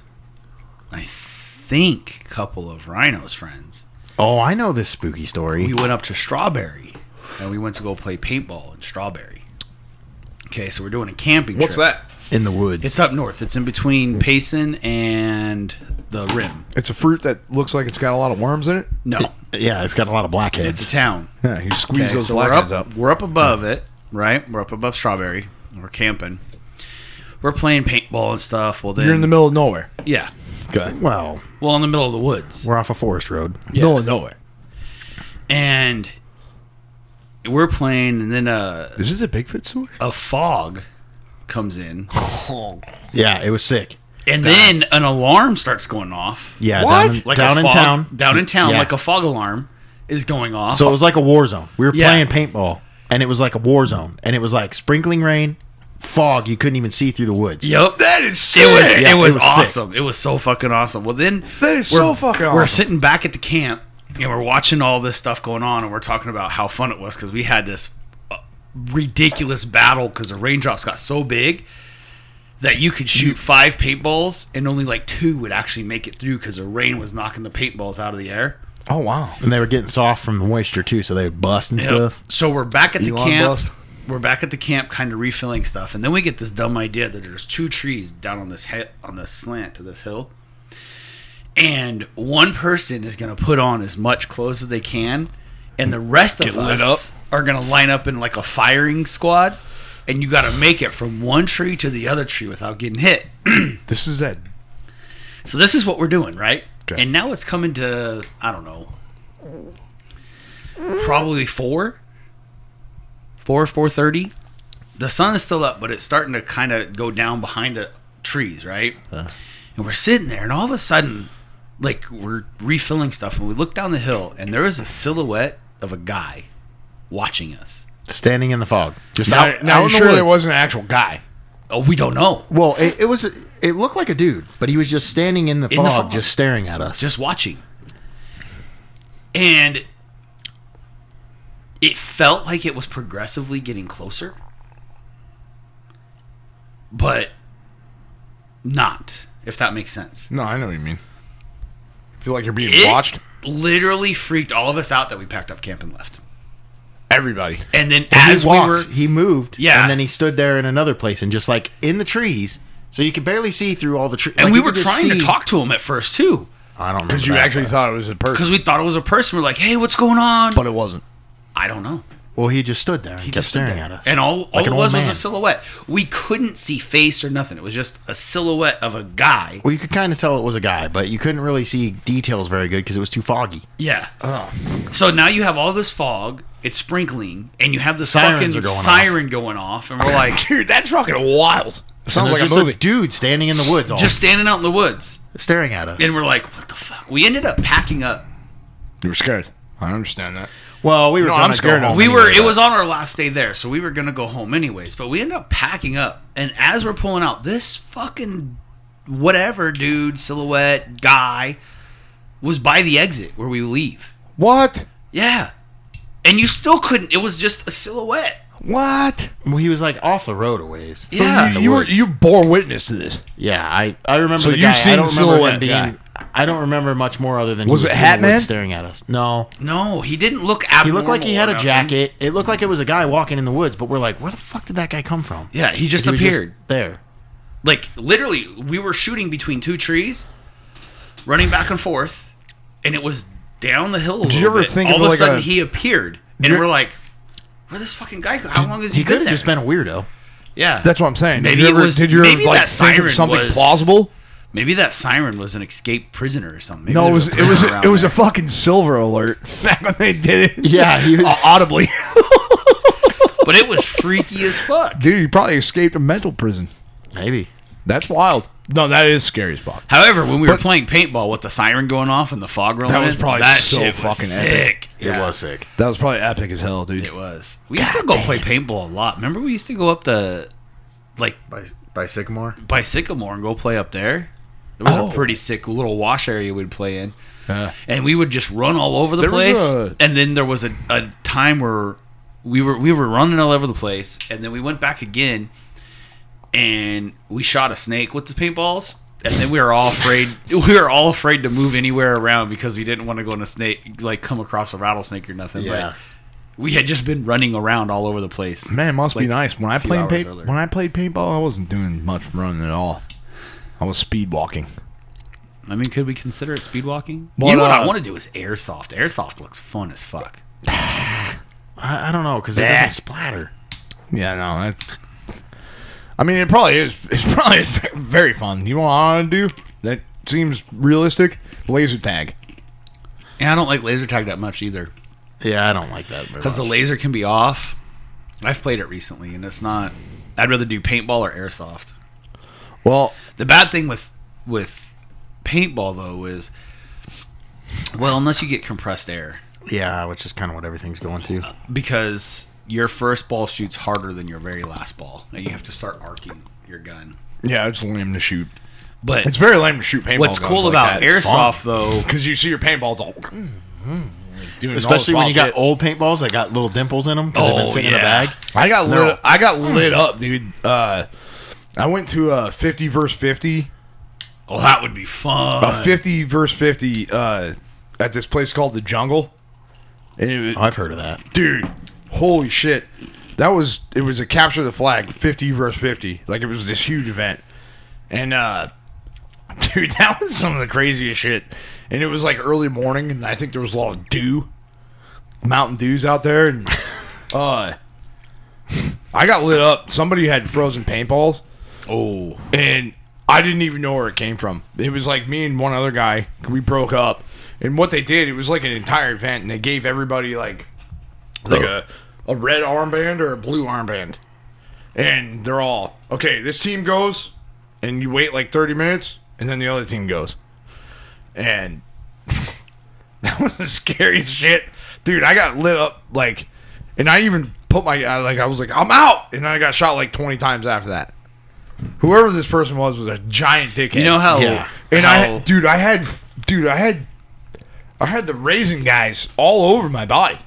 S6: I think a couple of Rhino's friends,
S5: Oh, I know this spooky story.
S6: we went up to Strawberry and we went to go play paintball in Strawberry. Okay, so we're doing a camping trip.
S5: In the woods.
S6: It's up north. It's in between Payson and the Rim.
S1: It's a fruit that looks like it's got a lot of worms in it.
S6: No,
S5: yeah, it's got a lot
S6: it's
S5: of
S6: a
S5: blackheads.
S6: town.
S1: Yeah, you squeeze
S6: Okay,
S1: those
S6: so
S1: black
S6: we're up,
S1: eyes up.
S6: We're up above it, right? We're up above Strawberry. We're camping. We're playing paintball and stuff. Well, then
S1: You're in the middle of nowhere.
S6: yeah.
S1: Okay.
S5: Well,
S6: Well, in the middle of the woods,
S5: we're off a forest road.
S1: Middle of nowhere.
S6: and we're playing, and then a
S1: Is this a Bigfoot story?
S6: a fog comes in.
S5: Yeah, it was sick.
S6: And then an alarm starts going off.
S5: Yeah,
S1: What?
S5: down in,
S6: Like
S5: down
S6: a
S5: in
S6: fog-
S5: town.
S6: Down in town,
S5: Yeah.
S6: like a fog alarm is going off.
S5: So it was like a war zone. We were
S6: Yeah.
S5: playing paintball, and it was like a war zone, and it was like sprinkling rain, fog. You couldn't even see through the woods.
S6: Yep.
S1: That is sick.
S6: It was
S5: Yeah,
S6: it was
S5: it was sick.
S6: awesome. It was so fucking awesome. Well then
S1: That is so fucking
S6: We're
S1: awesome.
S6: sitting back at the camp and we're watching all this stuff going on and we're talking about how fun it was cuz we had this uh, ridiculous battle cuz the raindrops got so big that you could shoot five paintballs and only like two would actually make it through cuz the rain was knocking the paintballs out of the air.
S1: oh wow.
S5: And they were getting soft from the moisture too, so they would bust and
S6: Yep.
S5: stuff.
S6: So we're back at the
S1: Elon
S6: camp.
S1: Musk.
S6: We're back at the camp, kind of refilling stuff, and then we get this dumb idea that there's two trees down on this he- on this slant to this hill, and one person is gonna put on as much clothes as they can, and the rest of us are gonna line up in like a firing squad, and you gotta make it from one tree to the other tree without getting hit.
S1: This is it.
S6: So this is what we're doing, right?
S1: Okay.
S6: And now it's coming to I don't know, probably four, four four thirty. The sun is still up, but it's starting to kind of go down behind the trees, right? And we're sitting there, and all of a sudden, like we're refilling stuff, and we look down the hill, and there is a silhouette of a guy watching us.
S5: Standing in the fog. Just
S1: Now,
S5: out,
S1: now
S5: out
S1: you're
S5: in the
S1: sure there
S5: woods.
S1: wasn't an actual guy.
S6: Oh, we don't know,
S5: Well, it, it was. It looked like a dude, but he was just standing in the,
S6: In the
S5: fog,
S6: fog.
S5: just staring at us.
S6: just watching. And it felt like it was progressively getting closer, but not, if that makes sense.
S1: No, I know what you mean. Feel like you're being
S6: It
S1: watched.
S6: literally freaked all of us out that we packed up camp and left.
S1: Everybody.
S6: And then
S5: And
S6: as
S5: he
S6: we
S5: walked,
S6: were,
S5: he moved.
S6: Yeah.
S5: and then he stood there in another place and just like in the trees, so you could barely see through all the trees.
S6: and we were trying to talk to him at first too,
S5: I don't remember
S1: Because you
S5: that,
S1: actually
S5: but-
S1: thought it was a person,
S6: because we thought it was a person. We're like, "Hey, what's going on?"
S1: but it wasn't.
S6: I don't know.
S5: Well, he just stood there. and kept
S6: just stood
S5: staring
S6: there.
S5: at us.
S6: And all, all
S5: Like
S6: it
S5: an
S6: was was
S5: old man.
S6: a silhouette. We couldn't see face or nothing. It was just a silhouette of a guy.
S5: Well, you could kind of tell it was a guy, but you couldn't really see details very good because it was too foggy.
S6: Yeah. So now you have all this fog, it's sprinkling, and you have the
S5: Sirens
S6: fucking
S5: are going off.
S6: siren going off, and we're like
S1: Dude, that's fucking wild.
S5: And
S1: Sounds like
S5: there's
S1: a
S5: just
S1: movie.
S5: dude standing in the woods, all
S6: just
S5: just
S6: standing out in the woods.
S5: staring at us.
S6: And we're like, what the fuck? We ended up packing up.
S1: you were scared. I understand that.
S5: well, we were.
S1: No,
S5: gonna
S1: I'm
S5: go
S1: scared of
S5: home
S1: him.
S6: We were
S5: anyway,
S6: it was on our last day there, so we were gonna go home anyways, but we ended up packing up, and as we're pulling out, this fucking whatever dude, silhouette, guy was by the exit where we leave.
S1: What?
S6: Yeah. And you still couldn't. It was just a silhouette.
S1: What? Ah,
S5: but- Well, he was like off the road a ways.
S6: Yeah.
S1: you, you were you bore witness to this.
S5: Yeah, I I remember.
S1: So
S5: the
S1: you've
S5: guy.
S1: seen
S5: I don't remember him
S1: silhouette
S5: being. I don't remember much more other than
S1: Was
S5: he
S1: it
S5: was in the
S1: Hat
S5: woods
S1: Man?
S5: staring at us. No,
S6: No, he didn't look abnormal.
S5: he looked like he had
S6: or
S5: a
S6: nothing.
S5: jacket. It looked like it was a guy walking in the woods, but we're like, where the fuck did that guy come from?
S6: Yeah, he just
S5: He was just
S6: appeared.
S5: there.
S6: Like literally, we were shooting between two trees, running back and forth, and it was down the hill. A
S1: Did
S6: little
S1: you ever
S6: bit.
S1: think
S6: all
S1: of
S6: of, a
S1: like
S6: sudden
S1: a-
S6: he appeared, and
S1: You're-
S6: we're like, "Where this fucking guy? go? How long has he,
S5: He could
S6: been
S5: have
S6: there?"
S5: just been a weirdo.
S6: yeah,
S1: That's what I'm saying.
S6: Maybe
S1: did
S6: it
S1: you ever,
S6: was-
S1: did you ever
S6: maybe
S1: like
S6: that
S1: think
S6: siren
S1: of something
S6: was-
S1: plausible?
S6: Maybe that siren was an escaped prisoner or something. Maybe
S1: No,
S6: there
S1: it was it
S6: a
S1: was
S6: prisoner
S1: it
S6: around
S1: was a
S6: there.
S1: fucking silver alert back when they did it.
S5: Yeah, he was-
S1: Uh, audibly.
S6: but it was freaky as fuck.
S1: Dude, you probably escaped a mental prison.
S5: Maybe.
S1: That's wild. No, that is scary as fuck.
S6: However, when we were
S1: But-
S6: playing paintball with the siren going off and the fog rolling,
S1: That was
S6: in,
S1: probably
S6: that
S1: so
S6: shit was
S1: fucking
S6: sick.
S1: epic.
S5: It was sick.
S1: That was probably epic as hell, dude.
S6: It was. We used to go play paintball a lot. Remember, we used to go up to like
S5: By, by Sycamore.
S6: by Sycamore and go play up there. It was
S1: Oh.
S6: a pretty sick little wash area we'd play in, and we would just run all over the
S1: There was
S6: place.
S1: a-
S6: And then there was a, a time where we were we were running all over the place, and then we went back again, and we shot a snake with the paintballs. And then we were all afraid. We were all afraid to move anywhere around because we didn't want to go in a snake, like come across a rattlesnake or nothing.
S5: Yeah.
S6: But we had just been running around all over the place.
S1: Man, it must be
S6: Like,
S1: nice. When I
S6: few
S1: played
S6: hours
S1: paint,
S6: earlier.
S1: when I played paintball, I wasn't doing much running at all. I was speed walking.
S6: I mean, could we consider it speed walking?
S1: But,
S6: you know what I
S1: uh,
S6: want to do is airsoft. Airsoft looks fun as fuck.
S5: I, I don't know because it
S1: Bah.
S5: doesn't splatter.
S1: Yeah, no, that's. I mean, it probably is. It's probably is ve- very fun. You know what I want to do? That seems realistic. Laser tag.
S6: And I don't like laser tag that much either
S5: Yeah, I don't like that. very
S6: because the
S5: much.
S6: laser can be off. I've played it recently, and it's not. I'd rather do paintball or airsoft.
S1: Well,
S6: The bad thing with with paintball though is well, unless you get compressed air,
S5: Yeah, which is kind of what everything's going to.
S6: because your first ball shoots harder than your very last ball, and you have to start arcing your gun.
S1: Yeah, it's lame to shoot.
S6: But
S1: It's very lame to shoot paintball.
S6: what's cool about airsoft though
S1: Because you see your paintballs all. Doing
S5: Especially
S1: all
S5: when
S1: this
S5: you
S1: wild
S5: got
S1: shit.
S5: old paintballs that got little dimples in them because they've
S6: Oh,
S5: been sitting in a
S6: yeah.
S5: bag.
S1: I got
S5: No.
S1: lit. I got lit up, dude. Uh, I went to a fifty verse fifty,
S6: Oh, that would be
S1: a
S6: fun.
S1: fifty verse fifty uh, at this place called the Jungle. And it was,
S5: I've heard of that.
S1: dude, holy shit, that was it was a capture the flag fifty verse fifty. Like it was this huge event, and uh, dude, that was some of the craziest shit. And it was like early morning, and I think there was a lot of dew, Mountain Dews out there, and uh, I got lit up. Somebody had frozen paintballs
S6: Oh,
S1: and I didn't even know where it came from. It was like me and one other guy. We broke up, and what they did, it was like an entire event, and they gave everybody like like a a red armband or a blue armband, and they're all okay. This team goes, and you wait like thirty minutes, and then the other team goes, and that was the scariest shit, dude. I got lit up like, and I even put my I, like I was like I'm out, and I got shot like twenty times after that. Whoever this person was was a giant dickhead.
S6: you know how?
S5: Yeah.
S1: And
S6: how-
S1: I, dude, I had, dude, I had, I had the raisin guys all over my body.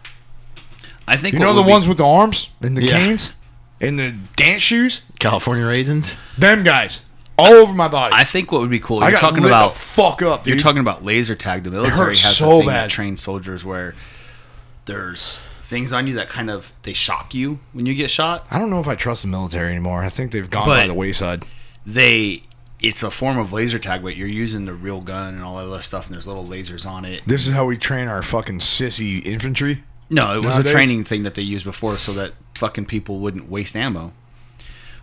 S6: I think
S1: You
S6: what
S1: know the
S6: would be-
S1: ones with the arms and the
S5: Yeah.
S1: canes and the dance shoes.
S5: California raisins.
S1: Them guys, all over my body.
S6: I think what would be cool.
S1: I got
S6: You're talking
S1: lit
S6: about
S1: the fuck up, dude.
S6: you're talking about laser tag. The military
S1: hurts
S6: has
S1: so
S6: a thing
S1: bad.
S6: that trains soldiers where there's things on you that kind of they shock you when you get shot.
S1: I don't know if I trust the military anymore. I think they've gone by
S6: But-
S1: the wayside.
S6: They it's a form of laser tag, but you're using the real gun and all that other stuff, and there's little lasers on it.
S1: This is how we train our fucking sissy infantry.
S6: No, it was
S1: Nowadays?
S6: a training thing that they used before so that fucking people wouldn't waste ammo.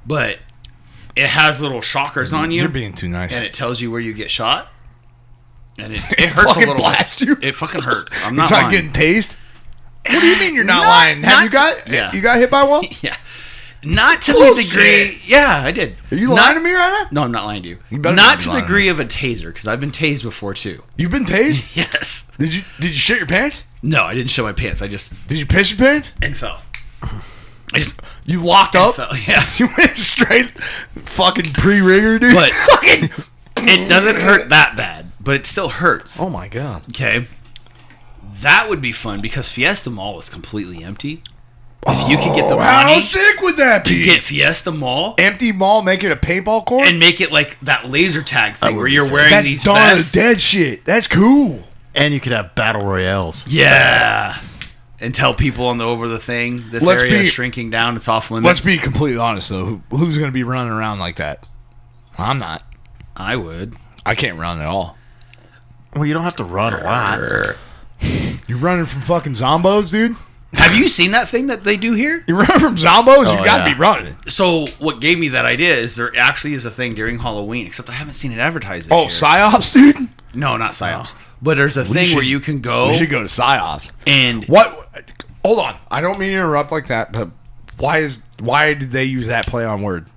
S6: But it has little shockers on you.
S1: You're being too nice.
S6: and it tells you where you get shot. And it,
S1: It
S6: it hurts
S1: fucking
S6: a little
S1: blasts you.
S6: bit. It fucking hurts. I'm
S1: it's
S6: not,
S1: not getting
S6: lying.
S1: tased. What do you mean you're not,
S6: Not-
S1: lying? Have
S6: not-
S1: you got?
S6: yeah.
S1: You got hit by one?
S6: Yeah. Not to the
S1: Bullshit.
S6: degree. Yeah, I did.
S1: Are you
S6: Not-
S1: lying to me right now?
S6: No, I'm not lying to you.
S1: You better not
S6: not
S1: be
S6: to the
S1: lying to
S6: degree of a taser, because I've been tased before too.
S1: You've been tased?
S6: Yes.
S1: Did you did you shit your pants?
S6: No, I didn't show my pants. I just
S1: Did you piss your pants?
S6: and fell. I just
S1: You locked up?
S6: fell. Yeah.
S1: You went straight fucking pre rigger, dude.
S6: But it doesn't hurt that bad, but it still hurts.
S1: oh my god.
S6: Okay. That would be fun because Fiesta Mall is completely empty. If you could get the
S1: Oh, How
S6: money
S1: sick would that be?
S6: to get Fiesta Mall
S1: Empty mall, make it a paintball court.
S6: and make it like that laser tag thing where
S5: would be
S6: you're
S5: sick.
S6: wearing
S1: That's
S6: these
S1: Dawn of
S6: vests.
S1: the Dead shit. That's cool.
S5: And you could have battle royales.
S6: Yeah. And tell people on the over the thing this
S1: Let's
S6: area
S1: be-
S6: is shrinking down. It's off limits.
S1: Let's be completely honest though. Who, who's gonna be running around like that? I'm not.
S6: I would.
S1: I can't run at all.
S5: Well, you don't have to run a lot.
S1: Er. You're running from fucking zombos, dude.
S6: Have you seen that thing that they do here?
S1: You're running from zombos.
S6: Oh,
S1: you gotta
S5: yeah.
S1: be running.
S6: So what gave me that idea is there actually is a thing during Halloween, except I haven't seen it advertised. This
S1: Oh,
S6: year.
S1: psyops, dude.
S6: no, not psyops. But there's a thing
S1: should-
S6: where you can go
S1: We should go to psyops.
S6: Oh. and
S1: What? Hold on. I don't mean to interrupt like that, but why is why did they use that play on word? It's,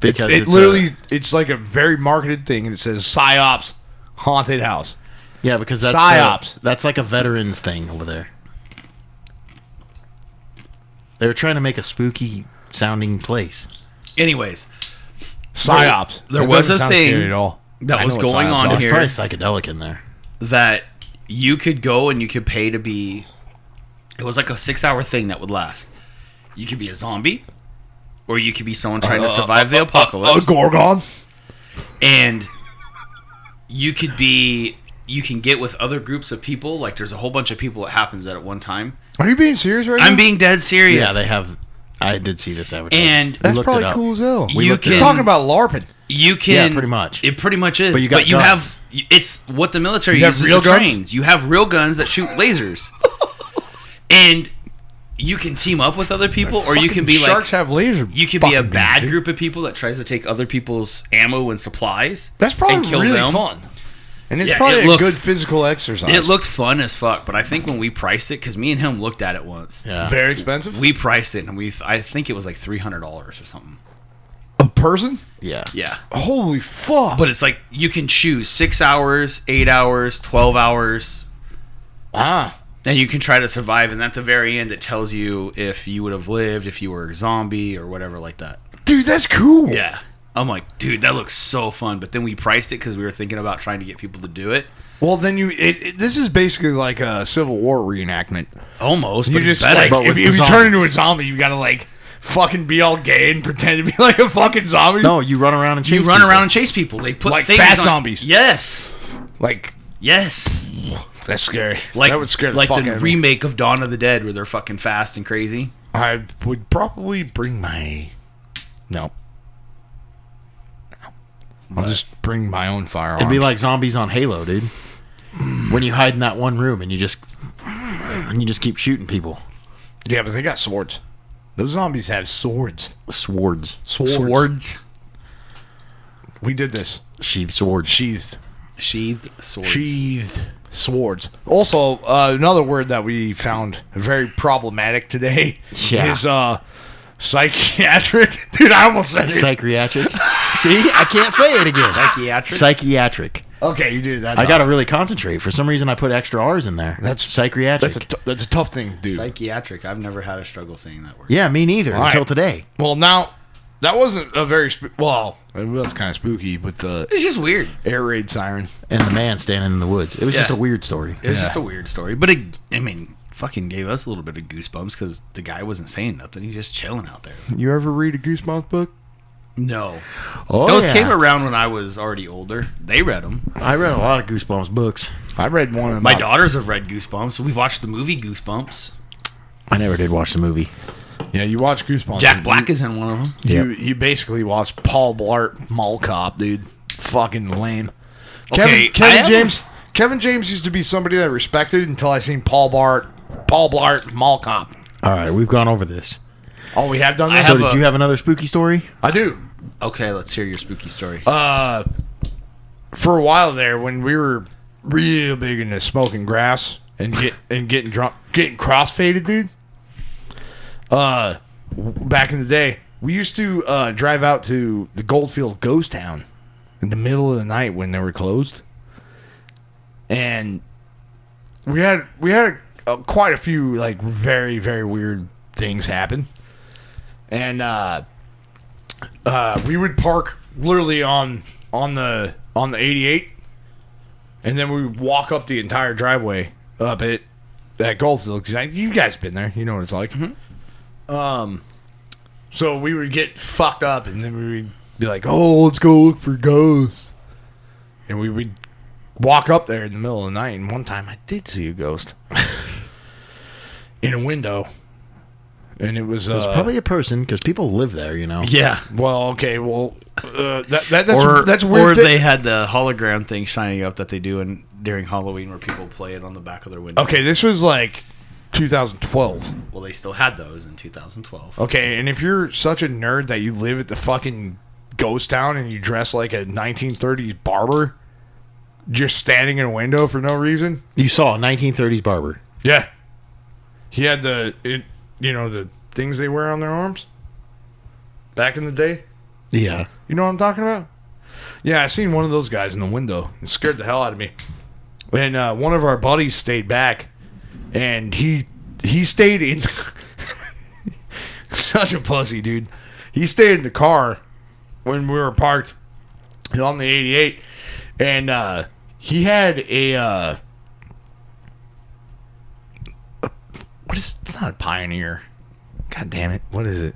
S5: Because
S1: it
S5: it's
S1: literally,
S5: a-
S1: it's like a very marketed thing, and it says psyops, haunted house.
S5: yeah, because that's the-
S1: Psyops.
S5: that's like a veterans thing over there. They were trying to make a spooky sounding place.
S6: anyways,
S1: Psyops.
S6: There- there
S1: It
S6: was
S1: doesn't
S6: a
S1: sound
S6: thing
S1: scary at all.
S6: that
S1: I
S6: was
S1: know what
S6: going
S1: psyops
S6: on
S1: are.
S5: It's
S6: here.
S5: probably psychedelic in there.
S6: that you could go and you could pay to be it was like a six hour thing that would last you could be a zombie or you could be someone trying
S1: Uh,
S6: to survive the
S1: A
S6: apocalypse
S1: Oh, gorgon.
S6: and you could be you can get with other groups of people like there's a whole bunch of people it happens at at one time
S1: Are you being serious right now?
S6: i'm being dead serious
S5: Yeah, they have. I did see this advertised.
S6: And-
S5: We
S1: That's
S5: looked it
S1: probably
S5: up.
S1: cool as hell.
S5: We
S6: you
S5: looked it
S1: We're
S6: can
S5: up.
S1: talking about LARPing.
S6: you can
S5: pretty much.
S6: it pretty much is
S5: But
S6: but
S5: you
S6: you,
S5: got guns.
S6: have it's what the military
S1: You have
S6: uses
S1: real
S6: real
S1: guns?
S6: trains you have real guns that shoot lasers and you can team up with other people or you
S1: Fucking
S6: can be like
S1: sharks have laser.
S6: you could be a
S1: fucking
S6: bad
S1: beams, dude.
S6: group of people that tries to take other people's ammo and supplies.
S1: That's
S6: and
S1: probably
S6: kill
S1: really
S6: them.
S1: fun, and it's
S6: Yeah,
S1: probably
S6: it
S1: a
S6: looks-
S1: good physical exercise.
S6: It looked fun as fuck, but I think when we priced it, because me and him looked at it once,
S5: Yeah.
S1: very expensive.
S6: we priced it and we I think it was like three hundred dollars or something.
S1: a person?
S5: Yeah.
S6: Yeah.
S1: Holy fuck!
S6: But it's like you can choose six hours, eight hours, twelve hours,
S1: ah,
S6: and you can try to survive. And at the very end, it tells you if you would have lived, if you were a zombie or whatever like that.
S1: dude, that's cool.
S6: Yeah. I'm like, dude, that looks so fun. But then we priced it because we were thinking about trying to get people to do it.
S1: Well, then you. It, it- this is basically like a Civil War reenactment.
S6: Almost,
S1: You
S6: but
S1: just
S6: it's better.
S1: like
S5: But
S1: if,
S5: with
S1: you- if
S5: the
S1: you turn
S5: zombies.
S1: into a zombie, you gotta like fucking be all gay and pretend to be like a fucking zombie.
S5: No, you run around and chase
S6: you run
S5: people.
S6: around and chase people. They put
S1: Like
S6: things
S1: fast
S6: on-
S1: zombies.
S6: Yes,
S1: like
S6: yes.
S1: that's scary.
S6: Like
S1: that would scare the
S6: like
S1: fuck out
S6: the
S1: of me.
S6: remake of Dawn of the Dead, where they're fucking fast and crazy.
S1: I would probably bring my. No. I'll just bring my own firearm.
S5: It'd be like zombies on Halo, dude. When you hide in that one room and you just and you just keep shooting people.
S1: yeah, but they got swords. Those zombies have swords.
S5: Swords.
S1: Swords.
S5: Swords.
S1: We did this.
S5: Sheath swords.
S1: Sheathed.
S6: Sheathed swords.
S1: sheathed swords. Also, uh, another word that we found very problematic today
S5: Yeah.
S1: is uh, psychiatric. Dude, I almost said it.
S5: Psychiatric. See? I can't say it again.
S6: Psychiatric.
S5: Psychiatric.
S1: Okay, you do that.
S5: I gotta really concentrate. For some reason I put extra R's in there.
S1: That's-
S5: psychiatric.
S1: That's a t- that's a tough thing, dude.
S6: Psychiatric. I've never had a struggle saying that word.
S5: yeah, me neither
S1: right.
S5: until today.
S1: well, now that wasn't a very sp- well. It was kind of spooky with the
S6: It's just weird.
S1: air raid siren.
S5: And the man standing in the woods. It was
S6: Yeah.
S5: just a weird story.
S6: It was just a weird story, but it, I mean, fucking gave us a little bit of goosebumps because the guy wasn't saying nothing. He's just chilling out there.
S1: You ever read a Goosebumps book?
S6: No,
S5: Oh,
S6: those
S5: yeah.
S6: came around when I was already older. They read them.
S5: I read a lot of Goosebumps books.
S1: I read one. About,
S6: My daughters have read Goosebumps. We watched the movie Goosebumps.
S5: I never did watch the movie.
S1: Yeah, you watch Goosebumps.
S6: Jack Black is in one of them.
S1: You you basically watch Paul Blart Mall Cop, dude. Fucking lame. Kevin,
S6: Okay, I
S1: Kevin
S6: have-
S1: James. Kevin James used to be somebody that I respected until I seen Paul Blart. Paul Blart Mall Cop.
S5: All right, we've gone over this.
S1: Oh, we have done
S6: I
S1: this.
S5: So
S6: have
S5: did
S6: a-
S5: you have another spooky story?
S1: I do.
S6: Okay, let's hear your spooky story.
S1: Uh, for a while there, when we were real big into smoking grass and get and getting drunk, getting crossfaded, dude. Uh, w- back in the day, we used to uh, drive out to the Goldfield Ghost Town in the middle of the night when they were closed, and we had we had uh, quite a few like very very weird things happen, and uh uh, we would park literally on on the on the 88 and then we would walk up the entire driveway up it at Goldfield because you guys been there you know what it's like um so we would get fucked up and then we would be like oh let's go look for ghosts and we would walk up there in the middle of the night and one time I did see a ghost in a window and it was,
S5: It's
S1: uh,
S5: probably a person because people live there, you know.
S6: yeah.
S1: well, okay, well, uh, that, that that's
S6: Or
S1: that's weird.
S6: Or
S1: thi-
S6: they had the hologram thing shining up that they do in, during Halloween, where people play it on the back of their window.
S1: okay, this was like 2012.
S6: Well, they still had those in 2012.
S1: Okay, and if you're such a nerd that you live at the fucking ghost town and you dress like a 1930s barber, just standing in a window for no reason,
S5: You saw a 1930s barber.
S1: yeah, he had the it, you know, the things they wear on their arms back in the day.
S5: Yeah.
S1: You know what I'm talking about? Yeah, I seen one of those guys in the window. It scared the hell out of me. And uh, one of our buddies stayed back, and he he stayed in. Such a pussy, dude. He stayed in the car when we were parked on the 88, and uh, he had a. Uh, what is? It's not a Pioneer. God damn it! What is it?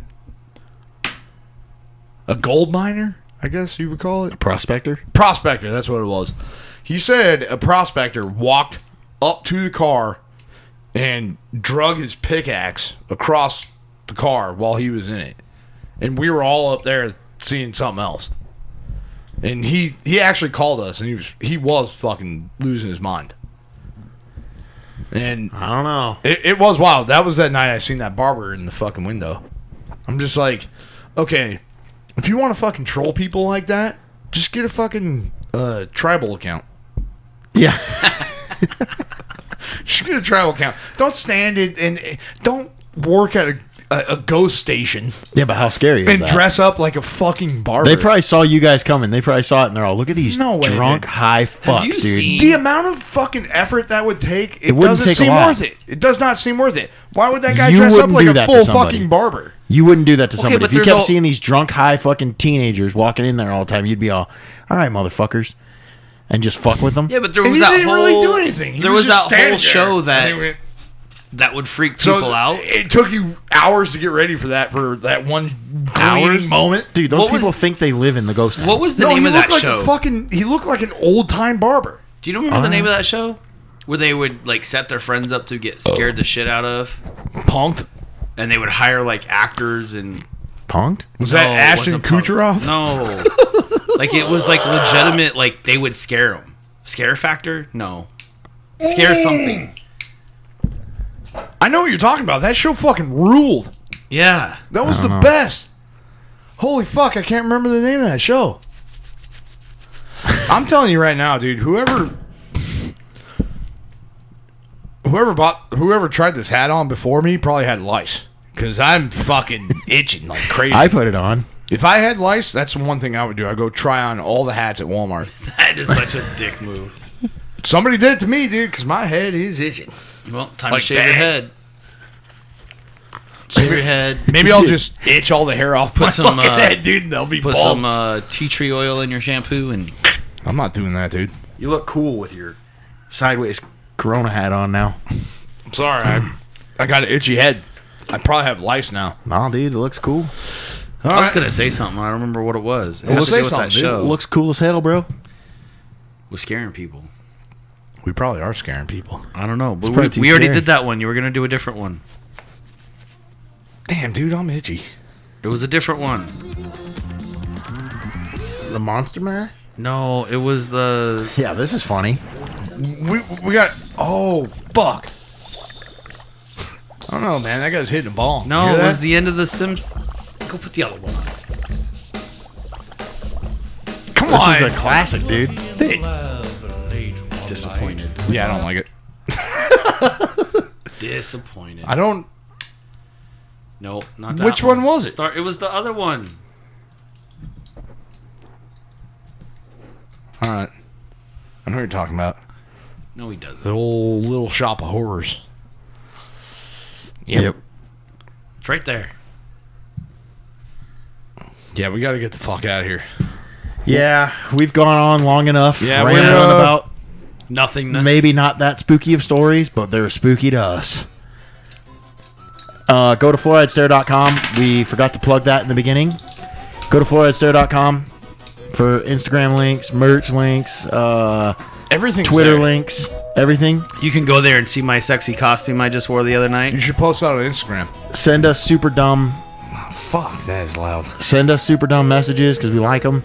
S1: a gold miner, I guess you would call it.
S5: Prospector.
S1: Prospector, that's what it was. He said a prospector walked up to the car and drug his pickaxe across the car while he was in it. And we were all up there seeing something else. And he he actually called us and he was he was fucking losing his mind. And
S5: I don't know.
S1: it, it was wild. That was that night I seen that barber in the fucking window. I'm just like, okay, if you want to fucking troll people like that, just get a fucking uh, tribal account.
S5: Yeah.
S1: Just get a tribal account. Don't stand it and don't work at a, a, a ghost station
S5: Yeah, but how scary is
S1: and
S5: that?
S1: dress up like a fucking barber.
S5: they probably saw you guys coming. They probably saw it and they're all, look at these
S1: No way,
S5: drunk
S1: dude.
S5: high fucks,
S6: you
S5: dude.
S6: seen-
S1: the amount of fucking effort that would take, it,
S5: wouldn't
S1: doesn't
S5: take a
S1: seem
S5: lot.
S1: worth it. It does not seem worth it. Why would that guy
S5: You
S1: dress up
S5: wouldn't
S1: like
S5: do
S1: a
S5: that to
S1: full
S5: somebody.
S1: fucking barber?
S5: You wouldn't do that to somebody.
S6: but
S5: If you
S6: there's
S5: kept
S6: all-
S5: seeing these drunk high fucking teenagers walking in there all the time, you'd be all, all right, motherfuckers. And just fuck with them.
S6: Yeah, but there
S1: And
S6: was
S1: he
S6: that
S1: didn't
S6: whole,
S1: really do anything. He
S6: there
S1: was,
S6: was,
S1: just
S6: that
S1: standing there.
S6: whole show that
S1: And they went-
S6: that would freak
S1: so
S6: people out.
S1: It took you hours to get ready for that for that one hours moment.
S5: Dude, those
S6: What was-
S5: people think they live in the ghost town.
S6: What was the
S1: no,
S6: name
S1: he
S6: of that
S1: looked like
S6: show?
S1: a fucking. He looked like an old time barber.
S6: Do you remember the name of that show? Where they would like set their friends up to get
S1: Oh.
S6: scared the shit out of,
S1: Punked.
S6: and they would hire like actors and
S5: Punked?
S1: Was
S6: No,
S1: that
S6: it
S1: Ashton
S6: wasn't punk.
S1: Kucherov?
S6: No, like it was like legitimate. Like they would scare them. Scare factor? No, scare something.
S1: I know what you're talking about. That show fucking ruled.
S6: Yeah,
S1: That was the best. Holy fuck, I can't remember the name of that show. I'm telling you right now, dude, whoever whoever bought whoever tried this hat on before me probably had lice cuz I'm fucking itching like crazy.
S5: I put it on.
S1: if I had lice, that's one thing I would do. I go try on all the hats at Walmart.
S6: that is such a dick move.
S1: Somebody did it to me, dude, cuz my head is itching.
S6: Well, time
S1: Like
S6: to shave
S1: bang.
S6: your head. Shave your head.
S1: Maybe I'll just itch all the hair off put my
S6: some,
S1: fucking
S6: uh,
S1: head, dude, and they'll be
S6: Put
S1: bald.
S6: some uh, tea tree oil in your shampoo and
S1: I'm not doing that, dude.
S5: You look cool with your sideways Corona hat on now.
S1: I'm sorry. I, I got an itchy head. I probably have lice now.
S5: Nah, dude, it looks cool.
S1: All
S6: I was
S1: right.
S6: gonna say something. I don't remember what it was. It
S1: Well,
S6: has to
S1: say
S6: do with
S1: something,
S6: that
S1: dude.
S6: show.
S5: It looks cool as hell, bro.
S6: was scaring people.
S1: We probably are scaring people.
S6: I don't know, but
S5: probably too
S6: we, we already
S5: scary.
S6: did that one. You were gonna do a different one.
S1: Damn, dude, I'm itchy.
S6: It was a different one.
S5: The monster man?
S6: No, it was the
S5: Yeah, this is funny.
S1: We we got. Oh fuck. I don't know, man. That guy's hitting a ball.
S6: no.
S1: You hear
S6: It was
S1: that?
S6: the end of the Sims. Go put the other one. on.
S1: Come
S5: This
S1: on.
S5: is a classic, dude.
S6: Disappointed.
S1: yeah, I don't like it.
S6: Disappointed.
S1: I don't.
S6: no, not that.
S1: Which one was it?
S6: Start. It was the other one.
S1: All right. I know what you're talking about.
S6: No, he doesn't.
S1: The old little shop of horrors.
S5: Yep.
S6: It's right there.
S1: Yeah, we got to get the fuck out of here.
S5: Yeah, we've gone on long enough.
S1: Yeah,
S5: rambling
S1: we're, uh,
S5: about
S6: Nothing.
S5: maybe not that spooky of stories, but they're spooky to us. Uh, go to fluoridestare.com. We forgot to plug that in the beginning. Go to fluoridestare.com for Instagram links, merch links, uh,
S1: Everything.
S5: Twitter links, everything.
S6: You can go there and see my sexy costume I just wore the other
S1: You
S6: night.
S1: should post that on Instagram.
S5: Send us super dumb.
S1: Fuck, that is loud.
S5: Send us super dumb messages because we like them.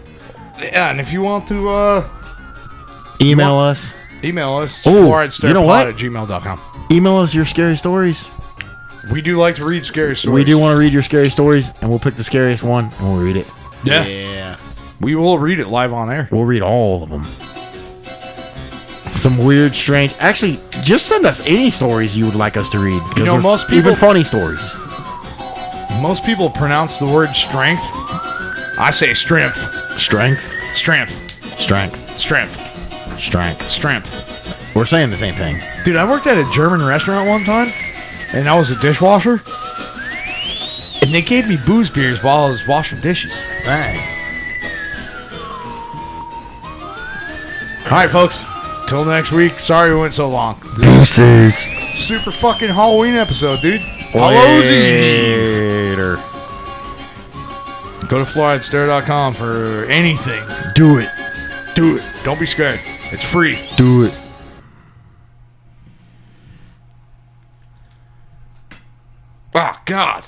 S1: Yeah, and if you want to uh,
S5: Email us.
S1: email us,
S5: Ooh,
S1: fluoridestarepod
S5: you know what?
S1: at gmail.com.
S5: Email us your scary stories.
S1: We do like to read scary stories.
S5: We do want to read your scary stories, and we'll pick the scariest one and we'll read it.
S1: Yeah. We will read it live on air.
S5: We'll read all of them. Some weird, strange. Actually, just send us any stories you would like us to read. 'cause
S1: know,
S5: there's
S1: most
S5: even
S1: people-
S5: funny stories.
S1: Most people pronounce the word strength. I say strength.
S5: Strength,
S1: Strength.
S5: strength,
S1: Strength.
S5: strength.
S1: Strength.
S5: We're saying the same thing.
S1: Dude, I worked at a German restaurant one time, and I was a dishwasher. And they gave me booze beers while I was washing dishes. All right, folks. Till next week. Sorry we went so long. Super fucking Halloween episode, dude. Halloween.
S5: Later.
S1: Go to fluoridestare.com for anything.
S5: Do it.
S1: Do it. Don't be scared. It's free.
S5: Do it.
S1: Oh, God.